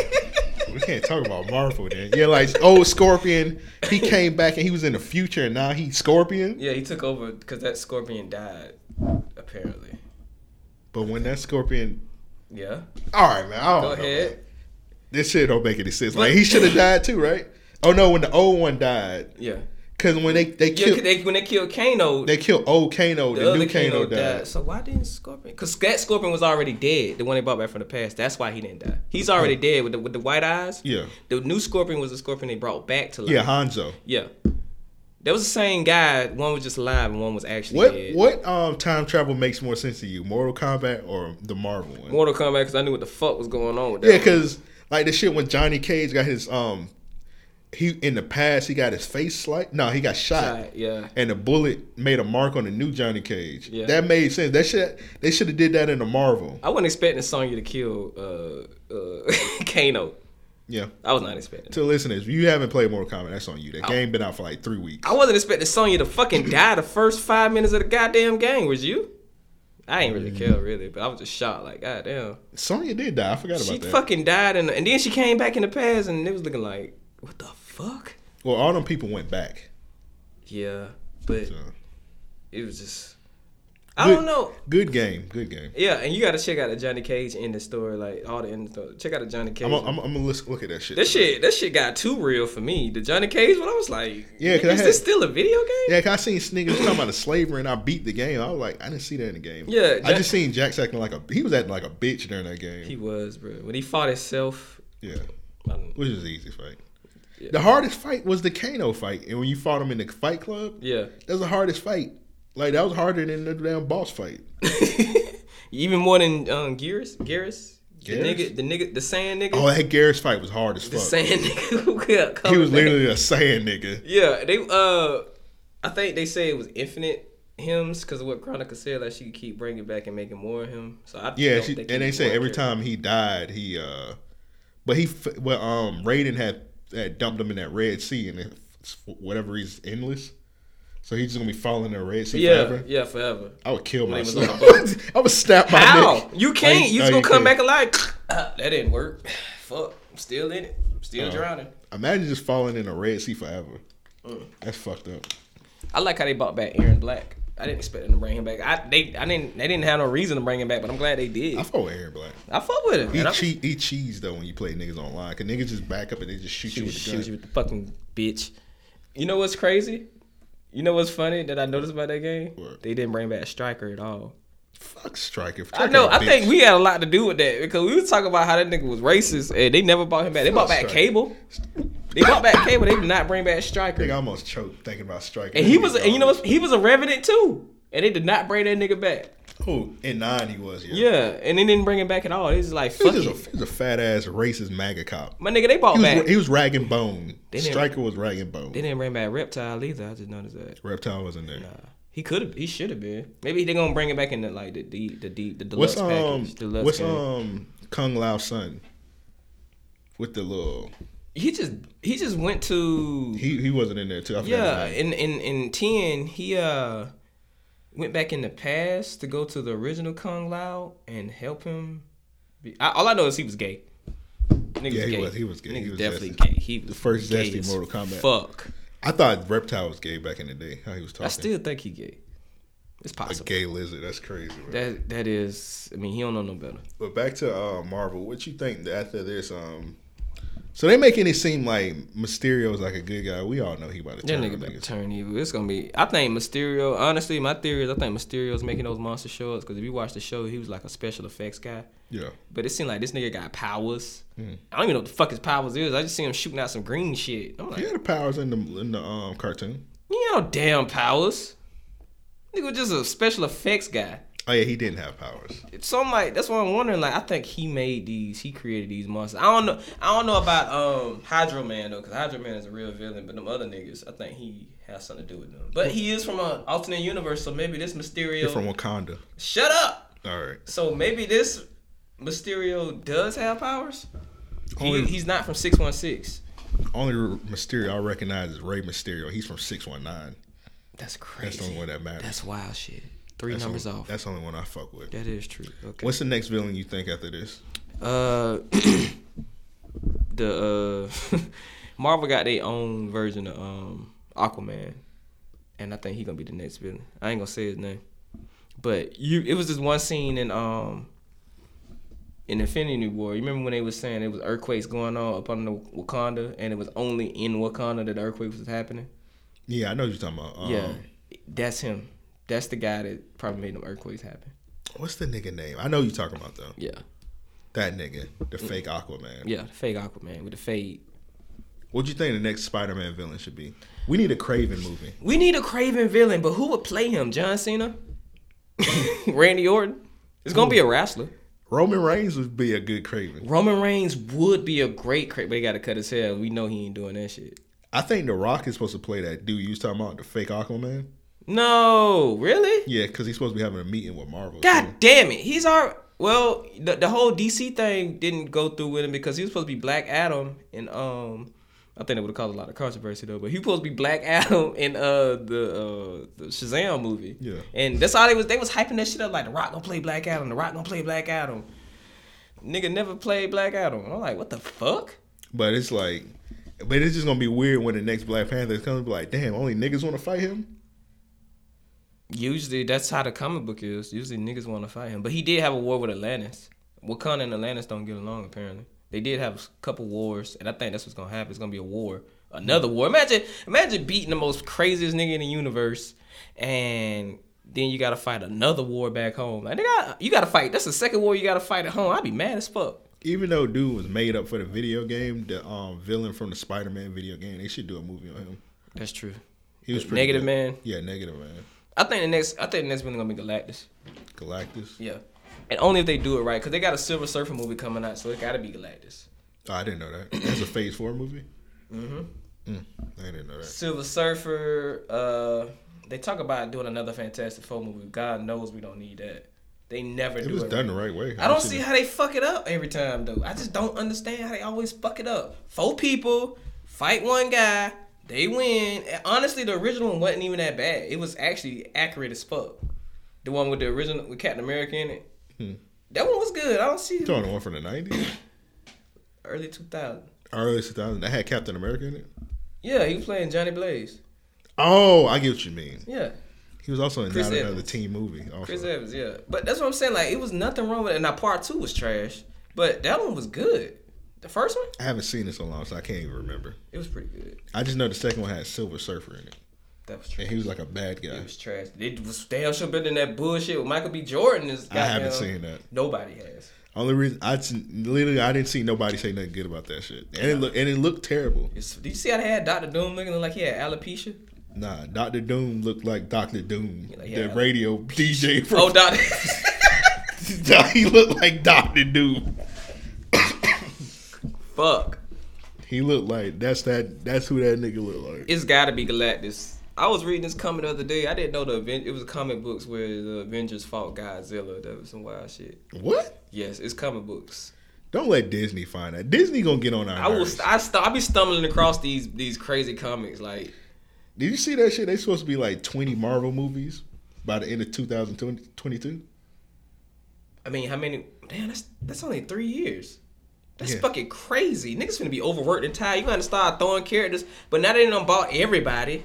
[SPEAKER 10] we, we can't talk about Marvel then. Yeah, like old Scorpion, he came back and he was in the future, and now he's Scorpion.
[SPEAKER 4] Yeah, he took over because that Scorpion died, apparently.
[SPEAKER 10] But when that Scorpion
[SPEAKER 4] Yeah.
[SPEAKER 10] All right, man. I don't know,
[SPEAKER 4] Go ahead.
[SPEAKER 10] This shit don't make any sense. Like he should have died too, right? Oh no, when the old one died.
[SPEAKER 4] Yeah.
[SPEAKER 10] Cause when they they
[SPEAKER 4] Yeah, 'cause
[SPEAKER 10] killed
[SPEAKER 4] they, when they killed Kano,
[SPEAKER 10] they killed old Kano,
[SPEAKER 4] the,
[SPEAKER 10] the,
[SPEAKER 4] other
[SPEAKER 10] new
[SPEAKER 4] Kano,
[SPEAKER 10] Kano,
[SPEAKER 4] died.
[SPEAKER 10] died.
[SPEAKER 4] So why didn't Scorpion? Because that Scorpion was already dead, the one they brought back from the past. That's why he didn't die. He's already
[SPEAKER 10] Huh.
[SPEAKER 4] dead with the, with the white eyes.
[SPEAKER 10] Yeah.
[SPEAKER 4] The new Scorpion was the Scorpion they brought back to life.
[SPEAKER 10] Yeah, Hanzo.
[SPEAKER 4] Yeah. That was the same guy. One was just alive and one was actually
[SPEAKER 10] What
[SPEAKER 4] dead.
[SPEAKER 10] what um time travel makes more sense to you, Mortal Kombat or the Marvel one?
[SPEAKER 4] Mortal Kombat because I knew what the fuck was going on with that.
[SPEAKER 10] Yeah, because like the shit when Johnny Cage got his um he in the past he got his face slight. No, he got shot.
[SPEAKER 4] Shot, yeah.
[SPEAKER 10] And the bullet made a mark on the new Johnny Cage.
[SPEAKER 4] Yeah.
[SPEAKER 10] That made sense. That shit they should have did that in the Marvel.
[SPEAKER 4] I wasn't expecting Sonya to kill uh, uh, Kano.
[SPEAKER 10] Yeah.
[SPEAKER 4] I was not expecting.
[SPEAKER 10] To listeners, if you haven't played Mortal Kombat, that's on you. That game been out for like three weeks.
[SPEAKER 4] Oh. I wasn't expecting Sonya to fucking die the first five minutes of the goddamn game. Was you? I ain't really
[SPEAKER 10] Mm.
[SPEAKER 4] care really, but I was just shocked. Like, goddamn,
[SPEAKER 10] Sonya did die. I forgot
[SPEAKER 4] she
[SPEAKER 10] about that.
[SPEAKER 4] fucking died, and and then she came back in the past, and it was looking like, what the fuck?
[SPEAKER 10] Well, all them people went back.
[SPEAKER 4] Yeah, but it was just. I
[SPEAKER 10] Good-
[SPEAKER 4] don't know.
[SPEAKER 10] Good game. Good game.
[SPEAKER 4] Yeah, and you got to check out the Johnny Cage in the story, like all the in the story. Check out the Johnny Cage.
[SPEAKER 10] I'm
[SPEAKER 4] one.
[SPEAKER 10] gonna look at that shit.
[SPEAKER 4] That shit, that shit got too real for me. The Johnny Cage one, I was like,
[SPEAKER 10] Yeah, 'cause I
[SPEAKER 4] is
[SPEAKER 10] had-
[SPEAKER 4] this still a video game?
[SPEAKER 10] Yeah, 'cause I seen Snickers talking about the slavery, and I beat the game. I was like, I didn't see that in the game.
[SPEAKER 4] Yeah,
[SPEAKER 10] I
[SPEAKER 4] that-
[SPEAKER 10] just seen Jax acting like a he was acting like a bitch during that game.
[SPEAKER 4] He was, bro. When he fought himself.
[SPEAKER 10] Yeah,
[SPEAKER 4] Man.
[SPEAKER 10] which is an easy fight. The hardest fight was the Kano fight, and when you fought him in the Fight Club,
[SPEAKER 4] Yeah,
[SPEAKER 10] that was the hardest fight. Like that was harder than the damn boss fight.
[SPEAKER 4] even more than um, Gears, Gears, the
[SPEAKER 10] Gears?
[SPEAKER 4] nigga, the nigga, the sand nigga.
[SPEAKER 10] Oh, that Garris fight was hard as fuck.
[SPEAKER 4] the sand nigga who kept
[SPEAKER 10] he
[SPEAKER 4] coming
[SPEAKER 10] was
[SPEAKER 4] back.
[SPEAKER 10] literally a sand nigga.
[SPEAKER 4] Yeah, they uh, I think they say it was infinite hymns because what Chronica said, like she could keep bringing back and making more of him. So I
[SPEAKER 10] Yeah,
[SPEAKER 4] don't
[SPEAKER 10] she,
[SPEAKER 4] think
[SPEAKER 10] and
[SPEAKER 4] he
[SPEAKER 10] they say
[SPEAKER 4] won
[SPEAKER 10] every
[SPEAKER 4] Gears.
[SPEAKER 10] time he died, he uh, but he f- well um Raiden had had dumped him in that Red Sea, and it, for whatever he's endless, so he's just gonna be falling in the Red Sea
[SPEAKER 4] Yeah,
[SPEAKER 10] forever.
[SPEAKER 4] yeah, forever.
[SPEAKER 10] I would kill
[SPEAKER 4] When he was
[SPEAKER 10] myself.
[SPEAKER 4] on the
[SPEAKER 10] I would snap my
[SPEAKER 4] How?
[SPEAKER 10] neck.
[SPEAKER 4] You can't.
[SPEAKER 10] Like,
[SPEAKER 4] you
[SPEAKER 10] no,
[SPEAKER 4] just gonna come
[SPEAKER 10] oh, can't.
[SPEAKER 4] back alive. Ah, that didn't work. Fuck. I'm still in it. I'm still
[SPEAKER 10] Uh,
[SPEAKER 4] drowning.
[SPEAKER 10] Imagine just falling in the Red Sea forever.
[SPEAKER 4] Mm.
[SPEAKER 10] That's fucked up.
[SPEAKER 4] I like how they bought back Aaron Black. I didn't expect them to bring him back. I they I didn't they didn't have no reason to bring him back, but I'm glad they did. I
[SPEAKER 10] fuck with Aaron Black.
[SPEAKER 4] I fuck with him.
[SPEAKER 10] He,
[SPEAKER 4] man. I-
[SPEAKER 10] che- he cheese though when you play niggas online, cause niggas just back up and they just shoot, you with the gun.
[SPEAKER 4] shoot you with the fucking bitch. You know what's crazy? You know what's funny that I noticed about that game? They didn't bring back Striker at all.
[SPEAKER 10] Fuck Striker.
[SPEAKER 4] I know. I think we had a lot to do with that because we was talking about how that nigga was racist and they never bought him back. They bought back
[SPEAKER 10] Fuck Stryker.
[SPEAKER 4] Cable. They bought back Cable. They did not bring back Striker.
[SPEAKER 10] I almost choked thinking about Striker.
[SPEAKER 4] And he was, and you know, what? he was a revenant too, and they did not bring that nigga back.
[SPEAKER 10] Who in nine he was?
[SPEAKER 4] Yeah, and they didn't bring him back at all. They was like,
[SPEAKER 10] He
[SPEAKER 4] fuck
[SPEAKER 10] was,
[SPEAKER 4] it.
[SPEAKER 10] just a, he was a fat ass racist MAGA cop.
[SPEAKER 4] My nigga, they bought
[SPEAKER 10] he was,
[SPEAKER 4] back.
[SPEAKER 10] He was rag and bone.
[SPEAKER 4] They didn't-
[SPEAKER 10] Striker was rag and bone.
[SPEAKER 4] They didn't bring back Reptile either. I just noticed that.
[SPEAKER 10] Reptile wasn't there.
[SPEAKER 4] He could have. He should have been. Maybe they gonna bring it back in the like the the the, the, the deluxe
[SPEAKER 10] What's um
[SPEAKER 4] package. Deluxe
[SPEAKER 10] what's
[SPEAKER 4] package.
[SPEAKER 10] um Kung Lao's son with the little
[SPEAKER 4] He just he just went to
[SPEAKER 10] he he wasn't in there too. I forgot
[SPEAKER 4] Yeah,
[SPEAKER 10] his name.
[SPEAKER 4] in in in ten, he uh went back in the past to go to the original Kung Lao and help him. Be, I, all I know is he was gay. Nigga
[SPEAKER 10] yeah,
[SPEAKER 4] was
[SPEAKER 10] he
[SPEAKER 4] gay.
[SPEAKER 10] was he was gay.
[SPEAKER 4] Nigga
[SPEAKER 10] he was
[SPEAKER 4] definitely
[SPEAKER 10] zesty.
[SPEAKER 4] gay. He was
[SPEAKER 10] the first
[SPEAKER 4] gay
[SPEAKER 10] zesty
[SPEAKER 4] as
[SPEAKER 10] Mortal Kombat.
[SPEAKER 4] Fuck.
[SPEAKER 10] I thought Reptile was gay back in the day. How he was talking.
[SPEAKER 4] I still think he gay. It's possible.
[SPEAKER 10] A gay lizard. That's crazy. Bro.
[SPEAKER 4] That that is. I mean, he don't know no better.
[SPEAKER 10] But back to uh, Marvel, what you think after this? Um, so they making it seem like Mysterio's like a good guy. We all know he about to
[SPEAKER 4] That
[SPEAKER 10] turn.
[SPEAKER 4] nigga
[SPEAKER 10] on
[SPEAKER 4] about to
[SPEAKER 10] niggas.
[SPEAKER 4] turn evil. It's gonna be. I think Mysterio. Honestly, my theory is I think Mysterio's making those monster show because if you watch the show, he was like a special effects guy.
[SPEAKER 10] Yeah.
[SPEAKER 4] But it seemed like this nigga got powers.
[SPEAKER 10] Mm.
[SPEAKER 4] I don't even know what the fuck his powers is. I just see him shooting out some green shit. I'm like,
[SPEAKER 10] He had the powers in the in the um, cartoon.
[SPEAKER 4] you ain't no damn powers. Nigga was just a special effects guy.
[SPEAKER 10] Oh yeah, he didn't have powers.
[SPEAKER 4] So I'm like, that's why I'm wondering. Like, I think he made these. He created these monsters. I don't know. I don't know about um Hydro Man though, because Hydro Man is a real villain. But them other niggas, I think he has something to do with them. But he is from an alternate universe, so maybe this Mysterio.
[SPEAKER 10] He's from Wakanda.
[SPEAKER 4] Shut up.
[SPEAKER 10] All right.
[SPEAKER 4] So maybe this Mysterio does have powers. He,
[SPEAKER 10] Only-
[SPEAKER 4] he's not from six one six.
[SPEAKER 10] Only Mysterio I recognize is Ray Mysterio. He's from six one nine.
[SPEAKER 4] That's
[SPEAKER 10] That's the only one that matters.
[SPEAKER 4] That's wild shit. Three
[SPEAKER 10] That's
[SPEAKER 4] numbers
[SPEAKER 10] only-
[SPEAKER 4] off.
[SPEAKER 10] That's the only one I fuck with.
[SPEAKER 4] That is true. Okay.
[SPEAKER 10] What's the next villain you think after this?
[SPEAKER 4] Uh, the uh, Marvel got their own version of um Aquaman, and I think he gonna be the next villain. I ain't gonna say his name, but you. It was this one scene in um. In Infinity War, you remember when they was saying it was earthquakes going on up under Wakanda, and it was only in Wakanda that the earthquake was happening.
[SPEAKER 10] Yeah, I know what you're talking about. Um,
[SPEAKER 4] yeah, that's him. That's the guy that probably made them earthquakes happen.
[SPEAKER 10] What's the nigga name? I know you're talking about though.
[SPEAKER 4] Yeah.
[SPEAKER 10] That nigga, the fake Aquaman.
[SPEAKER 4] Mm. Yeah, the fake Aquaman with the fade.
[SPEAKER 10] What do you think the next Spider-Man villain should be? We need a Craven movie.
[SPEAKER 4] We need a Craven villain, but who would play him? John Cena? Randy Orton? It's gonna be a wrestler.
[SPEAKER 10] Roman Reigns would be a good Craven.
[SPEAKER 4] Roman Reigns would be a great Craven, but he gotta cut his hair. We know he ain't doing that shit.
[SPEAKER 10] I think The Rock is supposed to play that dude you was talking about, the fake Aquaman.
[SPEAKER 4] No, really?
[SPEAKER 10] Yeah, because he's supposed to be having a meeting with Marvel.
[SPEAKER 4] God damn it. He's our well, the, the whole DC thing didn't go through with him because he was supposed to be Black Adam and um I think it would have caused a lot of controversy though, but he was supposed to be Black Adam in uh the uh the Shazam movie.
[SPEAKER 10] Yeah.
[SPEAKER 4] And that's all they was they was hyping that shit up like the rock gonna play Black Adam, the rock gonna play Black Adam. Nigga never played Black Adam. And I'm like, what the fuck?
[SPEAKER 10] But it's like But it's just gonna be weird when the next Black Panther comes. Be like, damn, only niggas want to fight him.
[SPEAKER 4] Usually, that's how the comic book is. Usually, niggas want to fight him. But he did have a war with Atlantis. Wakanda and Atlantis don't get along, apparently. They did have a couple wars, and I think that's what's going to happen. It's going to be a war. Another war. Imagine imagine beating the most craziest nigga in the universe, and then you got to fight another war back home. Like, nigga, you got to fight. That's the second war you got to fight at home. I'd be mad as fuck.
[SPEAKER 10] Even though dude was made up for the video game, the um, villain from the Spider Man video game, they should do a movie on him.
[SPEAKER 4] That's true.
[SPEAKER 10] He was
[SPEAKER 4] The
[SPEAKER 10] pretty
[SPEAKER 4] Negative
[SPEAKER 10] good.
[SPEAKER 4] Man?
[SPEAKER 10] Yeah, negative man.
[SPEAKER 4] I think the next, I think the next one gonna be Galactus.
[SPEAKER 10] Galactus.
[SPEAKER 4] Yeah, and only if they do it right, cause they got a Silver Surfer movie coming out, so it gotta be Galactus.
[SPEAKER 10] Oh, I didn't know that. That's a Phase Four movie.
[SPEAKER 4] Mm-hmm.
[SPEAKER 10] Mm, I didn't know that.
[SPEAKER 4] Silver Surfer. Uh, they talk about doing another Fantastic Four movie. God knows we don't need that. They never
[SPEAKER 10] It
[SPEAKER 4] do
[SPEAKER 10] was
[SPEAKER 4] it
[SPEAKER 10] done the right way.
[SPEAKER 4] I don't
[SPEAKER 10] seen
[SPEAKER 4] see
[SPEAKER 10] it.
[SPEAKER 4] how they fuck it up every time, though. I just don't understand how they always fuck it up. Four people fight one guy, they win. And honestly, the original one wasn't even that bad. It was actually accurate as fuck. The one with the original with Captain America in it.
[SPEAKER 10] Hmm.
[SPEAKER 4] That one was good. I don't see
[SPEAKER 10] You talking the one from the nineties,
[SPEAKER 4] early two thousand.
[SPEAKER 10] early two thousand. That had Captain America in it.
[SPEAKER 4] Yeah, he was playing Johnny Blaze.
[SPEAKER 10] Oh, I get what you mean.
[SPEAKER 4] Yeah.
[SPEAKER 10] He was also in
[SPEAKER 4] Chris
[SPEAKER 10] not another
[SPEAKER 4] Evans.
[SPEAKER 10] teen movie. Also.
[SPEAKER 4] Chris Evans, yeah. But that's what I'm saying. Like, it was nothing wrong with it. And now part two was trash. But that one was good. The first one,
[SPEAKER 10] I haven't seen it so long, so I can't even remember.
[SPEAKER 4] it was pretty good.
[SPEAKER 10] I just know the second one had Silver Surfer in it,
[SPEAKER 4] That was trash.
[SPEAKER 10] and he was like a bad guy.
[SPEAKER 4] It was trash. It was damn sure better than that bullshit with Michael B. Jordan. Is
[SPEAKER 10] I haven't
[SPEAKER 4] goddamn-
[SPEAKER 10] seen that.
[SPEAKER 4] Nobody has.
[SPEAKER 10] Only reason I just- literally I didn't see nobody say nothing good about that shit, and it look and it looked terrible.
[SPEAKER 4] It's, did you see how they had Doctor Doom looking like he had alopecia?
[SPEAKER 10] Nah, Doctor Doom looked like Doctor Doom,
[SPEAKER 4] like, yeah,
[SPEAKER 10] the
[SPEAKER 4] I-
[SPEAKER 10] radio DJ. From,
[SPEAKER 4] Oh, Doctor.
[SPEAKER 10] he looked like Doctor Doom.
[SPEAKER 4] Fuck.
[SPEAKER 10] He looked like that's that that's who that nigga looked like.
[SPEAKER 4] It's got to be Galactus. I was reading this comic the other day. I didn't know the Aven- it was comic books where the Avengers fought Godzilla. That was some wild shit.
[SPEAKER 10] What?
[SPEAKER 4] Yes, it's comic books.
[SPEAKER 10] Don't let Disney find that. Disney gonna get on our.
[SPEAKER 4] I will.
[SPEAKER 10] nerves.
[SPEAKER 4] I st- I be stumbling across these these crazy comics like
[SPEAKER 10] Did you see that shit? They supposed to be like twenty Marvel movies by the end of 2022.
[SPEAKER 4] I mean, how many? Damn, that's that's only three years. That's
[SPEAKER 10] Yeah.
[SPEAKER 4] fucking crazy. Niggas gonna be overworked and tired. You gotta start throwing characters, but now they done bought everybody.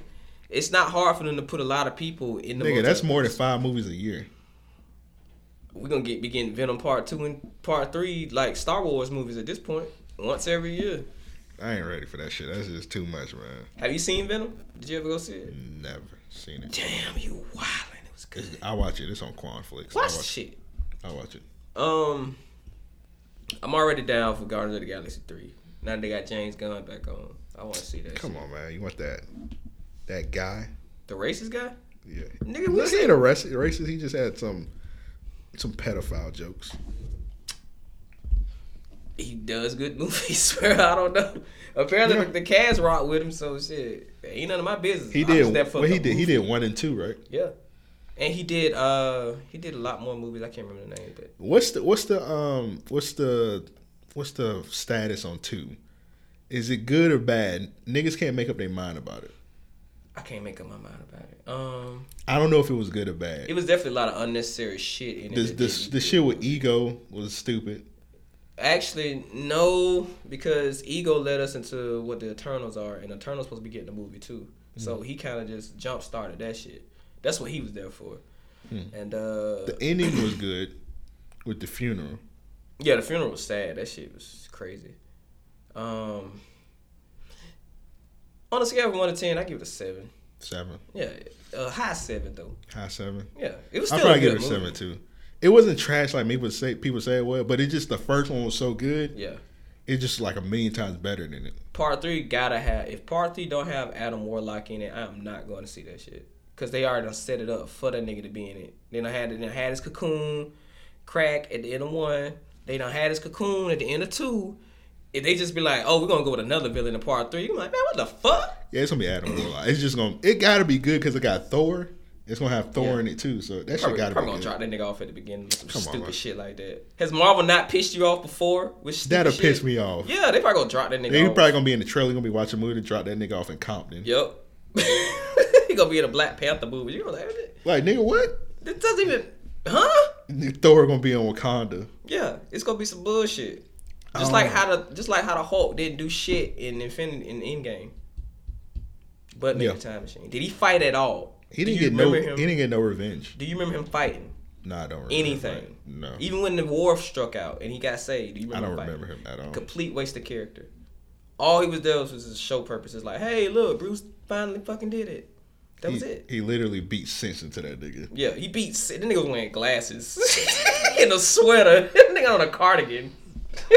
[SPEAKER 4] It's not hard for them to put a lot of people in the.
[SPEAKER 10] Nigga, that's
[SPEAKER 4] multi-
[SPEAKER 10] more than five movies a year.
[SPEAKER 4] We gonna get begin Venom Part Two and Part Three like Star Wars movies at this point. Once every year.
[SPEAKER 10] I ain't ready for that shit. That's just too much, man.
[SPEAKER 4] Have you seen Venom? Did you ever go see it?
[SPEAKER 10] Never seen it.
[SPEAKER 4] Damn, you wildin'. It was good.
[SPEAKER 10] I watch it. It's on Quan Flix.
[SPEAKER 4] Watch
[SPEAKER 10] I
[SPEAKER 4] the
[SPEAKER 10] watch
[SPEAKER 4] shit.
[SPEAKER 10] I watch it.
[SPEAKER 4] Um, I'm already down for Guardians of the Galaxy Three. Now they got James Gunn back on. I want to see that.
[SPEAKER 10] Come
[SPEAKER 4] shit.
[SPEAKER 10] on, man. You want that that guy?
[SPEAKER 4] The racist guy?
[SPEAKER 10] Yeah.
[SPEAKER 4] Nigga,
[SPEAKER 10] Look,
[SPEAKER 4] what's
[SPEAKER 10] he ain't a racist. racist. He just had some some pedophile jokes.
[SPEAKER 4] He does good movies. Bro. I don't know. Apparently
[SPEAKER 10] Yeah.
[SPEAKER 4] the, the cast rock with him, so shit. Ain't none of my business.
[SPEAKER 10] He
[SPEAKER 4] I'm just
[SPEAKER 10] did.
[SPEAKER 4] there for
[SPEAKER 10] Well,
[SPEAKER 4] the
[SPEAKER 10] he did. He
[SPEAKER 4] movie.
[SPEAKER 10] did one and two, right?
[SPEAKER 4] Yeah. And he did. Uh, he did a lot more movies. I can't remember the name, but
[SPEAKER 10] What's the what's the um what's the what's the status on two? Is it good or bad? Niggas can't make up their mind about it.
[SPEAKER 4] I can't make up my mind about it. Um,
[SPEAKER 10] I don't know if it was good or bad.
[SPEAKER 4] it was definitely a lot of unnecessary shit in
[SPEAKER 10] the
[SPEAKER 4] it. that
[SPEAKER 10] the,
[SPEAKER 4] didn't
[SPEAKER 10] the
[SPEAKER 4] do.
[SPEAKER 10] shit with ego was stupid.
[SPEAKER 4] Actually, no, because Ego led us into what the Eternals are, and Eternals supposed to be getting a movie too.
[SPEAKER 10] Hmm.
[SPEAKER 4] So he kind of just jump started that shit. That's what he was there for.
[SPEAKER 10] Hmm.
[SPEAKER 4] And uh,
[SPEAKER 10] The ending was good with the funeral.
[SPEAKER 4] yeah, the funeral was sad. That shit was crazy. Um, on a scale from one to ten, I give it a seven.
[SPEAKER 10] Seven,
[SPEAKER 4] Yeah, a high seven though.
[SPEAKER 10] high seven.
[SPEAKER 4] Yeah, it was
[SPEAKER 10] I
[SPEAKER 4] still a
[SPEAKER 10] probably give
[SPEAKER 4] good
[SPEAKER 10] it a
[SPEAKER 4] movie.
[SPEAKER 10] seven too. It wasn't trash like people say people say it was, but it just the first one was so good.
[SPEAKER 4] Yeah.
[SPEAKER 10] It's just like a million times better than it.
[SPEAKER 4] Part three gotta have. If part three don't have Adam Warlock in it, I am not going to see that shit. Cause they already done set it up for that nigga to be in it. They done had they done had his cocoon crack at the end of one. They done had his cocoon at the end of two. If they just be like, oh, we're gonna go with another villain in part three, you're like, man, what the fuck?
[SPEAKER 10] Yeah, it's gonna be Adam Warlock. It's just gonna it gotta be good because it got Thor. It's gonna have Thor in it too, so that shit
[SPEAKER 4] probably,
[SPEAKER 10] gotta
[SPEAKER 4] probably
[SPEAKER 10] be
[SPEAKER 4] gonna
[SPEAKER 10] good.
[SPEAKER 4] drop that nigga off at the beginning with some
[SPEAKER 10] Come on,
[SPEAKER 4] stupid
[SPEAKER 10] bro.
[SPEAKER 4] shit like that. Has Marvel not pissed you off before? With stupid
[SPEAKER 10] That'll
[SPEAKER 4] shit?
[SPEAKER 10] piss me off.
[SPEAKER 4] Yeah, they probably gonna drop that nigga.
[SPEAKER 10] They
[SPEAKER 4] off.
[SPEAKER 10] probably gonna be in the trailer, gonna be watching a movie, and drop that nigga off in Compton.
[SPEAKER 4] Yep. he gonna be in a Black Panther movie. You're like,
[SPEAKER 10] Like nigga, what?
[SPEAKER 4] this doesn't even, huh?
[SPEAKER 10] Thor gonna be on Wakanda.
[SPEAKER 4] Yeah, it's gonna be some bullshit. Just
[SPEAKER 10] Oh.
[SPEAKER 4] like how the just like how the Hulk didn't do shit in Infinity in Endgame. But make
[SPEAKER 10] Yeah.
[SPEAKER 4] a time machine. Did he fight at all?
[SPEAKER 10] He
[SPEAKER 4] Do
[SPEAKER 10] didn't
[SPEAKER 4] you
[SPEAKER 10] get no.
[SPEAKER 4] remember him?
[SPEAKER 10] He didn't get no revenge.
[SPEAKER 4] Do you remember him fighting
[SPEAKER 10] Nah, I don't. remember
[SPEAKER 4] anything?
[SPEAKER 10] him fighting. No,
[SPEAKER 4] Even when the war struck out and he got saved, do you
[SPEAKER 10] I
[SPEAKER 4] remember
[SPEAKER 10] don't
[SPEAKER 4] him fighting?
[SPEAKER 10] remember him at all.
[SPEAKER 4] Complete waste of character. All he was there was, was his show purposes. Like, hey, look, Bruce finally fucking did it. That was
[SPEAKER 10] he,
[SPEAKER 4] it.
[SPEAKER 10] He literally beat sense into that nigga.
[SPEAKER 4] Yeah, he beat. The nigga was wearing glasses and a sweater. That nigga on a cardigan.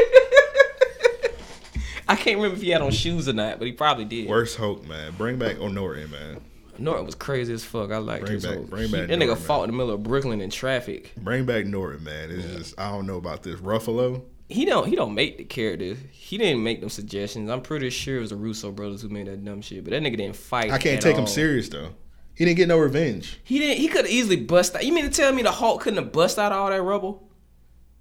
[SPEAKER 4] I can't remember if he had on shoes or not, but he probably did.
[SPEAKER 10] Worst Hulk, man. Bring back Onori, man.
[SPEAKER 4] Norton was crazy as fuck. I like
[SPEAKER 10] Bring
[SPEAKER 4] his
[SPEAKER 10] back-
[SPEAKER 4] whole-
[SPEAKER 10] bring
[SPEAKER 4] he-
[SPEAKER 10] back
[SPEAKER 4] That nigga
[SPEAKER 10] Norton,
[SPEAKER 4] fought in the middle of Brooklyn in traffic.
[SPEAKER 10] Bring back Norton, man. It's just I don't know about this Ruffalo.
[SPEAKER 4] He don't he don't make the character. He didn't make them suggestions. I'm pretty sure it was the Russo brothers who made that dumb shit. But that nigga didn't fight.
[SPEAKER 10] I can't
[SPEAKER 4] at
[SPEAKER 10] take
[SPEAKER 4] all.
[SPEAKER 10] him serious though. He didn't get no revenge.
[SPEAKER 4] He didn't. He could have easily bust out. You mean to tell me the Hulk couldn't have bust out all that rubble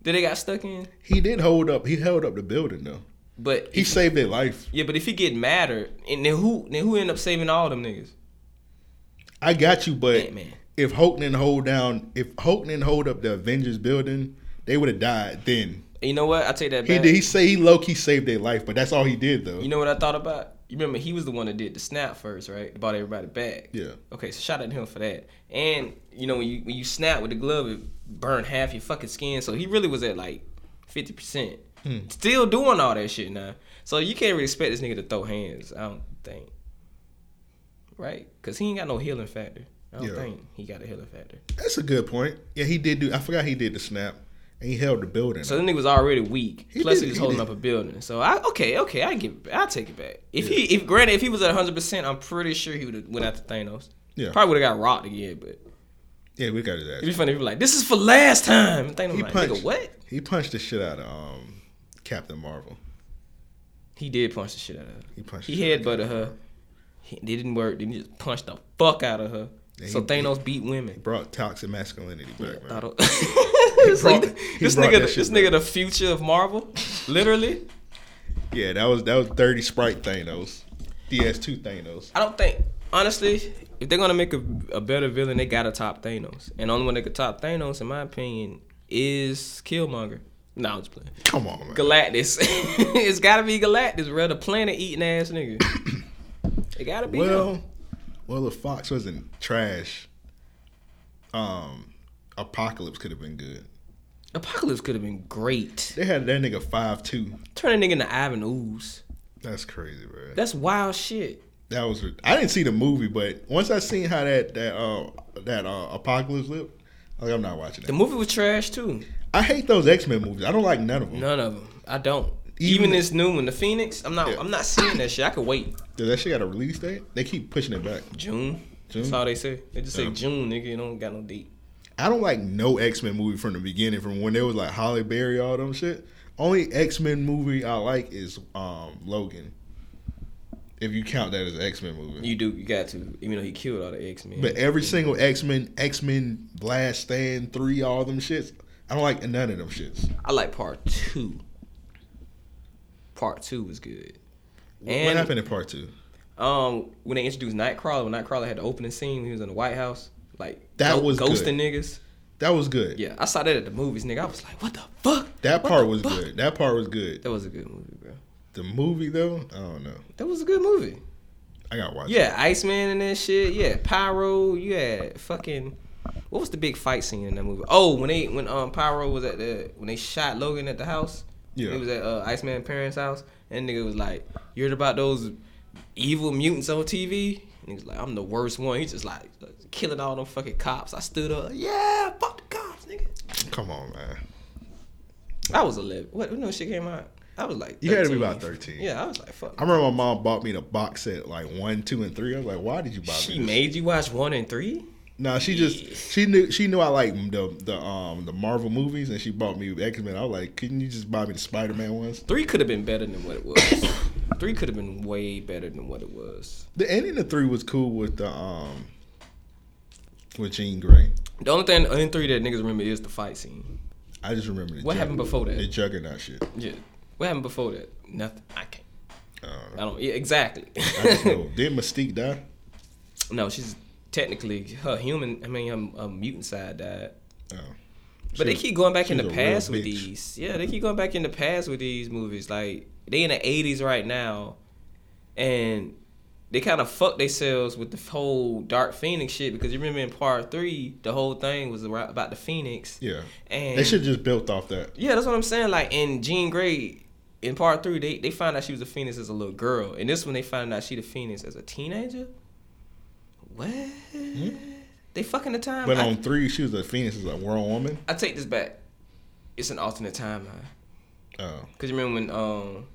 [SPEAKER 4] that they got stuck in?
[SPEAKER 10] He did hold up. He held up the building though.
[SPEAKER 4] But
[SPEAKER 10] He saved their life.
[SPEAKER 4] Yeah, but if he get madder, and then who then who end up saving all them niggas?
[SPEAKER 10] I got you, but
[SPEAKER 4] Ant-Man.
[SPEAKER 10] if Hulk didn't hold down, if Hulk didn't hold up the Avengers building, they would have died then.
[SPEAKER 4] You know what? I take that
[SPEAKER 10] He
[SPEAKER 4] back.
[SPEAKER 10] did. He say he low key saved their life, but that's all he did though.
[SPEAKER 4] you know what I thought about? You remember he was the one that did the snap first, right? Bought everybody back.
[SPEAKER 10] Yeah.
[SPEAKER 4] Okay, so shout out to him for that. And you know when you when you snap with the glove, it burned half your fucking skin. So he really was at like fifty percent.
[SPEAKER 10] Hmm.
[SPEAKER 4] Still doing all that shit now. So you can't really expect this nigga to throw hands. I don't think. Right? Cause he ain't got no healing factor. I don't
[SPEAKER 10] Yeah.
[SPEAKER 4] think he got a healing factor.
[SPEAKER 10] That's a good point. Yeah, he did do. I forgot he did the snap, and he held the building.
[SPEAKER 4] So the nigga was already weak.
[SPEAKER 10] He
[SPEAKER 4] Plus
[SPEAKER 10] did-
[SPEAKER 4] he was
[SPEAKER 10] he
[SPEAKER 4] holding
[SPEAKER 10] did.
[SPEAKER 4] up a building. So I okay, okay, I give I take it back. If he if granted if he was at 100, percent I'm pretty sure he would have went after Thanos.
[SPEAKER 10] Yeah.
[SPEAKER 4] Probably would have got rocked again, but
[SPEAKER 10] yeah, we got his
[SPEAKER 4] it'd be
[SPEAKER 10] ass.
[SPEAKER 4] funny if he was like, "This is for last time." And Thanos
[SPEAKER 10] He
[SPEAKER 4] like,
[SPEAKER 10] punched.
[SPEAKER 4] "Nigga, what?"
[SPEAKER 10] He punched the shit out of um, Captain Marvel.
[SPEAKER 4] He did punch the shit out of her.
[SPEAKER 10] He punched.
[SPEAKER 4] He headbutted her. He, it didn't work. Then he just punched the fuck out of her.
[SPEAKER 10] Yeah,
[SPEAKER 4] so
[SPEAKER 10] he-
[SPEAKER 4] Thanos beat women.
[SPEAKER 10] Brought toxic masculinity back. man.
[SPEAKER 4] Thought
[SPEAKER 10] brought-
[SPEAKER 4] it- This nigga-
[SPEAKER 10] he
[SPEAKER 4] this
[SPEAKER 10] brought
[SPEAKER 4] nigga,
[SPEAKER 10] that shit
[SPEAKER 4] this nigga, the future of Marvel, literally.
[SPEAKER 10] Yeah, that was that was thirty sprite Thanos, DS2 Thanos.
[SPEAKER 4] I don't think, honestly, if they're gonna make a, a better villain, they gotta top Thanos. And only one that could top Thanos, in my opinion, is Killmonger. No, I'm just playing.
[SPEAKER 10] Come on, man.
[SPEAKER 4] Galactus. it's gotta be Galactus, bro. The planet eating ass nigga. it gotta be.
[SPEAKER 10] Well,
[SPEAKER 4] him.
[SPEAKER 10] well, the Fox wasn't trash. Um, Apocalypse could have been good.
[SPEAKER 4] Apocalypse could have been great.
[SPEAKER 10] They had that nigga five two.
[SPEAKER 4] turn a nigga into Ivan Ooze.
[SPEAKER 10] That's crazy, bro.
[SPEAKER 4] That's wild shit.
[SPEAKER 10] That was. I didn't see the movie, but once I seen how that that uh that uh Apocalypse looked, like I'm not watching that.
[SPEAKER 4] The movie was trash too.
[SPEAKER 10] I hate those X Men movies. I don't like none of them.
[SPEAKER 4] None of them. I don't.
[SPEAKER 10] Even
[SPEAKER 4] Even,
[SPEAKER 10] the-
[SPEAKER 4] this new one, the Phoenix. I'm not. I'm not seeing that shit. I could wait.
[SPEAKER 10] Dude, that shit got a release date. They keep pushing it back.
[SPEAKER 4] June. That's
[SPEAKER 10] June?
[SPEAKER 4] all they say. They just say
[SPEAKER 10] Yeah.
[SPEAKER 4] June, nigga. You don't got no date.
[SPEAKER 10] I don't like no X Men movie from the beginning, from when there was like Holly Berry, all them shit. Only X Men movie I like is um, Logan. If you count that as an X Men movie,
[SPEAKER 4] You do. You got to. Even though he killed all the X Men.
[SPEAKER 10] but every single X Men, X Men Blast Stand Three, all them shits, I don't like none of them shits.
[SPEAKER 4] I like part two. Part two was good. And
[SPEAKER 10] what happened in part two?
[SPEAKER 4] Um, when they introduced Nightcrawler, when Nightcrawler had the opening scene, when he was in the White House, like
[SPEAKER 10] That
[SPEAKER 4] go-
[SPEAKER 10] was good.
[SPEAKER 4] ghosting niggas.
[SPEAKER 10] That was good.
[SPEAKER 4] Yeah, I saw that at the movies, nigga. I was like, what the fuck?
[SPEAKER 10] That
[SPEAKER 4] What
[SPEAKER 10] part
[SPEAKER 4] the
[SPEAKER 10] was
[SPEAKER 4] fuck?
[SPEAKER 10] good. That part was good.
[SPEAKER 4] That was a good movie, bro.
[SPEAKER 10] The movie though, I don't know.
[SPEAKER 4] That was a good movie.
[SPEAKER 10] I gotta watch.
[SPEAKER 4] Yeah, Iceman and that shit. Yeah, Pyro. You had fucking. What was the big fight scene in that movie? Oh, when they when um Pyro was at the when they shot Logan at the house.
[SPEAKER 10] Yeah.
[SPEAKER 4] It was at uh, Iceman parents' house, and nigga was like, "You heard about those evil mutants on TV?" And he was like, "I'm the worst one." He just like killing all them fucking cops. I stood up. Yeah, fuck the cops, nigga.
[SPEAKER 10] it. Come on, man.
[SPEAKER 4] I was 11. What? When no shit came out? I was like,
[SPEAKER 10] You had to be
[SPEAKER 4] 13.
[SPEAKER 10] about thirteen.
[SPEAKER 4] Yeah, I was like, fuck.
[SPEAKER 10] I remember my mom bought me the box set like one, two, and three. I was like, why did you buy me?
[SPEAKER 4] She
[SPEAKER 10] this?
[SPEAKER 4] made you watch one and three.
[SPEAKER 10] No, she just she knew she knew I like the the um the Marvel movies, and she bought me X Men. I was like, couldn't you just buy me the Spider Man ones?
[SPEAKER 4] Three could have been better than what it was. Three could have been way better than what it was.
[SPEAKER 10] The ending of three was cool with the um with Jean Grey.
[SPEAKER 4] The only thing in three that niggas remember is the fight scene.
[SPEAKER 10] I just remember the
[SPEAKER 4] What happened before that?
[SPEAKER 10] The Juggernaut shit.
[SPEAKER 4] Yeah. What happened before that? Nothing. I can't.
[SPEAKER 10] I don't
[SPEAKER 4] I don't. Yeah, exactly.
[SPEAKER 10] Uh, I just know. Did Mystique die?
[SPEAKER 4] no, she's technically her human. I mean, her, her mutant side died.
[SPEAKER 10] Oh.
[SPEAKER 4] But they
[SPEAKER 10] She-
[SPEAKER 4] keep going back in
[SPEAKER 10] she's
[SPEAKER 4] the
[SPEAKER 10] a real
[SPEAKER 4] past with
[SPEAKER 10] bitch.
[SPEAKER 4] these. Yeah, they keep going back in the past with these movies. Like they in the eighties right now, and they kind of fucked themselves with the whole Dark Phoenix shit because you remember in part three, the whole thing was ar- about the Phoenix.
[SPEAKER 10] Yeah.
[SPEAKER 4] And
[SPEAKER 10] They should just built off that.
[SPEAKER 4] Yeah, that's what I'm saying. Like in Jean Grey, in part three, they they find out she was a Phoenix as a little girl, and this one they find out she the Phoenix as a teenager. What? They fucking the time.
[SPEAKER 10] Hmm? But
[SPEAKER 4] I-
[SPEAKER 10] on three, she was a phoenix, is a world woman.
[SPEAKER 4] I take this back. It's an alternate timeline.
[SPEAKER 10] Oh.
[SPEAKER 4] Cause you remember when um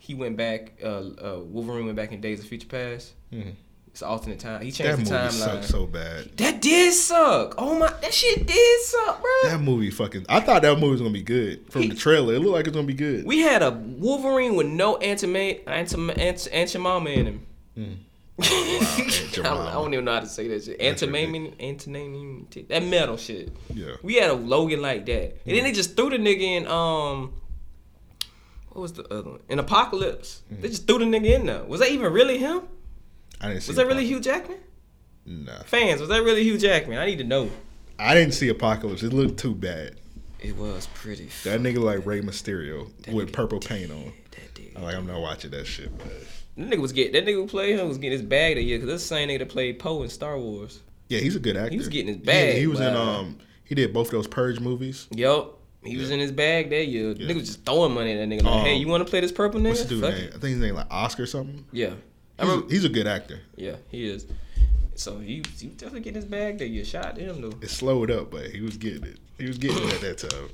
[SPEAKER 4] he went back, uh, uh Wolverine went back in Days of Future Past.
[SPEAKER 10] Mhm.
[SPEAKER 4] It's an alternate time. He
[SPEAKER 10] That
[SPEAKER 4] changed
[SPEAKER 10] movie
[SPEAKER 4] the timeline.
[SPEAKER 10] sucked so bad.
[SPEAKER 4] That did suck. Oh my, that shit did suck, bro.
[SPEAKER 10] That movie fucking. I thought that movie was gonna be good from the trailer. It looked like it's gonna be good.
[SPEAKER 4] We had a Wolverine with no antimate, antim, ant, antimama in him.
[SPEAKER 10] Mm.
[SPEAKER 4] I, don't, I don't even know how to say that shit. Antimaming, antinaming, that metal shit.
[SPEAKER 10] Yeah.
[SPEAKER 4] We had a Logan like that, and then they just threw the nigga in. Um, what was the other one? In Apocalypse,
[SPEAKER 10] Mm-hmm.
[SPEAKER 4] they just threw the nigga in there. Was that even really him?
[SPEAKER 10] I didn't see.
[SPEAKER 4] Was that really Hugh Jackman?
[SPEAKER 10] Nah.
[SPEAKER 4] Fans, was that really Hugh Jackman? I need to know.
[SPEAKER 10] I didn't see Apocalypse. It looked too bad.
[SPEAKER 4] It was pretty.
[SPEAKER 10] That nigga like Ray Mysterio with purple paint on. I'm like I'm not watching that shit. But
[SPEAKER 4] That nigga was getting that nigga who played him was getting his bag that year because that's the same nigga that played Poe in Star Wars.
[SPEAKER 10] yeah, he's a good actor.
[SPEAKER 4] He was getting his
[SPEAKER 10] He-
[SPEAKER 4] bag.
[SPEAKER 10] He, was in
[SPEAKER 4] wow.
[SPEAKER 10] um. He did both those Purge movies.
[SPEAKER 4] Yup. He was in his bag that year. Nigga was just throwing money at that nigga. Like,
[SPEAKER 10] Um,
[SPEAKER 4] hey, you want to play this purple nigga?
[SPEAKER 10] What's the dude's
[SPEAKER 4] Fuck
[SPEAKER 10] name?
[SPEAKER 4] it.
[SPEAKER 10] I think his name like Oscar or something.
[SPEAKER 4] Yeah. I
[SPEAKER 10] He's, a,
[SPEAKER 4] remember-
[SPEAKER 10] he's a good actor.
[SPEAKER 4] Yeah, he is. So he, he was definitely getting his bag that year. Shot him though.
[SPEAKER 10] It slowed up, but he was getting it. He was getting it at that time.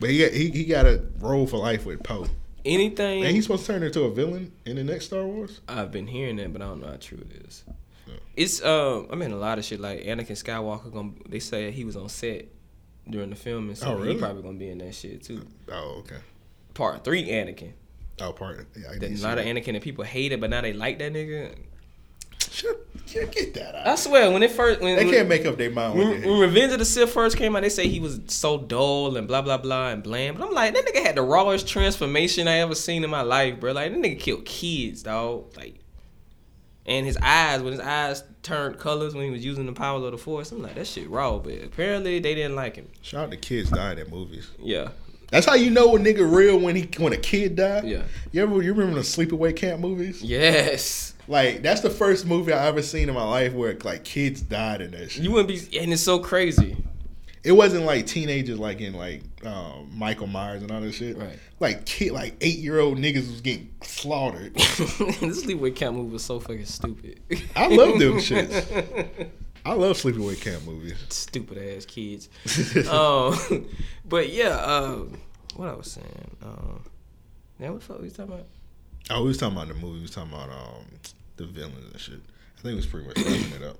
[SPEAKER 10] But he got, he, he got a role for life with Poe.
[SPEAKER 4] Anything.
[SPEAKER 10] And he's supposed to turn into a villain in the next Star Wars.
[SPEAKER 4] I've been hearing that, but I don't know how true it is. It's um, I mean a lot of shit like Anakin Skywalker. Gonna, they say he was on set during the filming, so
[SPEAKER 10] Oh, really?
[SPEAKER 4] he probably gonna be in that shit too.
[SPEAKER 10] Oh, okay.
[SPEAKER 4] Part three, Anakin.
[SPEAKER 10] Oh, part. Yeah, I
[SPEAKER 4] That
[SPEAKER 10] didn't
[SPEAKER 4] a
[SPEAKER 10] see
[SPEAKER 4] lot of
[SPEAKER 10] that.
[SPEAKER 4] Anakin that people hated, but now they like that nigga.
[SPEAKER 10] Shut, get that out.
[SPEAKER 4] I swear, when it first, when,
[SPEAKER 10] They
[SPEAKER 4] when-
[SPEAKER 10] can't make up their mind
[SPEAKER 4] When,
[SPEAKER 10] with it.
[SPEAKER 4] when Revenge of the Sith first came out, they say he was so dull and blah blah blah and bland. But I'm like, that nigga had the rawest transformation I ever seen in my life, bro. Like that nigga killed kids, dog. Like, and his eyes, when his eyes turned colors when he was using the power of the Force, I'm like, that shit raw. But apparently they didn't like him.
[SPEAKER 10] Shout out to kids dying at movies.
[SPEAKER 4] Yeah.
[SPEAKER 10] That's how you know a nigga real when he when a kid died.
[SPEAKER 4] Yeah.
[SPEAKER 10] You ever you remember the sleepaway camp movies?
[SPEAKER 4] Yes.
[SPEAKER 10] Like that's the first movie I ever seen in my life where like kids died in that shit.
[SPEAKER 4] You wouldn't be, and it's so crazy.
[SPEAKER 10] It wasn't like teenagers like in like um, Michael Myers and all that shit. Right. Like kid like eight year old niggas was getting slaughtered.
[SPEAKER 4] this Sleepaway Camp movie was so fucking stupid.
[SPEAKER 10] I love them shits. I love sleepaway camp movies.
[SPEAKER 4] Stupid ass kids. um, but yeah, um, what I was saying. Um, now what the fuck we talking about?
[SPEAKER 10] Oh, we was talking about the movie. We was talking about um the villains and shit. I think it was pretty much wrapping it up.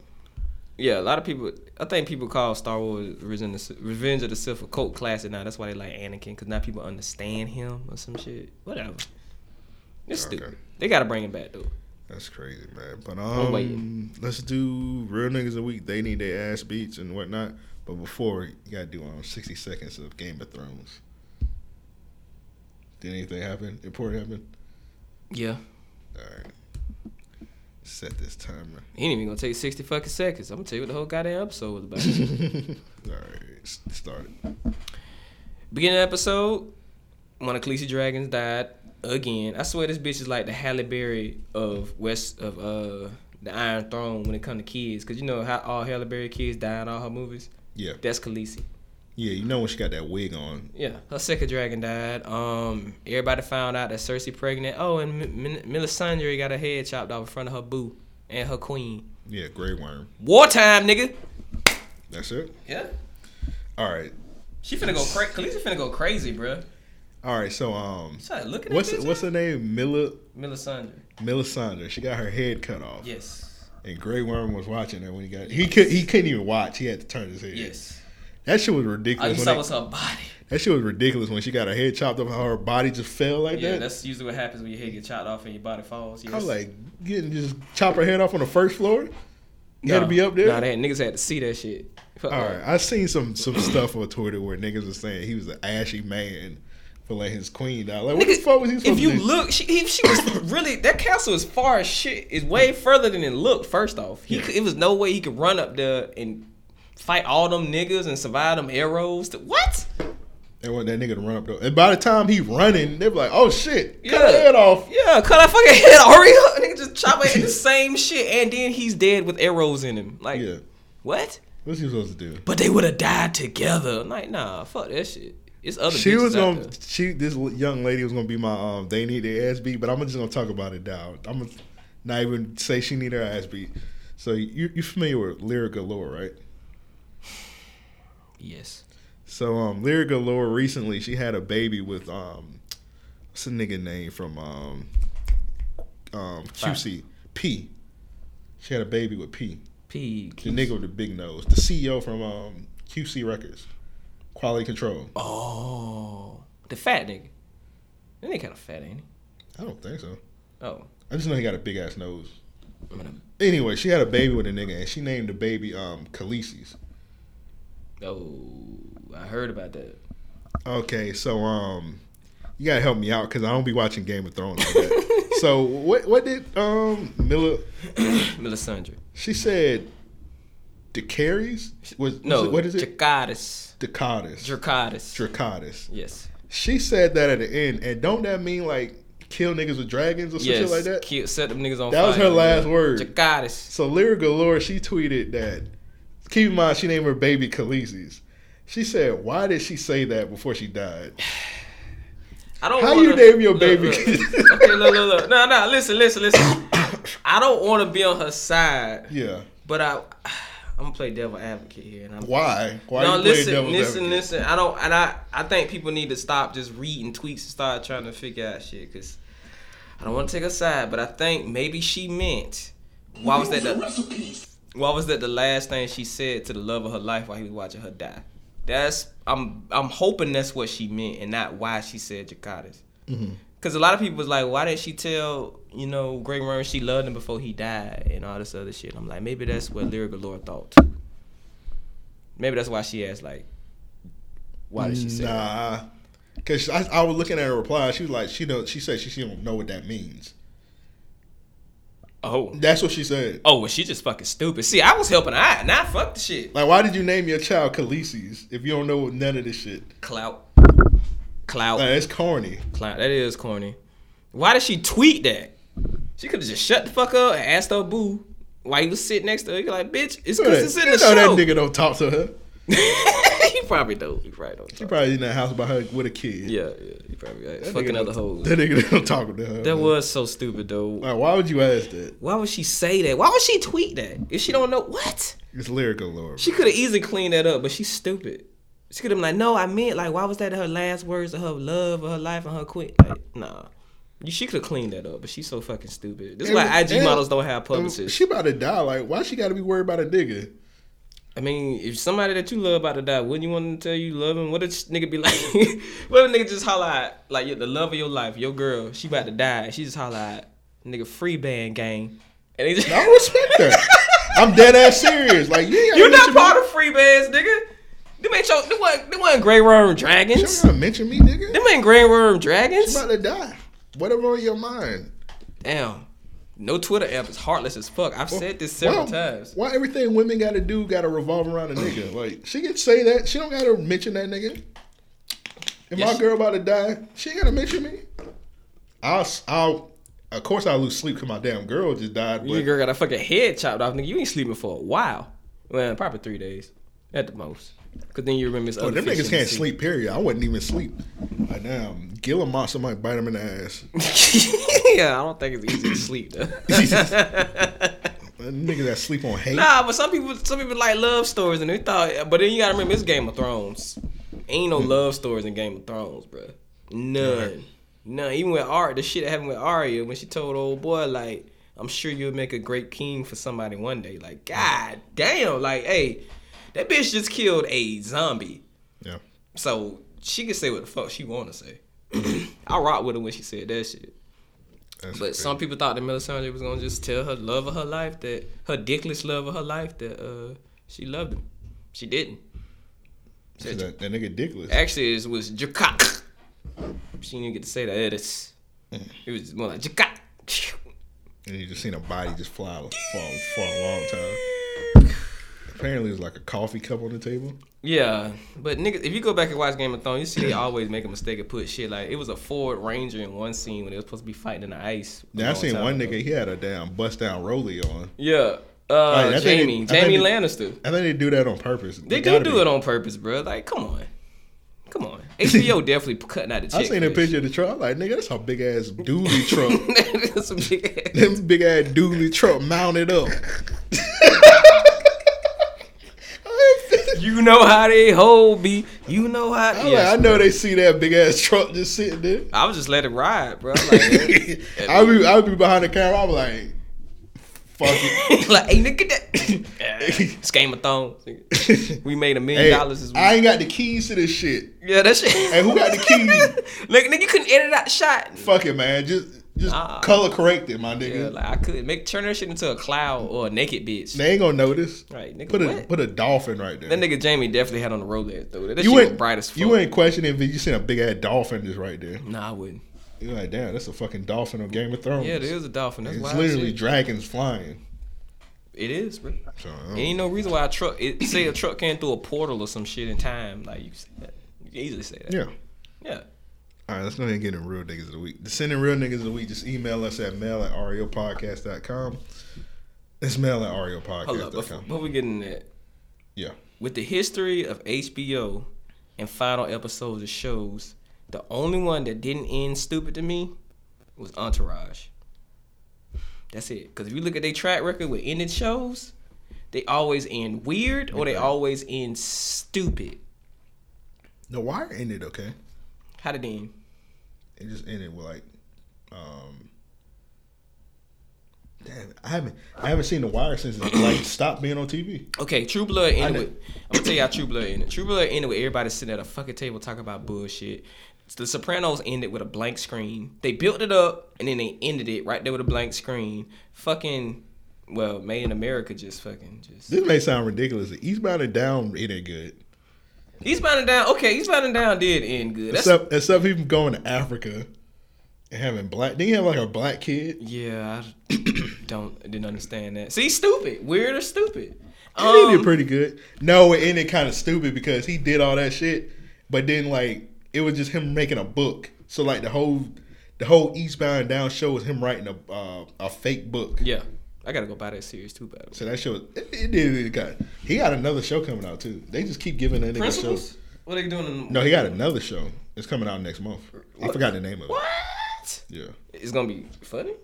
[SPEAKER 4] Yeah, a lot of people. I think people call Star Wars Revenge of the, Sith- Revenge of the Sith a cult classic now. That's why they like Anakin because now people understand him or some shit. Whatever. It's
[SPEAKER 10] Okay.
[SPEAKER 4] stupid. They gotta bring him back though.
[SPEAKER 10] That's crazy, man. But
[SPEAKER 4] I'm waiting.
[SPEAKER 10] um, let's do real niggas a week. They need their ass beats and whatnot. But before you gotta do um sixty seconds of Game of Thrones. Did anything happen? Important happen?
[SPEAKER 4] Yeah.
[SPEAKER 10] All right. Set this timer.
[SPEAKER 4] He ain't even gonna take sixty fucking seconds. I'm gonna tell you what the whole goddamn episode was about.
[SPEAKER 10] All right, s- start it.
[SPEAKER 4] Beginning of the episode, one of Khaleesi Dragons died again. I swear this bitch is like the Halle Berry of West of uh the Iron Throne when it come to kids, cause you know how all Halle Berry kids die in all her movies.
[SPEAKER 10] Yeah.
[SPEAKER 4] That's Khaleesi.
[SPEAKER 10] Yeah, you know when she got that wig on.
[SPEAKER 4] Yeah, her second dragon died. Um, everybody found out that Cersei pregnant. Oh, and M- M- Melisandre got her head chopped off in front of her boo and her queen.
[SPEAKER 10] Yeah, Grey Worm.
[SPEAKER 4] Wartime, nigga.
[SPEAKER 10] That's it.
[SPEAKER 4] Yeah,
[SPEAKER 10] All right.
[SPEAKER 4] she finna go crazy. Khaleesi finna go crazy, bruh.
[SPEAKER 10] All right. So um,
[SPEAKER 4] Try to look at that
[SPEAKER 10] what's
[SPEAKER 4] bitch,
[SPEAKER 10] what's her name? Mila
[SPEAKER 4] Melisandre.
[SPEAKER 10] Melisandre. She got her head cut off.
[SPEAKER 4] Yes.
[SPEAKER 10] And Grey Worm was watching her when he got he could he couldn't even watch. He had to turn his head.
[SPEAKER 4] Yes.
[SPEAKER 10] That shit was
[SPEAKER 4] All
[SPEAKER 10] ridiculous.
[SPEAKER 4] you
[SPEAKER 10] when
[SPEAKER 4] saw
[SPEAKER 10] they-
[SPEAKER 4] was her body.
[SPEAKER 10] that shit was ridiculous when she got her head chopped off. How her body just fell like
[SPEAKER 4] yeah,
[SPEAKER 10] that.
[SPEAKER 4] that's usually what happens when your head gets chopped off and your body falls. Yes.
[SPEAKER 10] I was like, getting just chop her head off on the first floor. You had to
[SPEAKER 4] Nah.
[SPEAKER 10] be up there.
[SPEAKER 4] Nah, they had, niggas had to see that shit. Fuck
[SPEAKER 10] All
[SPEAKER 4] that.
[SPEAKER 10] right, I seen some some stuff on Twitter where niggas was saying he was an ashy man for letting his queen die. Like, what the
[SPEAKER 4] Nigga,
[SPEAKER 10] fuck was he supposed
[SPEAKER 4] if you
[SPEAKER 10] to do?
[SPEAKER 4] look, she, he, she was really that castle is far as shit. Is way further than it looked. First off, he could, it was no way he could run up there and fight all them niggas and survive them arrows. To, what?
[SPEAKER 10] They want that nigga to run up though. And by the time he running, they be like, "Oh shit, cut
[SPEAKER 4] Yeah.
[SPEAKER 10] her head off."
[SPEAKER 4] Yeah, cut that fucking head. Hurry up, nigga. Just chop it. the same shit, and then he's dead with arrows in him. Like, what?
[SPEAKER 10] What's he supposed to do?
[SPEAKER 4] But they would have died together. Like, nah, fuck that shit. It's other.
[SPEAKER 10] she was
[SPEAKER 4] on.
[SPEAKER 10] gonna she this l- young lady was gonna be my um they need their ass beat, but I'm just gonna talk about it now. I'm gonna not even say she need her ass beat. So you you familiar with Lyric Galore, right?
[SPEAKER 4] Yes.
[SPEAKER 10] So um Lyric Galore recently she had a baby with um what's the nigga name from um um QC P. She had a baby with P.
[SPEAKER 4] P. E
[SPEAKER 10] The nigga with the big nose, the CEO from um QC Records, Quality Control.
[SPEAKER 4] Oh, the fat nigga. That nigga kind of fat, ain't he?
[SPEAKER 10] I don't think so.
[SPEAKER 4] Oh.
[SPEAKER 10] I just know he got a big ass nose. Anyway, she had a baby with a nigga, and she named the baby um Khaleesi's.
[SPEAKER 4] Oh, I heard about that.
[SPEAKER 10] Okay, so um, you gotta help me out because I don't be watching Game of Thrones. Like that. so what what did um Mila
[SPEAKER 4] Melisandre?
[SPEAKER 10] She said the Carries was
[SPEAKER 4] No,
[SPEAKER 10] was it- what is it?
[SPEAKER 4] Dracarys.
[SPEAKER 10] Dracarys.
[SPEAKER 4] Dracarys.
[SPEAKER 10] Dracarys.
[SPEAKER 4] Yes.
[SPEAKER 10] She said that at the end, and don't that mean like kill niggas with dragons or some
[SPEAKER 4] Yes.
[SPEAKER 10] shit like that?
[SPEAKER 4] Kill, set them niggas on
[SPEAKER 10] That
[SPEAKER 4] fire.
[SPEAKER 10] was her last word.
[SPEAKER 4] Dracarys.
[SPEAKER 10] So Lyra Galore, she tweeted that. Keep in mind, she named her baby Khaleesi's. She said, "Why did she say that before she died?"
[SPEAKER 4] I don't.
[SPEAKER 10] How
[SPEAKER 4] wanna-
[SPEAKER 10] you name your
[SPEAKER 4] look,
[SPEAKER 10] baby?
[SPEAKER 4] look. okay, look, look, look. No, no. Listen, listen, listen. I don't want to be on her side,
[SPEAKER 10] yeah,
[SPEAKER 4] but I, I'm gonna play devil advocate here. And I'm,
[SPEAKER 10] Why? Why
[SPEAKER 4] no,
[SPEAKER 10] you play
[SPEAKER 4] listen,
[SPEAKER 10] devil's
[SPEAKER 4] listen,
[SPEAKER 10] advocate?
[SPEAKER 4] listen. I don't, and I, I think people need to stop just reading tweets and start trying to figure out shit. Cause I don't want to take her side, but I think maybe she meant. Why was that? The, why was that the last thing she said to the love of her life while he was watching her die? That's I'm I'm hoping that's what she meant and not why she said Jakarta's. Cause a lot of people was like, why didn't she tell you know Greg Murray she loved him before he died and all this other shit? I'm like, maybe that's what Lyra Galore thought. too. Maybe that's why she asked like, why did she say? that?
[SPEAKER 10] Nah, because I, I was looking at her reply. She was like, she know, she said she, she don't know what that means.
[SPEAKER 4] Oh,
[SPEAKER 10] that's what she said.
[SPEAKER 4] Oh, well, she just fucking stupid. See, I was helping her out, and I fucked the shit.
[SPEAKER 10] Like, why did you name your child Khaleesi's if you don't know none of this shit?
[SPEAKER 4] Clout. Clout.
[SPEAKER 10] Like, that's corny.
[SPEAKER 4] Clout. That is corny. Why did she tweet that? She could have just shut the fuck up and asked her boo while he was sitting next to her. You're like, bitch, it's
[SPEAKER 10] You know
[SPEAKER 4] because
[SPEAKER 10] that-
[SPEAKER 4] it's in
[SPEAKER 10] you
[SPEAKER 4] the
[SPEAKER 10] know
[SPEAKER 4] show.
[SPEAKER 10] that nigga don't talk to her.
[SPEAKER 4] he probably don't. He probably don't.
[SPEAKER 10] She probably in that house by her with a kid.
[SPEAKER 4] Yeah, yeah. He probably like,
[SPEAKER 10] That
[SPEAKER 4] fucking
[SPEAKER 10] nigga
[SPEAKER 4] other
[SPEAKER 10] don't-
[SPEAKER 4] hoes.
[SPEAKER 10] That nigga don't talk to her.
[SPEAKER 4] That
[SPEAKER 10] man.
[SPEAKER 4] was so stupid though.
[SPEAKER 10] Like, why would you ask that?
[SPEAKER 4] Why would she say that? Why would she tweet that if she don't know what?
[SPEAKER 10] It's lyrical, Lord.
[SPEAKER 4] She could have easily cleaned that up, but she's stupid. She could have been like, no, I meant like, why was that her last words of her love, of her life, and her quit? Like, nah. You- She could have cleaned that up, but she's so fucking stupid. This is why IG models don't have publicists.
[SPEAKER 10] She about to die. Like, why she got to be worried about a nigga?
[SPEAKER 4] I mean, if somebody that you love about to die, wouldn't you want them to tell you you love him? What if this nigga be like? what if a nigga just holler out, like, you're the love of your life, your girl, she about to die, and she just holler out, nigga, free band gang. And they just,
[SPEAKER 10] I respect that. I'm dead ass serious. Like, you ain't
[SPEAKER 4] You're
[SPEAKER 10] gotta
[SPEAKER 4] not part of free bands, nigga. Them ain't your, them wasn't, them wasn't Grey Worm Dragons.
[SPEAKER 10] You're not mention me, nigga.
[SPEAKER 4] Them ain't Grey Worm Dragons.
[SPEAKER 10] She about to die. Whatever on your mind.
[SPEAKER 4] Damn. No Twitter app is heartless as fuck. I've said this
[SPEAKER 10] Why-
[SPEAKER 4] several times.
[SPEAKER 10] Why everything women got to do got to revolve around a nigga? Like she can say that. She don't got to mention that nigga. If
[SPEAKER 4] Yes,
[SPEAKER 10] my
[SPEAKER 4] she-
[SPEAKER 10] girl about to die, she ain't got to mention me. I'll, s- I'll, of course I lose sleep because my damn girl just died. But
[SPEAKER 4] Your girl got a fucking head chopped off, nigga. You ain't sleeping for a while. Well, probably three days at the most. Cause then you remember. it's
[SPEAKER 10] oh,
[SPEAKER 4] other
[SPEAKER 10] them
[SPEAKER 4] fish
[SPEAKER 10] niggas
[SPEAKER 4] in the
[SPEAKER 10] can't
[SPEAKER 4] sea.
[SPEAKER 10] sleep. Period. I wouldn't even sleep. Like damn, Gila monster might bite him in the ass.
[SPEAKER 4] yeah, I don't think it's easy to sleep though.
[SPEAKER 10] Niggas that sleep on hate.
[SPEAKER 4] nah, but some people, some people like love stories, and they thought. But then you gotta remember, it's Game of Thrones. Ain't
[SPEAKER 10] Hmm.
[SPEAKER 4] no love stories in Game of Thrones, bruh. None. None. Even with Arya, the shit that happened with Arya when she told old boy, like, I'm sure you'll make a great king for somebody one day. Like, god damn. Like, hey, that bitch just killed a zombie.
[SPEAKER 10] Yeah.
[SPEAKER 4] So she can say what the fuck she wanna say. I rock with her when she said that shit. but some people thought that Melisandre was gonna just tell her love of her life that her dickless love of her life that uh she loved him. She didn't.
[SPEAKER 10] That, that nigga dickless.
[SPEAKER 4] Actually, it was Jakak. She didn't even get to say that. It is.
[SPEAKER 10] Mm.
[SPEAKER 4] It was more like Jakak.
[SPEAKER 10] And you just seen a body just fly for, for a long time. Apparently, it's like a coffee cup on the table.
[SPEAKER 4] Yeah, but niggas, if you go back and watch Game of Thrones, you see they always make a mistake and put shit like it was a Ford Ranger in one scene when they was supposed to be fighting in the ice. a
[SPEAKER 10] Now I
[SPEAKER 4] long
[SPEAKER 10] seen
[SPEAKER 4] time
[SPEAKER 10] one
[SPEAKER 4] ago.
[SPEAKER 10] nigga. He had a damn bust down rolly on.
[SPEAKER 4] Yeah, uh,
[SPEAKER 10] Like, I think they-
[SPEAKER 4] Jamie,
[SPEAKER 10] I think
[SPEAKER 4] Jamie
[SPEAKER 10] they-
[SPEAKER 4] Lannister.
[SPEAKER 10] I think they do that on purpose.
[SPEAKER 4] They, do
[SPEAKER 10] gotta
[SPEAKER 4] do
[SPEAKER 10] be.
[SPEAKER 4] it on purpose, bro. Like, come on, come on. HBO definitely cutting out the chick.
[SPEAKER 10] I seen a
[SPEAKER 4] flick.
[SPEAKER 10] picture of the truck. I'm like, nigga, that's a big ass dually truck.
[SPEAKER 4] That's some big ass.
[SPEAKER 10] Them big ass dually truck mounted up.
[SPEAKER 4] You know how they hold be. You know how.
[SPEAKER 10] I'm like, I know they see that big ass truck just sitting there.
[SPEAKER 4] I was just let it ride, bro. Like, eh, eh,
[SPEAKER 10] I would be, I would be behind the camera. I'm like, fuck it.
[SPEAKER 4] like, hey, nigga, that. it's Game of Thrones. nigga. We made a million
[SPEAKER 10] Hey,
[SPEAKER 4] dollars this week.
[SPEAKER 10] I ain't got the keys to this shit.
[SPEAKER 4] Yeah, that shit. Hey,
[SPEAKER 10] who got the keys?
[SPEAKER 4] like, nigga, you couldn't edit out the shot.
[SPEAKER 10] Fuck it, man. Just just
[SPEAKER 4] Nah.
[SPEAKER 10] color correct it, my
[SPEAKER 4] Yeah,
[SPEAKER 10] nigga.
[SPEAKER 4] like I could make turn that shit into a cloud or a naked bitch.
[SPEAKER 10] they ain't gonna notice.
[SPEAKER 4] Right, nigga,
[SPEAKER 10] Put a
[SPEAKER 4] what?
[SPEAKER 10] put a dolphin right there.
[SPEAKER 4] That nigga Jamie definitely had on the Rolex though. That
[SPEAKER 10] you
[SPEAKER 4] shit was
[SPEAKER 10] ain't
[SPEAKER 4] bright as fuck.
[SPEAKER 10] You ain't questioning if you seen a big ass dolphin just right there.
[SPEAKER 4] Nah, I wouldn't.
[SPEAKER 10] You're like, damn, that's a fucking dolphin on Game of Thrones.
[SPEAKER 4] Yeah, there is a dolphin. That's
[SPEAKER 10] it's
[SPEAKER 4] wild
[SPEAKER 10] literally
[SPEAKER 4] shit.
[SPEAKER 10] dragons flying.
[SPEAKER 4] It is, bro.
[SPEAKER 10] So, I don't-
[SPEAKER 4] Ain't no reason why a truck. It, say a truck came through a portal or some shit in time. Like you can say that. You can easily say that.
[SPEAKER 10] Yeah.
[SPEAKER 4] Yeah.
[SPEAKER 10] All right, let's go ahead and get in real niggas of the week. To send in real niggas of the week, just email us at mail at E ariopodcast.com. It's mail at E
[SPEAKER 4] Hold up. Before,
[SPEAKER 10] ariopodcast.com.
[SPEAKER 4] before we get in that.
[SPEAKER 10] Yeah.
[SPEAKER 4] With the history of HBO and final episodes of shows, the only one that didn't end stupid to me was Entourage. That's it. Because if you look at their track record with ending shows, they always end weird or they always end stupid.
[SPEAKER 10] The Wire ended okay.
[SPEAKER 4] How did it end?
[SPEAKER 10] It just ended with like, um, damn, I haven't I haven't seen The Wire since it like stopped being on TV.
[SPEAKER 4] Okay, True Blood
[SPEAKER 10] I
[SPEAKER 4] ended
[SPEAKER 10] know.
[SPEAKER 4] with. I'm gonna tell you how True Blood ended. True Blood ended with everybody sitting at a fucking table talking about bullshit. The Sopranos ended with a blank screen. They built it up and then they ended it right there with a blank screen. Fucking, well, Made in America just fucking just.
[SPEAKER 10] This may sound ridiculous. Eastbound and Down it ain't good.
[SPEAKER 4] Eastbound and Down. Okay, Eastbound and Down did end good. That's,
[SPEAKER 10] Except except people going to Africa and having black. Then you have like a black kid.
[SPEAKER 4] yeah, I don't didn't understand that. See, stupid, weird or stupid.
[SPEAKER 10] it
[SPEAKER 4] Um,
[SPEAKER 10] ended pretty good. No, it ended kind of stupid because he did all that shit, but then like it was just him making a book. So like the whole the whole Eastbound and Down show was him writing a uh, a fake book.
[SPEAKER 4] Yeah, I gotta go buy that series too, by the way.
[SPEAKER 10] So that show it, it did. It got he got another show coming out too. They just keep giving that nigga shows.
[SPEAKER 4] Principles? What are they doing? In,
[SPEAKER 10] No, he got another show. It's coming out next month. I forgot the name of it.
[SPEAKER 4] What?
[SPEAKER 10] Yeah,
[SPEAKER 4] It's gonna be funny.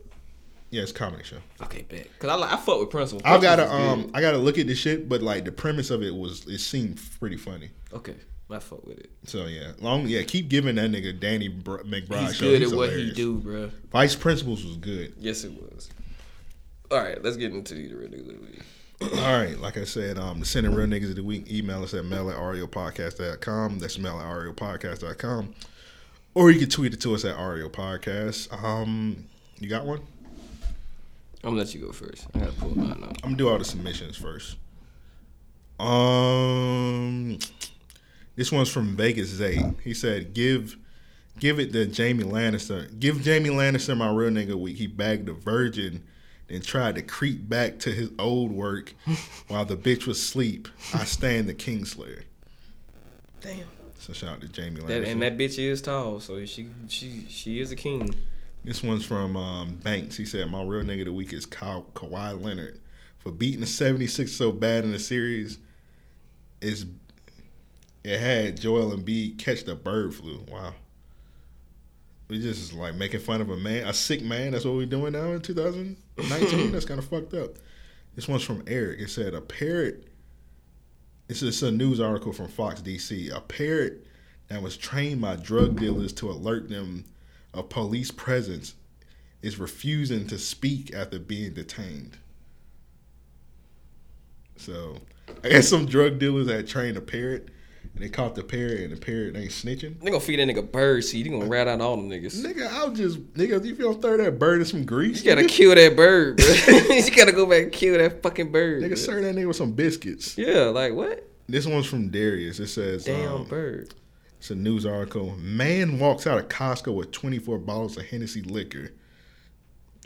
[SPEAKER 10] yeah, it's a comedy show.
[SPEAKER 4] Okay, bet. Cause I like I fuck with Principles.
[SPEAKER 10] I've got
[SPEAKER 4] Principles
[SPEAKER 10] to
[SPEAKER 4] is good.
[SPEAKER 10] um, I got to look at this shit, but like the premise of it was it seemed pretty funny.
[SPEAKER 4] Okay, I fuck with it.
[SPEAKER 10] So yeah, long yeah, keep giving that nigga Danny Br- McBride.
[SPEAKER 4] He's
[SPEAKER 10] show.
[SPEAKER 4] good at what
[SPEAKER 10] hilarious.
[SPEAKER 4] he do, bro.
[SPEAKER 10] Vice Principals was good.
[SPEAKER 4] Yes, it was. All right, let's get into these real niggas of the week.
[SPEAKER 10] All right, like I said, um, the sending real niggas of the week. Email us at mail at ariopodcast.com. That's mail at ariopodcast.com. Or you can tweet it to us at ariopodcast. Um, you got one?
[SPEAKER 4] I'm gonna let you go first. I gotta pull mine up.
[SPEAKER 10] I'm gonna do all the submissions first. Um, this one's from Vegas Zay. He said, "Give, give it to Jamie Lannister. Give Jamie Lannister my real nigga week. He bagged a virgin, then tried to creep back to his old work while the bitch was asleep. I stand the Kingslayer."
[SPEAKER 4] Damn.
[SPEAKER 10] So shout out to Jamie Lannister.
[SPEAKER 4] That, and that bitch is tall, so she she she is a king.
[SPEAKER 10] This one's from um, Banks. He said, My real nigga of the week is Ka- Kawhi Leonard. For beating the 76 so bad in the series, it's, it had Joel Embiid catch the bird flu. Wow. We just like making fun of a man, a sick man. That's what we're doing now in 2019. That's kind of fucked up. This one's from Eric. It said, A parrot. This is a news article from Fox DC. A parrot that was trained by drug dealers to alert them of police presence is refusing to speak after being detained. So I guess some drug dealers had trained a parrot and they caught the parrot and the parrot ain't snitching.
[SPEAKER 4] They gonna feed that nigga bird seed. They gonna rat out all them niggas.
[SPEAKER 10] Nigga, I'll just nigga, if you don't throw that bird in some grease,
[SPEAKER 4] You gotta
[SPEAKER 10] nigga,
[SPEAKER 4] kill that bird, bro. you gotta go back and kill that fucking bird.
[SPEAKER 10] nigga
[SPEAKER 4] bro.
[SPEAKER 10] serve that nigga with some biscuits.
[SPEAKER 4] Yeah, like what?
[SPEAKER 10] This one's from Darius. It says
[SPEAKER 4] Damn
[SPEAKER 10] um,
[SPEAKER 4] bird.
[SPEAKER 10] It's a news article. Man walks out of Costco with 24 bottles of Hennessy liquor.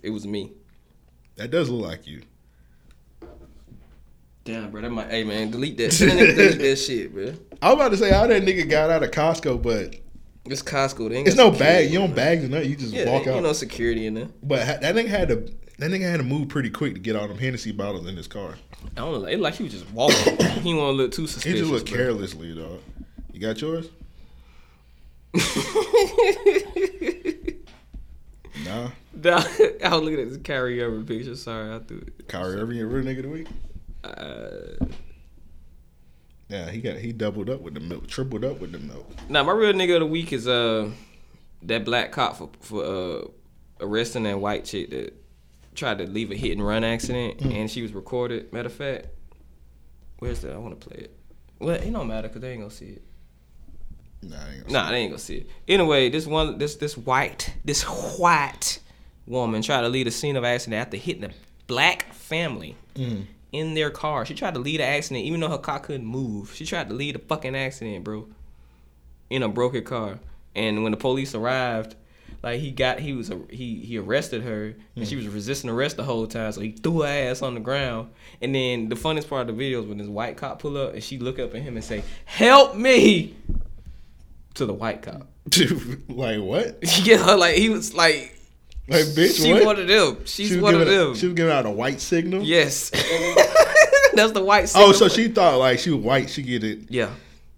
[SPEAKER 4] It was me.
[SPEAKER 10] That does look like you.
[SPEAKER 4] Damn, bro. That might. Hey, man, delete that. Send that nigga delete that shit, bro.
[SPEAKER 10] I was about to say how that nigga got out of Costco, but
[SPEAKER 4] it's Costco. They ain't
[SPEAKER 10] It's
[SPEAKER 4] got
[SPEAKER 10] no
[SPEAKER 4] security,
[SPEAKER 10] bag. You don't
[SPEAKER 4] bro.
[SPEAKER 10] bags or nothing. You just
[SPEAKER 4] Yeah,
[SPEAKER 10] walk
[SPEAKER 4] ain't
[SPEAKER 10] out.
[SPEAKER 4] no security in there.
[SPEAKER 10] But ha- that nigga had to. That nigga had to move pretty quick to get all them Hennessy bottles in his car.
[SPEAKER 4] I don't know. It like he was just walking. he want to look too
[SPEAKER 10] He
[SPEAKER 4] suspicious.
[SPEAKER 10] just looked
[SPEAKER 4] bro.
[SPEAKER 10] carelessly, dog. You got yours? nah.
[SPEAKER 4] Nah, I was looking at this Kyrie Irving picture. Sorry, I threw it.
[SPEAKER 10] Kyrie Irving, your real nigga of the week.
[SPEAKER 4] Uh,
[SPEAKER 10] Yeah, he got he doubled up with the milk, tripled up with the milk.
[SPEAKER 4] nah, my real nigga of the week is uh that black cop for for uh, arresting that white chick that tried to leave a hit and run accident
[SPEAKER 6] Mm.
[SPEAKER 4] and she was recorded. Matter of fact, where's that? I want to play it. Well, it don't matter because they ain't gonna see it.
[SPEAKER 10] Nah, I ain't gonna
[SPEAKER 4] Nah, they ain't gonna see it. Anyway, this one, this this white, this white woman tried to leave the scene of accident after hitting a black family
[SPEAKER 6] Mm.
[SPEAKER 4] in their car. She tried to leave the accident, even though her car couldn't move. She tried to leave the fucking accident, bro, in a broken car. And when the police arrived, like he got, he was he he arrested her, and she was resisting arrest the whole time. So he threw her ass on the ground. And then the funniest part of the video is when this white cop pull up, and she look up at him and say, "Help me!" to the white cop.
[SPEAKER 10] like what?
[SPEAKER 4] yeah, like he was like,
[SPEAKER 10] Like bitch,
[SPEAKER 4] she
[SPEAKER 10] what?
[SPEAKER 4] one of them. She's
[SPEAKER 10] was
[SPEAKER 4] one of
[SPEAKER 10] giving a-
[SPEAKER 4] them.
[SPEAKER 10] she was giving out a white signal.
[SPEAKER 4] Yes. that's the white.
[SPEAKER 10] Oh,
[SPEAKER 4] signal.
[SPEAKER 10] so she thought like she was white. She get it.
[SPEAKER 4] Yeah.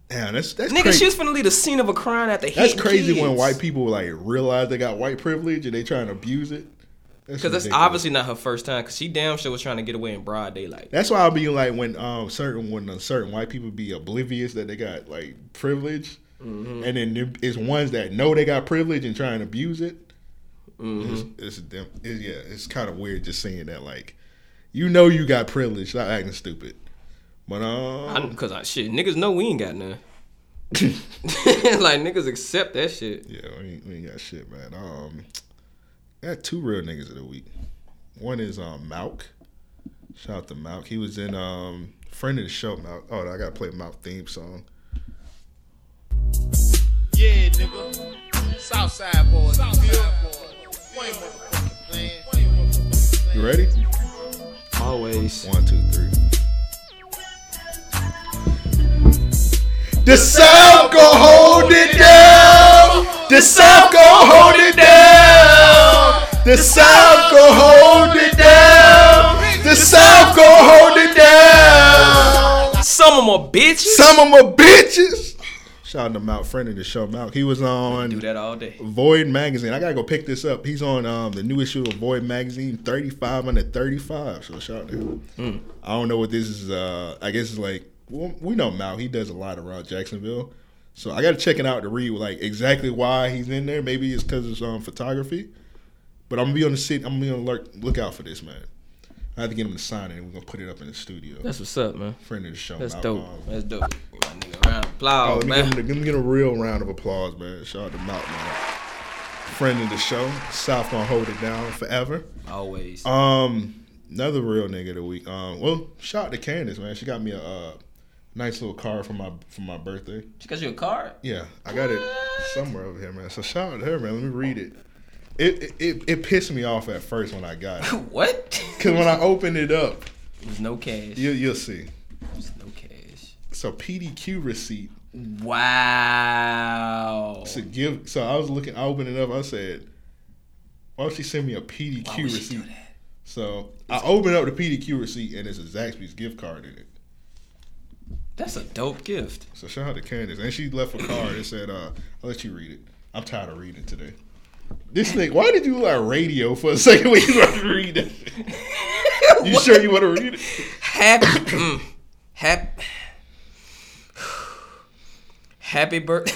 [SPEAKER 10] Damn, that's that's
[SPEAKER 4] nigga,
[SPEAKER 10] crazy.
[SPEAKER 4] she was finna leave the scene of a crime after
[SPEAKER 10] that's
[SPEAKER 4] hitting
[SPEAKER 10] crazy when
[SPEAKER 4] kids.
[SPEAKER 10] white people like realize they got white privilege and they trying to abuse it. That's
[SPEAKER 4] Because that's
[SPEAKER 10] ridiculous.
[SPEAKER 4] obviously not her first time. Because she damn sure was trying to get away in broad daylight.
[SPEAKER 10] That's why I be like when um certain when uh, certain white people be oblivious that they got like privilege,
[SPEAKER 4] Mm-hmm.
[SPEAKER 10] and then there- it's ones that know they got privilege and try and abuse it.
[SPEAKER 4] Mm-hmm.
[SPEAKER 10] It's, it's, them- it's- yeah, it's kind of weird just seeing that like, you know you got privilege, stop acting stupid. But um,
[SPEAKER 4] Because I shit, niggas know we ain't got none. like niggas accept that shit.
[SPEAKER 10] Yeah, we ain't, we ain't got shit, man. Um, I got two real niggas of the week. One is um Malk. Shout out to Malk. He was in um friend of the show Malk. Oh, I gotta play Malk theme song.
[SPEAKER 14] Yeah, nigga. Southside boys. Southside boys. We ain't motherfucking playing.
[SPEAKER 10] You ready?
[SPEAKER 4] Always.
[SPEAKER 10] One, two, three. The South gon' hold it down. The South gon' hold it down. The South gon' hold it down. The South gon' hold it down.
[SPEAKER 4] Some of my bitches.
[SPEAKER 10] Some of my bitches. Shout out to Mount Friend of the show, Mount. He was on
[SPEAKER 4] Do that all day.
[SPEAKER 10] Void Magazine. I gotta go pick this up. He's on um, the new issue of Void Magazine, 35 under 35. So shout out to him.
[SPEAKER 4] Hmm.
[SPEAKER 10] I don't know what this is. Uh, I guess it's like well, we know Mal. He does a lot around Jacksonville, so I got to check it out to read like exactly why he's in there. Maybe it's because it's um photography, but I'm gonna be on the sit. I'm gonna be on alert, look out for this man. I have to get him to sign it. and We're gonna put it up in the studio.
[SPEAKER 4] That's what's up, man.
[SPEAKER 10] Friend of the show. um,
[SPEAKER 4] That's
[SPEAKER 10] Mal
[SPEAKER 4] dope.
[SPEAKER 10] Bond.
[SPEAKER 4] That's dope. My nigga, round of applause,
[SPEAKER 10] Oh, let,
[SPEAKER 4] man.
[SPEAKER 10] me give him, let me get a real round of applause, man. Shout out to Mount, man. Friend of the show. South gonna hold it down forever.
[SPEAKER 4] Always.
[SPEAKER 10] Um, another real nigga of the week. Um, well, shout out to Candace, man. She got me a uh, nice little card for my for my birthday.
[SPEAKER 4] She got you a card.
[SPEAKER 10] Yeah, I got it somewhere over here, man. So shout out to her, man. Let me read it. It it, it, it pissed me off at first when I got it.
[SPEAKER 4] what?
[SPEAKER 10] Cause when I opened it up,
[SPEAKER 4] It was no cash.
[SPEAKER 10] you you'll see.
[SPEAKER 4] There's no cash.
[SPEAKER 10] It's a PDQ receipt.
[SPEAKER 4] Wow.
[SPEAKER 10] It's a gift. So I was looking. I opened it up. I said, "Why would she send me a PDQ
[SPEAKER 4] Why would she
[SPEAKER 10] receipt?" So I opened up the PDQ receipt and it's a Zaxby's gift card in it.
[SPEAKER 4] That's a dope gift.
[SPEAKER 10] So shout out to Candace. And she left a card that said, uh, I'll let you read it. I'm tired of reading today. This thing, why did you look like radio for a second when you wanted to read that? You sure you want to read it?
[SPEAKER 4] Happy. mm, hap, happy birthday.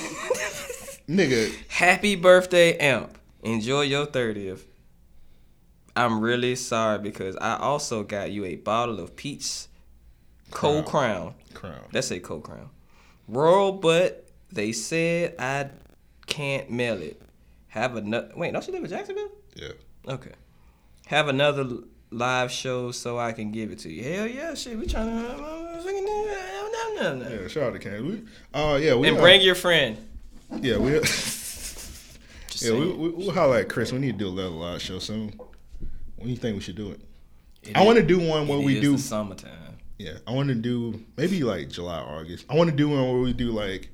[SPEAKER 10] Nigga.
[SPEAKER 4] Happy birthday, Amp. Enjoy your 30th. I'm really sorry because I also got you a bottle of peach cold crown.
[SPEAKER 10] Crown.
[SPEAKER 4] That's a cold crown. Royal, but they said I can't mail it. Have another. Wait, don't you live in Jacksonville?
[SPEAKER 10] Yeah.
[SPEAKER 4] Okay. Have another l- live show so I can give it to you. Hell yeah, shit. We uh, trying to.
[SPEAKER 10] Yeah, shout out to Candace. We, uh, yeah, we
[SPEAKER 4] And
[SPEAKER 10] are-
[SPEAKER 4] bring your friend.
[SPEAKER 10] Yeah, we. yeah, we,
[SPEAKER 4] saying.
[SPEAKER 10] we, we'll holler at Chris. We need to do another live show soon. When you think we should do it?
[SPEAKER 4] It
[SPEAKER 10] I want to
[SPEAKER 4] is-
[SPEAKER 10] do one where
[SPEAKER 4] it
[SPEAKER 10] we
[SPEAKER 4] is
[SPEAKER 10] do
[SPEAKER 4] the summertime.
[SPEAKER 10] Yeah, I want to do maybe like July, August. I want to do one where we do like,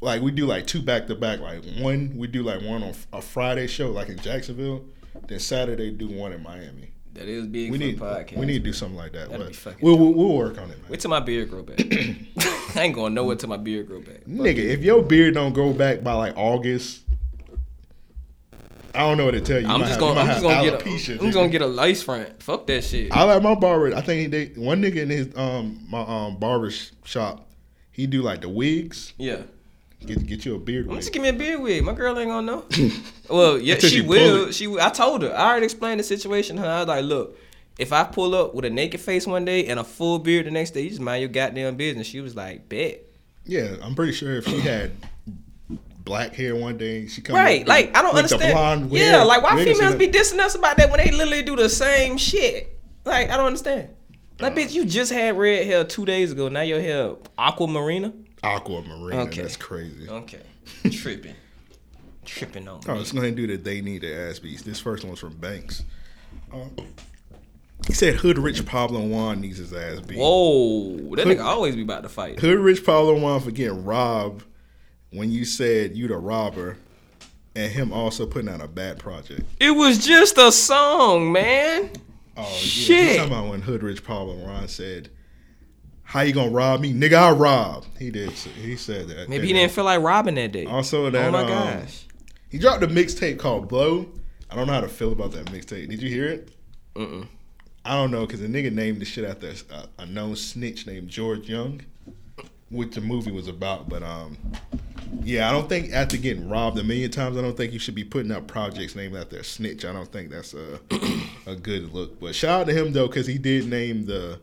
[SPEAKER 10] like we do like two back to back. Like one, we do like one on a Friday show, like in Jacksonville. Then Saturday, do one in Miami.
[SPEAKER 4] That is big
[SPEAKER 10] We
[SPEAKER 4] for
[SPEAKER 10] need
[SPEAKER 4] the podcast.
[SPEAKER 10] we need to do something like that.
[SPEAKER 4] That'd
[SPEAKER 10] but
[SPEAKER 4] be fucking
[SPEAKER 10] we'll, we'll we'll work on it, man.
[SPEAKER 4] Wait till my beard grow back. I ain't going nowhere till my beard grow back.
[SPEAKER 10] Nigga, if your beard don't go back by like August, I don't know what to tell you.
[SPEAKER 4] I'm
[SPEAKER 10] You
[SPEAKER 4] just
[SPEAKER 10] might
[SPEAKER 4] gonna, I'm
[SPEAKER 10] have-
[SPEAKER 4] just
[SPEAKER 10] you might
[SPEAKER 4] gonna
[SPEAKER 10] have
[SPEAKER 4] get, a,
[SPEAKER 10] alopecia,
[SPEAKER 4] I'm just
[SPEAKER 10] nigga.
[SPEAKER 4] gonna get a lice front. Fuck that shit.
[SPEAKER 10] I like my barber. I think they one nigga in his um my um barber sh- shop. He do like the wigs.
[SPEAKER 4] Yeah.
[SPEAKER 10] Get get you a beard wig.
[SPEAKER 4] Just give me a beard wig. My girl ain't gonna know. well, yeah,
[SPEAKER 10] Until
[SPEAKER 4] she
[SPEAKER 10] you pull
[SPEAKER 4] will. She. will. I told her. I already explained the situation to her. I was like, look, if I pull up with a naked face one day and a full beard the next day, you just mind your goddamn business. She was like, bet.
[SPEAKER 10] Yeah, I'm pretty sure if she had black hair one day, she come
[SPEAKER 4] Right,
[SPEAKER 10] with-
[SPEAKER 4] like I don't
[SPEAKER 10] with the
[SPEAKER 4] understand.
[SPEAKER 10] blonde wig.
[SPEAKER 4] Yeah, like why
[SPEAKER 10] Niggas
[SPEAKER 4] females
[SPEAKER 10] in
[SPEAKER 4] be dissing us about that when they literally do the same shit? Like I don't understand. Like bitch, you just had red hair two days ago. Now your hair aquamarina.
[SPEAKER 10] the aquamarine?
[SPEAKER 4] Okay.
[SPEAKER 10] That's crazy.
[SPEAKER 4] Okay, tripping, tripping on.
[SPEAKER 10] Oh, let's go ahead and do the they need the ass beats. This first one's from Banks. Um, he said Hood Rich Pablo Juan needs his ass beat.
[SPEAKER 4] Whoa, that
[SPEAKER 10] Hood-
[SPEAKER 4] nigga always be about to fight.
[SPEAKER 10] Hood Rich Pablo Juan for getting robbed when you said you the robber, and him also putting out a bad project.
[SPEAKER 4] It was just a song, man.
[SPEAKER 10] Oh Yeah, he's
[SPEAKER 4] shit.
[SPEAKER 10] talking about when Hood Rich Pablo Juan said, "How you gonna rob me, nigga? I rob." He did. say- He said that.
[SPEAKER 4] Maybe he didn't feel like robbing that day.
[SPEAKER 10] Also, that
[SPEAKER 4] oh my
[SPEAKER 10] um,
[SPEAKER 4] gosh,
[SPEAKER 10] he dropped a mixtape called Blow. I don't know how to feel about that mixtape. Did you hear it?
[SPEAKER 4] Mm-mm.
[SPEAKER 10] I don't know because the nigga named the shit after a s- a, a known snitch named George Young, which the movie was about. But um, yeah, I don't think after getting robbed a million times, I don't think you should be putting out projects named after a snitch. I don't think that's a a good look. But shout out to him though because he did name the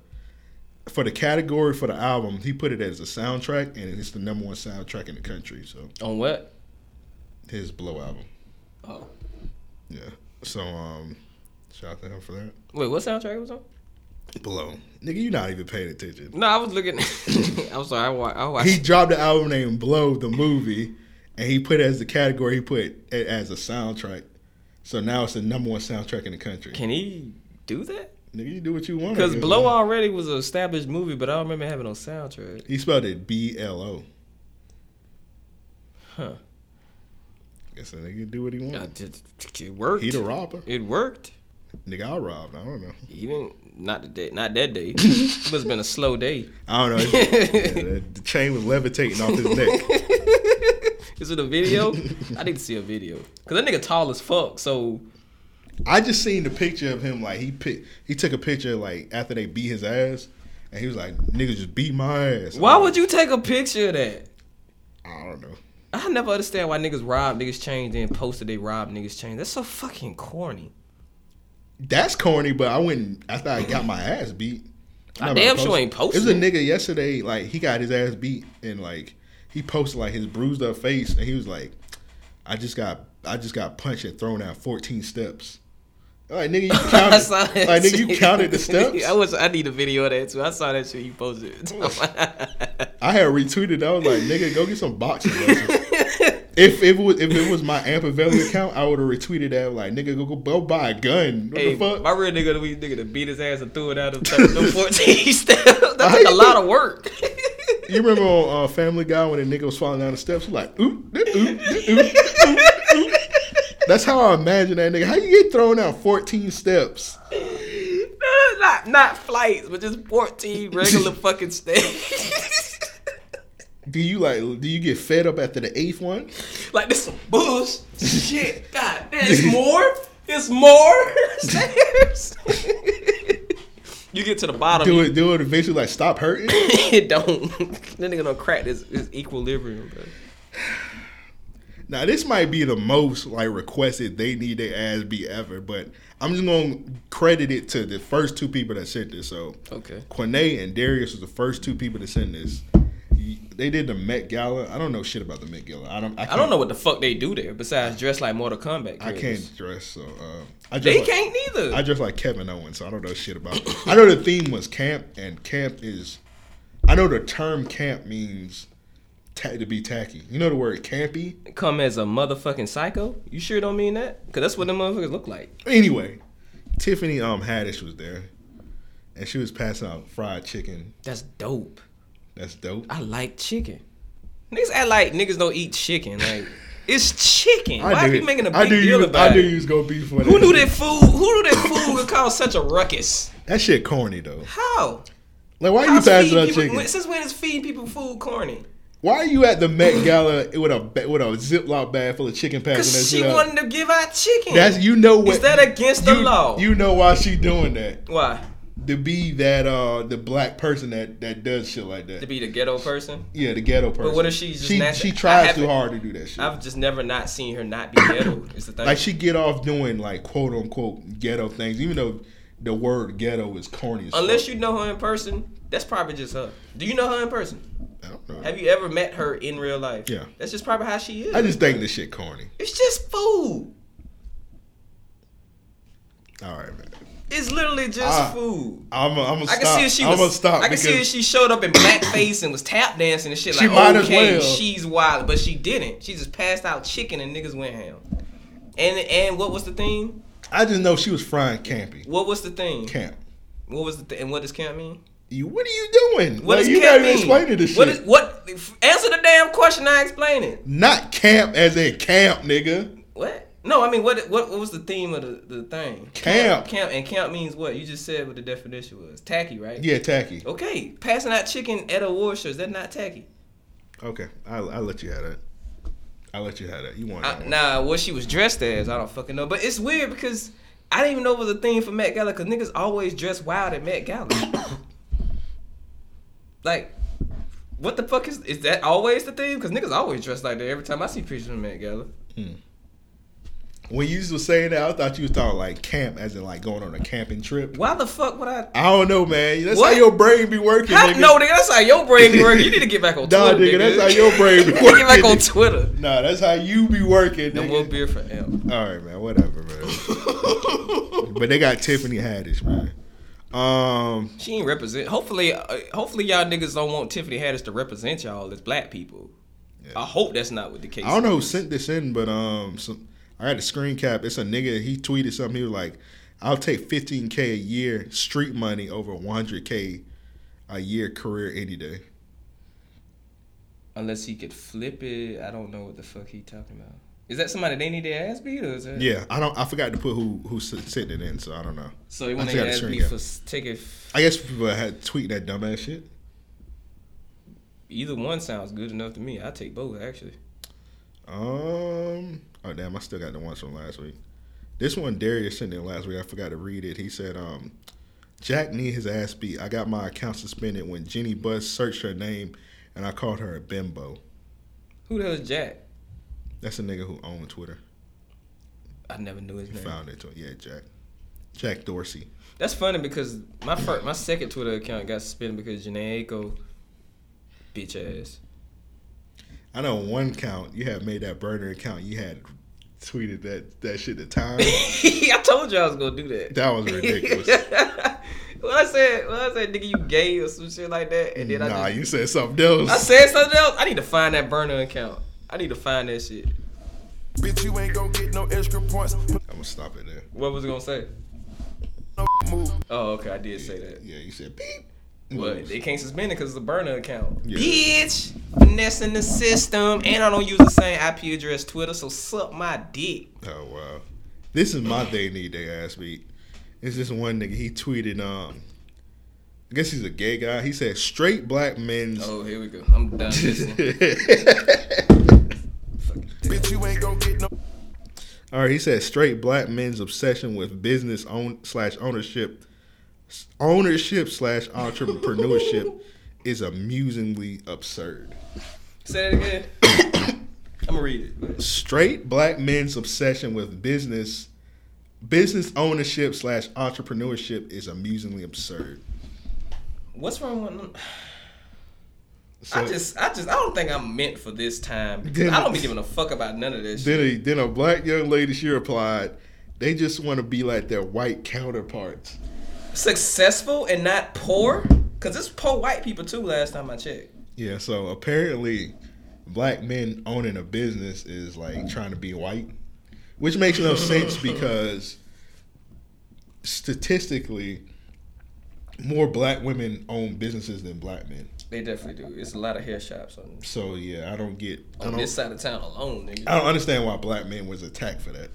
[SPEAKER 10] for the category for the album. He put it as a soundtrack, and it's the number one soundtrack in the country. So
[SPEAKER 4] on what?
[SPEAKER 10] His blow album.
[SPEAKER 4] Oh.
[SPEAKER 10] Yeah. So um, shout out to him for that.
[SPEAKER 4] wait, what soundtrack it was on?
[SPEAKER 10] Blow, nigga, you're not even paying attention.
[SPEAKER 4] No, I was looking. I'm sorry, I watched. I watched.
[SPEAKER 10] he dropped the album named Blow the movie, and he put it as the category. He put it as a soundtrack. So now it's the number one soundtrack in the country.
[SPEAKER 4] Can he do that?
[SPEAKER 10] Nigga, you do what you want.
[SPEAKER 4] Because
[SPEAKER 10] nigga.
[SPEAKER 4] Blow already was an established movie, but I don't remember having no soundtrack.
[SPEAKER 10] He spelled it B L O.
[SPEAKER 4] Huh.
[SPEAKER 10] Guess that nigga do what he
[SPEAKER 4] I
[SPEAKER 10] wants.
[SPEAKER 4] did- It worked.
[SPEAKER 10] He the robber.
[SPEAKER 4] It worked.
[SPEAKER 10] Nigga, I robbed. I don't know.
[SPEAKER 4] He didn't. Not the day. Not that day. it must have been a slow day.
[SPEAKER 10] I don't know. Yeah, the, the chain was levitating off his neck.
[SPEAKER 4] Is it a video? I need to see a video. Cause that nigga tall as fuck. So
[SPEAKER 10] I just seen the picture of him. Like he pick, he took a picture like after they beat his ass, and he was like, "Nigga, just beat my ass."
[SPEAKER 4] why would you take a picture of that?
[SPEAKER 10] I don't know.
[SPEAKER 4] I never understand why niggas rob niggas change then posted they rob niggas change. That's so fucking corny.
[SPEAKER 10] That's corny, but I went after I got my ass beat.
[SPEAKER 4] I
[SPEAKER 10] I'm not
[SPEAKER 4] damn
[SPEAKER 10] about to
[SPEAKER 4] sure
[SPEAKER 10] post-
[SPEAKER 4] ain't posting
[SPEAKER 10] There's a
[SPEAKER 4] it.
[SPEAKER 10] nigga yesterday, like he got his ass beat and like he posted like his bruised up face and he was like, I just got I just got punched and thrown out 14 steps. Like nigga, you
[SPEAKER 4] I
[SPEAKER 10] counted,
[SPEAKER 4] saw that
[SPEAKER 10] like nigga, you
[SPEAKER 4] shit.
[SPEAKER 10] counted the steps.
[SPEAKER 4] I was. I need a video of that too. I saw that shit you posted.
[SPEAKER 10] I had retweeted. I was like, nigga, go get some boxing. lessons." if if it was if it was my Ampavelli account, I would have retweeted that. Like, nigga, go go, go buy a gun. What
[SPEAKER 4] Hey,
[SPEAKER 10] the fuck?
[SPEAKER 4] my real nigga, the weed nigga, to beat his ass and threw it out of the 14 steps. That took a lot of work.
[SPEAKER 10] You remember on uh, Family Guy when a nigga was falling down the steps? He was like, oop, oop, oop, oop, oop. That's how I imagine that nigga. How you get thrown out 14 steps?
[SPEAKER 4] not not flights, but just 14 regular fucking steps.
[SPEAKER 10] Do you like? Do you get fed up after the eighth one?
[SPEAKER 4] like this some bullshit. Shit, god damn, it's more. It's more stairs. you get to the bottom.
[SPEAKER 10] Do
[SPEAKER 4] you-
[SPEAKER 10] it. Do it eventually. Like stop hurting.
[SPEAKER 4] it don't. That nigga don't crack his, his equilibrium, bro.
[SPEAKER 10] Now this might be the most like requested they need their ass be ever, but I'm just gonna credit it to the first two people that sent this. So
[SPEAKER 4] Okay.
[SPEAKER 10] Quinay and Darius was the first two people that sent this. Y- They did the Met Gala. I don't know shit about the Met Gala. I don't. I,
[SPEAKER 4] I don't know what the fuck they do there besides dress like Mortal Kombat.
[SPEAKER 10] I
[SPEAKER 4] characters.
[SPEAKER 10] can't dress. So uh, I
[SPEAKER 4] They
[SPEAKER 10] like-
[SPEAKER 4] can't neither.
[SPEAKER 10] I just like Kevin Owens, so I don't know shit about. I know the theme was camp, and camp is. I know the term camp means ta- to be tacky. You know the word campy.
[SPEAKER 4] Come as a motherfucking psycho? You sure don't mean that? Cause that's what them motherfuckers look like.
[SPEAKER 10] Anyway, Tiffany um Haddish was there, and she was passing out fried chicken.
[SPEAKER 4] That's dope.
[SPEAKER 10] That's dope.
[SPEAKER 4] I like chicken. Niggas act like niggas don't eat chicken. Like it's chicken.
[SPEAKER 10] I
[SPEAKER 4] Why are
[SPEAKER 10] knew
[SPEAKER 4] you
[SPEAKER 10] it.
[SPEAKER 4] making a big
[SPEAKER 10] I knew
[SPEAKER 4] deal
[SPEAKER 10] you,
[SPEAKER 4] about
[SPEAKER 10] I knew
[SPEAKER 4] it?
[SPEAKER 10] you was gonna be for
[SPEAKER 4] Who knew that food? Who knew that food would cause such a ruckus?
[SPEAKER 10] That shit corny though.
[SPEAKER 4] How?
[SPEAKER 10] Like why
[SPEAKER 4] How
[SPEAKER 10] you passing
[SPEAKER 4] feeding
[SPEAKER 10] out
[SPEAKER 4] people-
[SPEAKER 10] chicken?
[SPEAKER 4] when- Since when is feeding people food corny?
[SPEAKER 10] Why are you at the Met Gala with a ba- with a Ziploc bag full of chicken passing that
[SPEAKER 4] Cause she
[SPEAKER 10] shit out?
[SPEAKER 4] wanted to give out chicken.
[SPEAKER 10] That's you know what
[SPEAKER 4] Is that against the
[SPEAKER 10] you-
[SPEAKER 4] law?
[SPEAKER 10] You know why she doing that?
[SPEAKER 4] Why?
[SPEAKER 10] To be that uh the black person that that does shit like that.
[SPEAKER 4] to be the ghetto person.
[SPEAKER 10] Yeah, the ghetto person.
[SPEAKER 4] But what if she's just
[SPEAKER 10] she
[SPEAKER 4] natu-
[SPEAKER 10] she
[SPEAKER 4] I
[SPEAKER 10] tries
[SPEAKER 4] haven't-
[SPEAKER 10] too hard to do that shit?
[SPEAKER 4] I've just never not seen her not be ghetto. Is the thing.
[SPEAKER 10] Like she get off doing like quote unquote ghetto things, even though the word ghetto is corny. As fuck.
[SPEAKER 4] Unless you know her in person, that's probably just her. Do you know her in person?
[SPEAKER 10] I don't know.
[SPEAKER 4] Have you ever met her in real life?
[SPEAKER 10] Yeah.
[SPEAKER 4] That's just probably how she is.
[SPEAKER 10] I just think this shit corny.
[SPEAKER 4] It's just food.
[SPEAKER 10] All right, man.
[SPEAKER 4] It's literally just
[SPEAKER 10] I-
[SPEAKER 4] food.
[SPEAKER 10] I'm gonna
[SPEAKER 4] I
[SPEAKER 10] stop.
[SPEAKER 4] can see if she
[SPEAKER 10] I'm gonna
[SPEAKER 4] was.
[SPEAKER 10] stop.
[SPEAKER 4] I can see if
[SPEAKER 10] because-
[SPEAKER 4] she showed up in blackface and was tap dancing and shit.
[SPEAKER 10] She
[SPEAKER 4] like,
[SPEAKER 10] might as
[SPEAKER 4] okay,
[SPEAKER 10] well.
[SPEAKER 4] she's wild, but she didn't. She just passed out chicken and niggas went ham. And and what was the theme?
[SPEAKER 10] I just know she was frying campy.
[SPEAKER 4] What was the theme?
[SPEAKER 10] Camp.
[SPEAKER 4] What was the th- and what does camp mean?
[SPEAKER 10] You what are you doing? Like,
[SPEAKER 4] What does
[SPEAKER 10] you not
[SPEAKER 4] camp mean?
[SPEAKER 10] even explaining this
[SPEAKER 4] What
[SPEAKER 10] shit.
[SPEAKER 4] is what? f- Answer the damn question. I explain it.
[SPEAKER 10] Not camp as in camp, nigga.
[SPEAKER 4] What? No, I mean, what what, what was the theme of the, the thing?
[SPEAKER 10] Camp.
[SPEAKER 4] Camp. And camp means what? You just said what the definition was. Tacky, right?
[SPEAKER 10] Yeah, tacky.
[SPEAKER 4] Okay. Passing out chicken at award shows, that's not tacky.
[SPEAKER 10] Okay, I'll, I'll let you have that. I'll let you have that. You want
[SPEAKER 4] I, nah, what she was dressed as, I don't fucking know. But it's weird because I didn't even know it was a thing for Met Gala because niggas always dress wild at Met Gala. like, what the fuck is is that always the thing? Because niggas always dress like that every time I see pictures of Met Gala.
[SPEAKER 10] when you was saying that, I thought you was talking like camp as in like going on a camping trip.
[SPEAKER 4] Why the fuck would I?
[SPEAKER 10] I don't know, man. That's
[SPEAKER 4] What?
[SPEAKER 10] how your brain be working.
[SPEAKER 4] How,
[SPEAKER 10] nigga.
[SPEAKER 4] no, nigga, that's how your brain be working. You need to get back on
[SPEAKER 10] Nah,
[SPEAKER 4] Twitter.
[SPEAKER 10] nigga, that's how your brain be
[SPEAKER 4] You need to get back
[SPEAKER 10] working,
[SPEAKER 4] on
[SPEAKER 10] nigga.
[SPEAKER 4] Twitter.
[SPEAKER 10] Nah, that's how you be working.
[SPEAKER 4] No
[SPEAKER 10] nigga.
[SPEAKER 4] more beer for M.
[SPEAKER 10] All right, man. Whatever, man. but they got Tiffany Haddish, man. Um,
[SPEAKER 4] She ain't represent. Hopefully, uh, hopefully y'all niggas don't want Tiffany Haddish to represent y'all as black people. I hope that's not what the case.
[SPEAKER 10] I don't know who
[SPEAKER 4] is.
[SPEAKER 10] sent this in, but um, some I had a screen cap. It's a nigga. He tweeted something. He was like, "I'll take 15k a year street money over 100k a year career any day."
[SPEAKER 4] Unless he could flip it, I don't know what the fuck he talking about. Is that somebody they need their ass beat or is that?
[SPEAKER 10] Yeah, I don't. I forgot to put who who s- sent it in, so I don't know.
[SPEAKER 4] So he
[SPEAKER 10] I
[SPEAKER 4] want
[SPEAKER 10] just
[SPEAKER 4] their
[SPEAKER 10] got a
[SPEAKER 4] ass
[SPEAKER 10] screen
[SPEAKER 4] beat
[SPEAKER 10] cap.
[SPEAKER 4] for s- taking. f-
[SPEAKER 10] I guess people had tweet that dumbass shit.
[SPEAKER 4] Either one sounds good enough to me. I take both actually.
[SPEAKER 10] Um. Oh damn! I still got the ones from last week. This one Darius sent in last week. I forgot to read it. He said, "Um, Jack need his ass beat. I got my account suspended when Jenny Buzz searched her name, and I called her a bimbo.
[SPEAKER 4] Who the hell is Jack?
[SPEAKER 10] That's a nigga who owned Twitter.
[SPEAKER 4] I never knew his
[SPEAKER 10] He
[SPEAKER 4] name.
[SPEAKER 10] found it. Yeah, Jack. Jack Dorsey.
[SPEAKER 4] That's funny because my first, my second Twitter account got suspended because Janae Aiko, bitch ass.
[SPEAKER 10] I know one count. You had made that burner account. You had tweeted that that shit at the time.
[SPEAKER 4] I told you I was gonna do that.
[SPEAKER 10] That was ridiculous.
[SPEAKER 4] well, I said, well, I said, nigga, you gay or some shit like that, and then
[SPEAKER 10] nah,
[SPEAKER 4] I just,
[SPEAKER 10] you said something else.
[SPEAKER 4] I said something else. I need to find that burner account. I need to find that shit.
[SPEAKER 12] Bitch, you ain't gonna get no extra points.
[SPEAKER 10] I'm gonna stop it there.
[SPEAKER 4] What was it gonna say?
[SPEAKER 12] Move.
[SPEAKER 4] Oh, okay, I did say that.
[SPEAKER 10] Yeah, you said beep.
[SPEAKER 4] What? They can't suspend it because it's a burner account.
[SPEAKER 10] Mm. Yeah.
[SPEAKER 4] Bitch, finessing the system, and I don't use the same IP address Twitter, so suck my dick.
[SPEAKER 10] Oh wow. This is my they need their ass beat. It's this one nigga he tweeted um I guess he's a gay guy. He said straight black men's
[SPEAKER 4] Oh, here we go. I'm done.
[SPEAKER 12] Bitch, you ain't gonna get no.
[SPEAKER 10] All right, he said straight black men's obsession with business own slash ownership ownership slash entrepreneurship is amusingly absurd.
[SPEAKER 4] Say that again. I'm gonna read it.
[SPEAKER 10] Straight black men's obsession with business business ownership slash entrepreneurship is amusingly absurd.
[SPEAKER 4] What's wrong with them?
[SPEAKER 10] So-
[SPEAKER 4] I just, I just, I don't think I'm meant for this time. because
[SPEAKER 10] Then-
[SPEAKER 4] I don't be giving a fuck about none of this.
[SPEAKER 10] Then
[SPEAKER 4] shit.
[SPEAKER 10] a, then a black young lady she replied, they just want to be like their white counterparts.
[SPEAKER 4] Successful and not poor, cause it's poor white people too. Last time I checked,
[SPEAKER 10] Yeah, so apparently, black men owning a business is like trying to be white, which makes no sense because statistically, more black women own businesses than black men.
[SPEAKER 4] They definitely do. It's a lot of hair shops on,
[SPEAKER 10] So yeah, I don't get. I
[SPEAKER 4] on
[SPEAKER 10] don't,
[SPEAKER 4] this side of town alone. Nigga.
[SPEAKER 10] I don't understand why black men was attacked for that.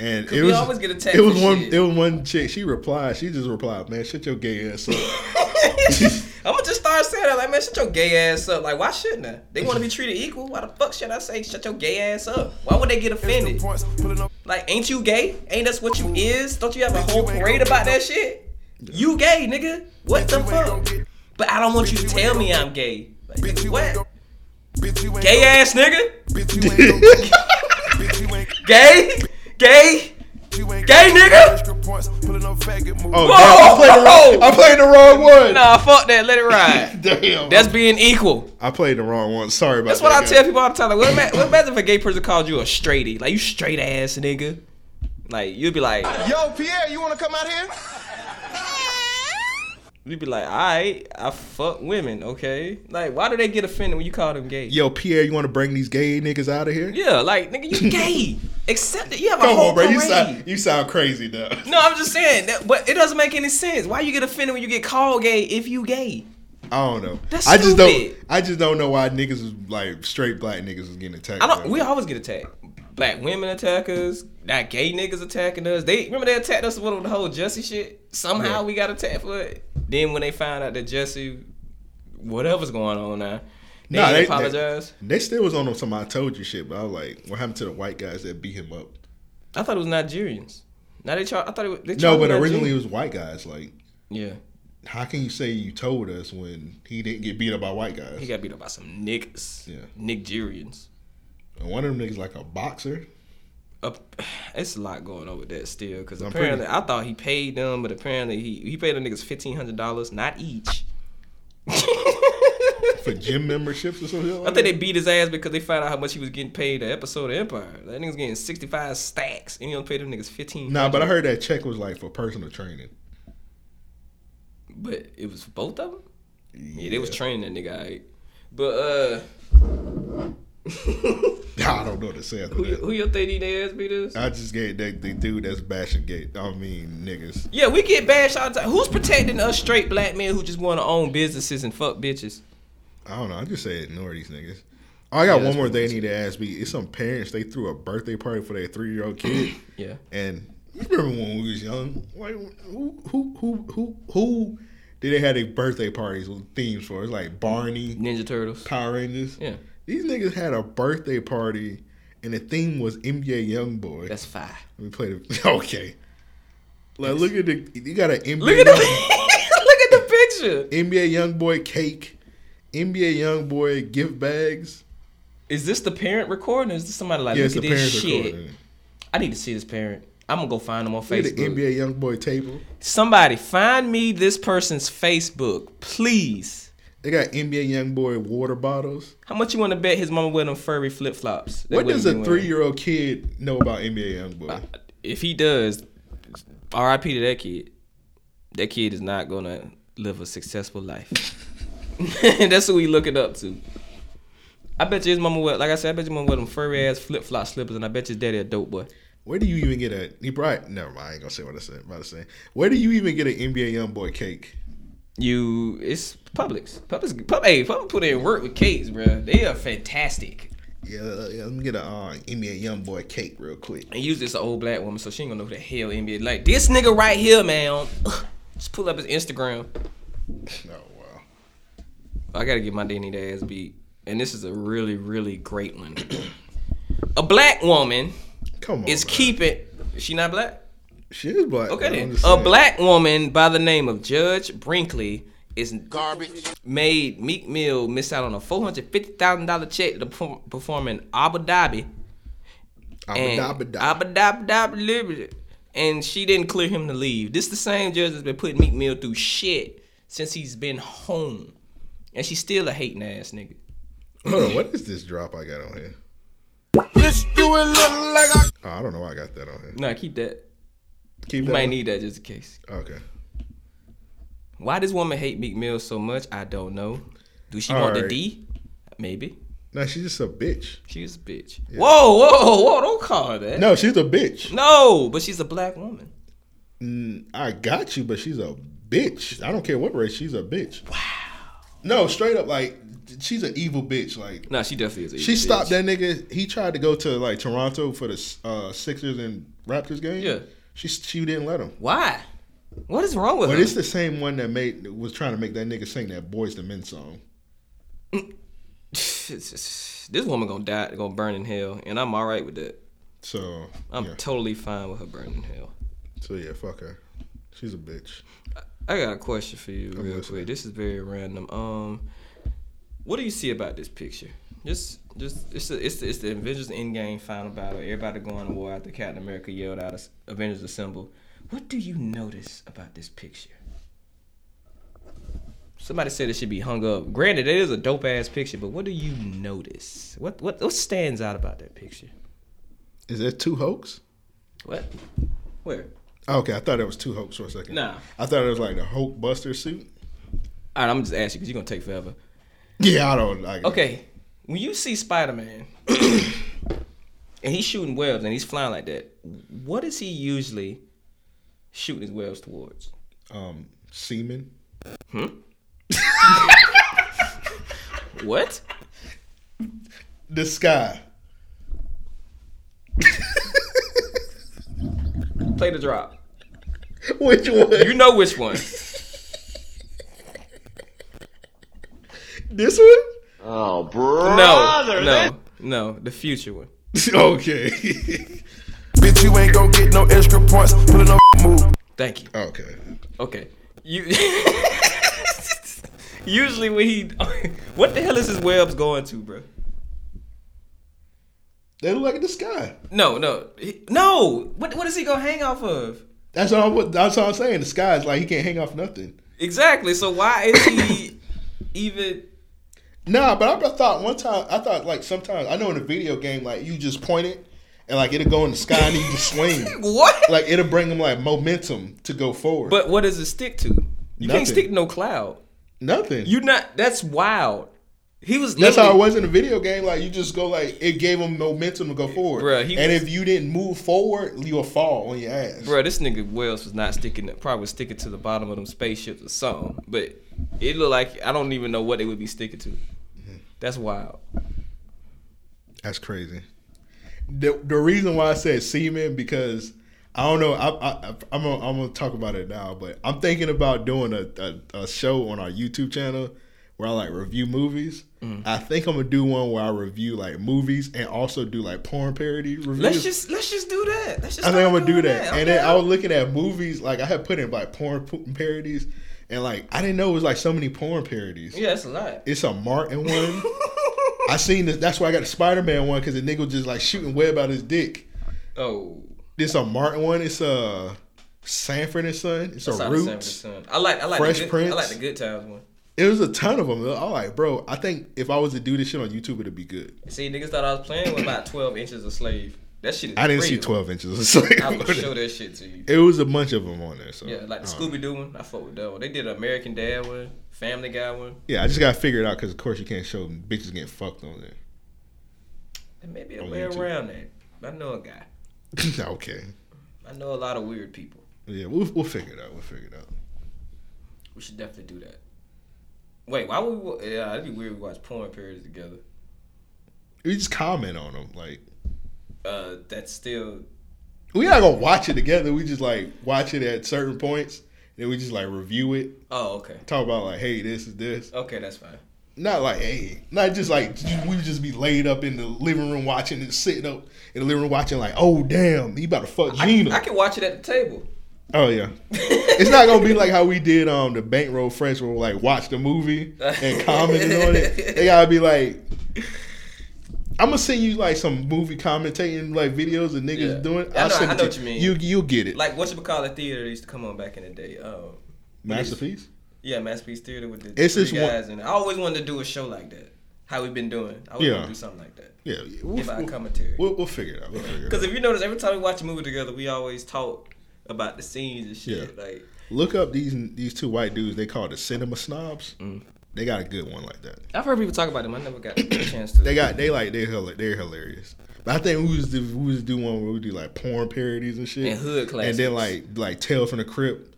[SPEAKER 10] And
[SPEAKER 4] 'Cause
[SPEAKER 10] it
[SPEAKER 4] we
[SPEAKER 10] was
[SPEAKER 4] always get attacked
[SPEAKER 10] It was
[SPEAKER 4] for
[SPEAKER 10] one.
[SPEAKER 4] shit.
[SPEAKER 10] It was one chick. She replied. She just replied, "Man, shut your gay ass up."
[SPEAKER 4] I'm gonna just start saying that, like, man, shut your gay ass up. Like, why shouldn't I? They want to be treated equal. Why the fuck should I say shut your gay ass up? Why would they get offended? Like, ain't you gay? Ain't that's what you is? Don't you have a whole parade about that shit? You gay, nigga? What the fuck? But I don't want you to tell me I'm gay. Like, nigga, what? Gay ass nigga? Gay? Gay? Gay nigga?
[SPEAKER 10] Oh,
[SPEAKER 4] Whoa!
[SPEAKER 10] damn, I played the wrong, I played the wrong one.
[SPEAKER 4] Oh! Nah, fuck that. Let it ride.
[SPEAKER 10] Damn.
[SPEAKER 4] That's being equal.
[SPEAKER 10] I played the wrong one. Sorry about
[SPEAKER 4] That's
[SPEAKER 10] that.
[SPEAKER 4] what I
[SPEAKER 10] guys.
[SPEAKER 4] tell people all the time. Like, what ima- what imagine if a gay person called you a straighty? Like, you straight ass nigga. Like, you'd be like,
[SPEAKER 2] Yo, Pierre, you wanna come out here?
[SPEAKER 4] you'd be like, all right, I fuck women, okay? Like, why do they get offended when you call them gay?
[SPEAKER 10] Yo, Pierre, you want to bring these gay niggas out of here?
[SPEAKER 4] Yeah, like, nigga, you gay. Except that you have a
[SPEAKER 10] Come
[SPEAKER 4] whole
[SPEAKER 10] on, bro. You
[SPEAKER 4] parade.
[SPEAKER 10] sound you sound crazy though.
[SPEAKER 4] No, I'm just saying, that, but it doesn't make any sense. Why you get offended when you get called gay if you gay?
[SPEAKER 10] I don't know.
[SPEAKER 4] That's
[SPEAKER 10] I just don't.
[SPEAKER 4] stupid.
[SPEAKER 10] I just don't know why niggas is like straight black niggas is getting attacked.
[SPEAKER 4] I don't.
[SPEAKER 10] bro.
[SPEAKER 4] We always get attacked. Black women attack us. Not gay niggas attacking us. They remember they attacked us with the whole Jesse shit. Somehow
[SPEAKER 6] Yeah.
[SPEAKER 4] we got attacked for it. Then when they found out that Jesse, whatever's going on now, they
[SPEAKER 10] Nah,
[SPEAKER 4] ain't
[SPEAKER 10] they-
[SPEAKER 4] apologize.
[SPEAKER 10] They, still was on some I told you shit, but I was like, what happened to the white guys that beat him up?
[SPEAKER 4] I thought it was Nigerians. Now they try. I thought it was. They
[SPEAKER 10] No,
[SPEAKER 4] charged
[SPEAKER 10] but
[SPEAKER 4] Nigerians.
[SPEAKER 10] originally it was white guys. Like,
[SPEAKER 4] yeah,
[SPEAKER 10] how can you say you told us when he didn't get beat up by white guys?
[SPEAKER 4] he got beat up by some niggas.
[SPEAKER 10] Yeah.
[SPEAKER 4] Nigerians.
[SPEAKER 10] And one of them niggas like a boxer.
[SPEAKER 4] Up, it's a lot going on with that still. Because
[SPEAKER 10] I'm
[SPEAKER 4] apparently,
[SPEAKER 10] pretty-
[SPEAKER 4] I thought he paid them, but apparently he he paid the niggas fifteen hundred dollars, not each.
[SPEAKER 10] for gym memberships or something.
[SPEAKER 4] I think they beat his ass because they found out how much he was getting paid an episode of Empire. That nigga's getting 65 stacks, and he only paid them niggas 15.
[SPEAKER 10] Nah, but I heard that check was like for personal training.
[SPEAKER 4] But it was for both of them? Yeah, they was training that nigga, alright. But, uh,
[SPEAKER 10] I don't know what to say after
[SPEAKER 4] who,
[SPEAKER 10] that.
[SPEAKER 4] who your 30 day ass beat is?
[SPEAKER 10] I just gave that the dude that's bashing gay. I mean niggas.
[SPEAKER 4] Yeah, we get bashed all the time. Who's protecting us straight black men who just want to own businesses and fuck bitches?
[SPEAKER 10] I don't know. I just say ignore these niggas. Oh, I got
[SPEAKER 4] Yeah,
[SPEAKER 10] one
[SPEAKER 4] that's
[SPEAKER 10] more thing I need to ask me. It's some parents. They threw a birthday party for their three year old kid.
[SPEAKER 4] Yeah.
[SPEAKER 10] And you remember when we was young? Like who who who who who did they have their birthday parties with themes for? It's like Barney,
[SPEAKER 4] Ninja Turtles,
[SPEAKER 10] Power Rangers.
[SPEAKER 4] Yeah.
[SPEAKER 10] These niggas had a birthday party, and the theme was NBA YoungBoy.
[SPEAKER 4] That's fine.
[SPEAKER 10] Let me play the okay. Like look at the you got an NBA.
[SPEAKER 4] Look at the-
[SPEAKER 10] look
[SPEAKER 4] at the picture.
[SPEAKER 10] NBA YoungBoy cake, NBA YoungBoy gift bags.
[SPEAKER 4] Is this the parent recording? Or is this somebody like,
[SPEAKER 10] Yeah, it's
[SPEAKER 4] look at
[SPEAKER 10] the
[SPEAKER 4] this
[SPEAKER 10] parents
[SPEAKER 4] shit?
[SPEAKER 10] recording.
[SPEAKER 4] I need to see this parent. I'm going to go find him on
[SPEAKER 10] Look at
[SPEAKER 4] Facebook.
[SPEAKER 10] the NBA YoungBoy table.
[SPEAKER 4] Somebody find me this person's Facebook, please.
[SPEAKER 10] They got NBA YoungBoy water bottles.
[SPEAKER 4] How much you want to bet his mama wear them furry flip flops?
[SPEAKER 10] What does a three year old kid know about NBA YoungBoy?
[SPEAKER 4] If he does, R.I.P. to that kid. That kid is not gonna live a successful life. That's who we looking up to. I bet you his mama wear, like I said, I bet your mama wear them furry ass flip flop slippers, and I bet your daddy a dope boy.
[SPEAKER 10] Where do you even get a? He probably never mind. I ain't gonna say what I said. About to say, where do you even get an NBA YoungBoy cake?
[SPEAKER 4] You, it's Publix. Publix, Pub, hey, Publix put in work with cakes, bruh. They are fantastic.
[SPEAKER 10] Yeah, yeah, let me get a uh, NBA YoungBoy cake real quick.
[SPEAKER 4] And usually it's an old black woman, so she ain't gonna know who the hell NBA like. This nigga right here, man. Just pull up his Instagram.
[SPEAKER 10] Oh wow.
[SPEAKER 4] I gotta get my Danny to ass beat. And this is a really, really great one. a black woman
[SPEAKER 10] Come on,
[SPEAKER 4] is keeping she not black?
[SPEAKER 10] She is black. bro.
[SPEAKER 4] Okay
[SPEAKER 10] I'm
[SPEAKER 4] then.
[SPEAKER 10] just
[SPEAKER 4] A
[SPEAKER 10] saying.
[SPEAKER 4] black woman by the name of Judge Brinkley is garbage made Meek Mill miss out on a four hundred fifty thousand dollar check to perform, perform in Abu Dhabi.
[SPEAKER 10] Abu
[SPEAKER 4] And-
[SPEAKER 10] Dhabi Dhabi.
[SPEAKER 4] Abu Dhabi Dhabi Liberty. And she didn't clear him to leave. This the same judge that's been putting Meek Mill through shit since he's been home, and she's still a hating ass nigga.
[SPEAKER 10] Hold on, what is this drop I got on here? Oh, I don't know why I got that on here.
[SPEAKER 4] Nah, keep that.
[SPEAKER 10] Keep
[SPEAKER 4] you
[SPEAKER 10] that
[SPEAKER 4] might
[SPEAKER 10] one?
[SPEAKER 4] need that just in case.
[SPEAKER 10] Okay.
[SPEAKER 4] Why does woman hate Meek Mill so much? I don't know. Do she want the
[SPEAKER 10] Alright.
[SPEAKER 4] D? Maybe.
[SPEAKER 10] No, she's just a bitch.
[SPEAKER 4] She's a bitch.
[SPEAKER 10] Yeah.
[SPEAKER 4] Whoa, whoa, whoa! Don't call her that.
[SPEAKER 10] No, she's a bitch.
[SPEAKER 4] No, but she's a black woman.
[SPEAKER 10] Mm, I got you, but she's a bitch. I don't care what race, she's a bitch. Wow. No, straight up, like she's an evil bitch. Like
[SPEAKER 4] No, she definitely is. an
[SPEAKER 10] she
[SPEAKER 4] evil
[SPEAKER 10] stopped that
[SPEAKER 4] bitch.
[SPEAKER 10] nigga. He tried to go to like Toronto for the uh, Sixers and Raptors game.
[SPEAKER 4] Yeah.
[SPEAKER 10] She she didn't let him.
[SPEAKER 4] Why? What is wrong with
[SPEAKER 10] But
[SPEAKER 4] him?
[SPEAKER 10] it's the same one that made was trying to make that nigga sing that Boys the Men song.
[SPEAKER 4] It's just- this woman gonna die, gonna burn in hell, and I'm all right with that.
[SPEAKER 10] So
[SPEAKER 4] I'm totally fine with her burning in hell.
[SPEAKER 10] So yeah, fuck her. She's a bitch.
[SPEAKER 4] I got a question for you, real quick. This is very random. Um, what do you see about this picture? Just, just it's the it's the, it's the Avengers Endgame final battle. Everybody going to war after Captain America yelled out "As- "Avengers Assemble." What do you notice about this picture? Somebody said it should be hung up. Granted, it is a dope ass picture, but what do you notice? What what what stands out about that picture?
[SPEAKER 10] Is that two hoax?
[SPEAKER 4] What? Where?
[SPEAKER 10] Okay, I thought that was two hoax for a second.
[SPEAKER 4] Nah.
[SPEAKER 10] I thought it was like the Hulk Buster suit.
[SPEAKER 4] All right, I'm just asking because you're gonna take forever.
[SPEAKER 10] Yeah, I don't like.
[SPEAKER 4] Okay, when you see Spider Man and he's shooting webs and he's flying like that, what is he usually shooting his webs towards?
[SPEAKER 10] Um, semen.
[SPEAKER 4] Hmm. what?
[SPEAKER 10] The sky.
[SPEAKER 4] Play the drop.
[SPEAKER 10] Which one?
[SPEAKER 4] You know which one.
[SPEAKER 10] This one?
[SPEAKER 4] Oh,
[SPEAKER 10] brother,
[SPEAKER 4] No,
[SPEAKER 10] that-
[SPEAKER 4] no, no. The future one.
[SPEAKER 10] okay.
[SPEAKER 12] Bitch, you ain't gon' get no extra points. Pulling no move.
[SPEAKER 4] Thank you.
[SPEAKER 10] Okay.
[SPEAKER 4] Okay. You. Usually when he, what the hell is his webs going to, bro?
[SPEAKER 10] They look like the sky.
[SPEAKER 4] No, no, He- no. What what is he gonna hang off of?
[SPEAKER 10] That's all. I'm- That's all I'm saying. The sky is like he can't hang off nothing.
[SPEAKER 4] Exactly. So why is he even?
[SPEAKER 10] Nah, but I thought one time. I thought like sometimes I know in a video game like you just point it and like it'll go in the sky and you just swing.
[SPEAKER 4] what?
[SPEAKER 10] Like it'll bring them like momentum to go forward.
[SPEAKER 4] But what does it stick to? You
[SPEAKER 10] Nothing.
[SPEAKER 4] can't stick to no cloud.
[SPEAKER 10] Nothing.
[SPEAKER 4] You not. That's wild. He was.
[SPEAKER 10] That's how
[SPEAKER 4] literally-
[SPEAKER 10] it was in the video game. Like you just go like it gave them momentum to go forward.
[SPEAKER 4] Bruh, he
[SPEAKER 10] and
[SPEAKER 4] was-
[SPEAKER 10] if you didn't move forward, you'll fall on your ass.
[SPEAKER 4] Bro, this nigga Wells was not sticking. Probably was sticking to the bottom of them spaceships or something. But it looked like I don't even know what they would be sticking to. That's wild.
[SPEAKER 10] That's crazy. The, the reason why I said semen because I don't know. I, I, I'm gonna, I'm gonna talk about it now, but I'm thinking about doing a, a, a show on our YouTube channel where I like review movies.
[SPEAKER 4] Mm.
[SPEAKER 10] I think I'm gonna do one where I review like movies and also do like porn parody reviews.
[SPEAKER 4] Let's just let's just do that. Let's just
[SPEAKER 10] I think
[SPEAKER 4] start
[SPEAKER 10] I'm gonna do
[SPEAKER 4] doing
[SPEAKER 10] that. And then
[SPEAKER 4] Okay.
[SPEAKER 10] I was looking at movies, like I had put in like porn p- parodies, and like I didn't know it was like so many porn parodies.
[SPEAKER 4] Yeah, that's a lot.
[SPEAKER 10] It's a Martin one. I seen this. That's why I got the Spider Man one because the nigga was just like shooting web out his dick.
[SPEAKER 4] Oh,
[SPEAKER 10] This a Martin one. It's a Sanford and Son. It's
[SPEAKER 4] that's
[SPEAKER 10] a
[SPEAKER 4] not the same as
[SPEAKER 10] Roots.
[SPEAKER 4] the sun. I like I like
[SPEAKER 10] Fresh
[SPEAKER 4] the good,
[SPEAKER 10] Prince.
[SPEAKER 4] I like the good times one.
[SPEAKER 10] It was a ton of them. I'm like, bro, I think if I was to do this shit on YouTube, it'd be good.
[SPEAKER 4] See, niggas thought I was playing with about 12 inches of slave. That shit is
[SPEAKER 10] I didn't see
[SPEAKER 4] real.
[SPEAKER 10] 12 inches Oh. of slave.
[SPEAKER 4] I would show that shit to you.
[SPEAKER 10] It was a bunch of them on there. So um,
[SPEAKER 4] yeah, like the
[SPEAKER 10] I don't know.
[SPEAKER 4] Scooby Doo one. I fuck with that one. They did an American Dad one, Family Guy one.
[SPEAKER 10] Yeah, I just gotta figure it out because of course you can't show bitches getting fucked on there.
[SPEAKER 4] There may be a
[SPEAKER 10] On
[SPEAKER 4] way
[SPEAKER 10] YouTube.
[SPEAKER 4] around that. I know a guy.
[SPEAKER 10] okay.
[SPEAKER 4] I know a lot of weird people.
[SPEAKER 10] Yeah, we'll, we'll figure it out. We'll figure it out.
[SPEAKER 4] We should definitely do that. Wait, why would we? wa- Yeah, it'd be weird. We watch porn periods together.
[SPEAKER 10] We just comment on them. Like
[SPEAKER 4] Uh, that's still
[SPEAKER 10] we not gonna watch it together. We just like watch it at certain points, and then we just like review it.
[SPEAKER 4] Oh, okay.
[SPEAKER 10] Talk about like, hey, this is this.
[SPEAKER 4] okay. That's fine.
[SPEAKER 10] Not like hey, not just like j- we just be laid up in the living room watching it, sitting up in the living room watching like, oh damn, he about to fuck Gina.
[SPEAKER 4] I can watch it at the table.
[SPEAKER 10] Oh yeah, it's not gonna be like how we did um the bankroll French, where we like watch the movie and commenting on it. They gotta be like, I'm gonna send you like some movie commentating like videos of niggas doing.
[SPEAKER 4] I
[SPEAKER 10] I'll
[SPEAKER 4] know,
[SPEAKER 10] send
[SPEAKER 4] I
[SPEAKER 10] it
[SPEAKER 4] know
[SPEAKER 10] to
[SPEAKER 4] what you mean.
[SPEAKER 10] You you'll get it.
[SPEAKER 4] Like what you call it theater that used to come on back in the day. Um,
[SPEAKER 10] Masterpiece.
[SPEAKER 4] yeah, Masterpiece Theater with the
[SPEAKER 10] It's
[SPEAKER 4] three
[SPEAKER 10] just one-
[SPEAKER 4] guys. And I always wanted to do a show like that. How we've been doing. I always
[SPEAKER 10] Yeah.
[SPEAKER 4] want to do something like that.
[SPEAKER 10] Yeah, yeah, we'll-
[SPEAKER 4] Give our commentary.
[SPEAKER 10] We'll, we'll figure it out. We'll figure it
[SPEAKER 4] Because
[SPEAKER 10] out.
[SPEAKER 4] if you notice, every time we watch a movie together, we always talk about the scenes and shit.
[SPEAKER 10] Yeah.
[SPEAKER 4] Like
[SPEAKER 10] Look up these these two white dudes. They call the cinema snobs. They got a good one like that.
[SPEAKER 4] I've heard people talk about them. I never got a chance to.
[SPEAKER 10] They got they like they're hila- they're hilarious. But I think we was do, we was do one where we do like porn parodies and shit,
[SPEAKER 4] And hood
[SPEAKER 10] and then
[SPEAKER 4] classics.
[SPEAKER 10] like like Tales from the Crypt,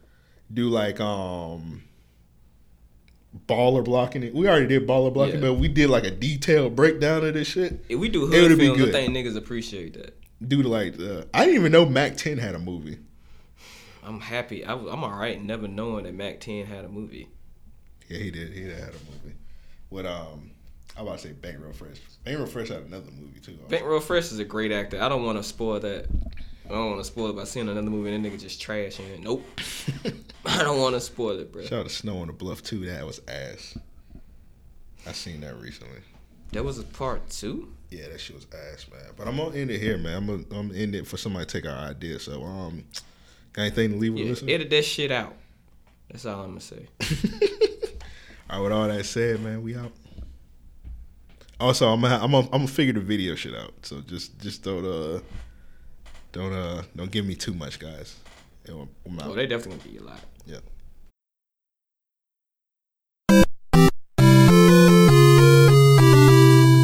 [SPEAKER 10] do like um baller blocking it. We already did baller blocking,
[SPEAKER 4] Yeah.
[SPEAKER 10] but we did like a detailed breakdown of this shit.
[SPEAKER 4] If we
[SPEAKER 10] It
[SPEAKER 4] do hood
[SPEAKER 10] would be
[SPEAKER 4] films, I
[SPEAKER 10] good.
[SPEAKER 4] think niggas appreciate that.
[SPEAKER 10] Due to like uh, I didn't even know Mac Ten had a movie.
[SPEAKER 4] I'm happy. I, am all right, never knowing that Mac Ten had a movie.
[SPEAKER 10] Yeah, he did. He did had a movie with um. I about to say Bankroll Fresh. Bankroll Fresh had another movie too.
[SPEAKER 4] Bankroll Fresh is a great actor. I don't want to spoil that. I don't want to spoil it by seeing another movie and that nigga just trash in it. Nope. I don't want to spoil it, bro.
[SPEAKER 10] Shout out to Snow on the Bluff too. That was ass. I seen that recently.
[SPEAKER 4] That was a part two.
[SPEAKER 10] Yeah, that shit was ass, man. But I'm gonna end it here, man. I'm gonna, I'm gonna end it for somebody to take our idea. So um, got anything to leave with
[SPEAKER 4] Yeah,
[SPEAKER 10] listeners?
[SPEAKER 4] edit that shit out. That's all I'm gonna say.
[SPEAKER 10] All right, with all that said, man, we out. Also, I'm gonna, I'm gonna, I'm gonna figure the video shit out. So just just don't uh don't uh don't give me too much, guys. And I'm- I'm out.
[SPEAKER 4] Oh, they definitely gonna be a lot.
[SPEAKER 10] Yeah.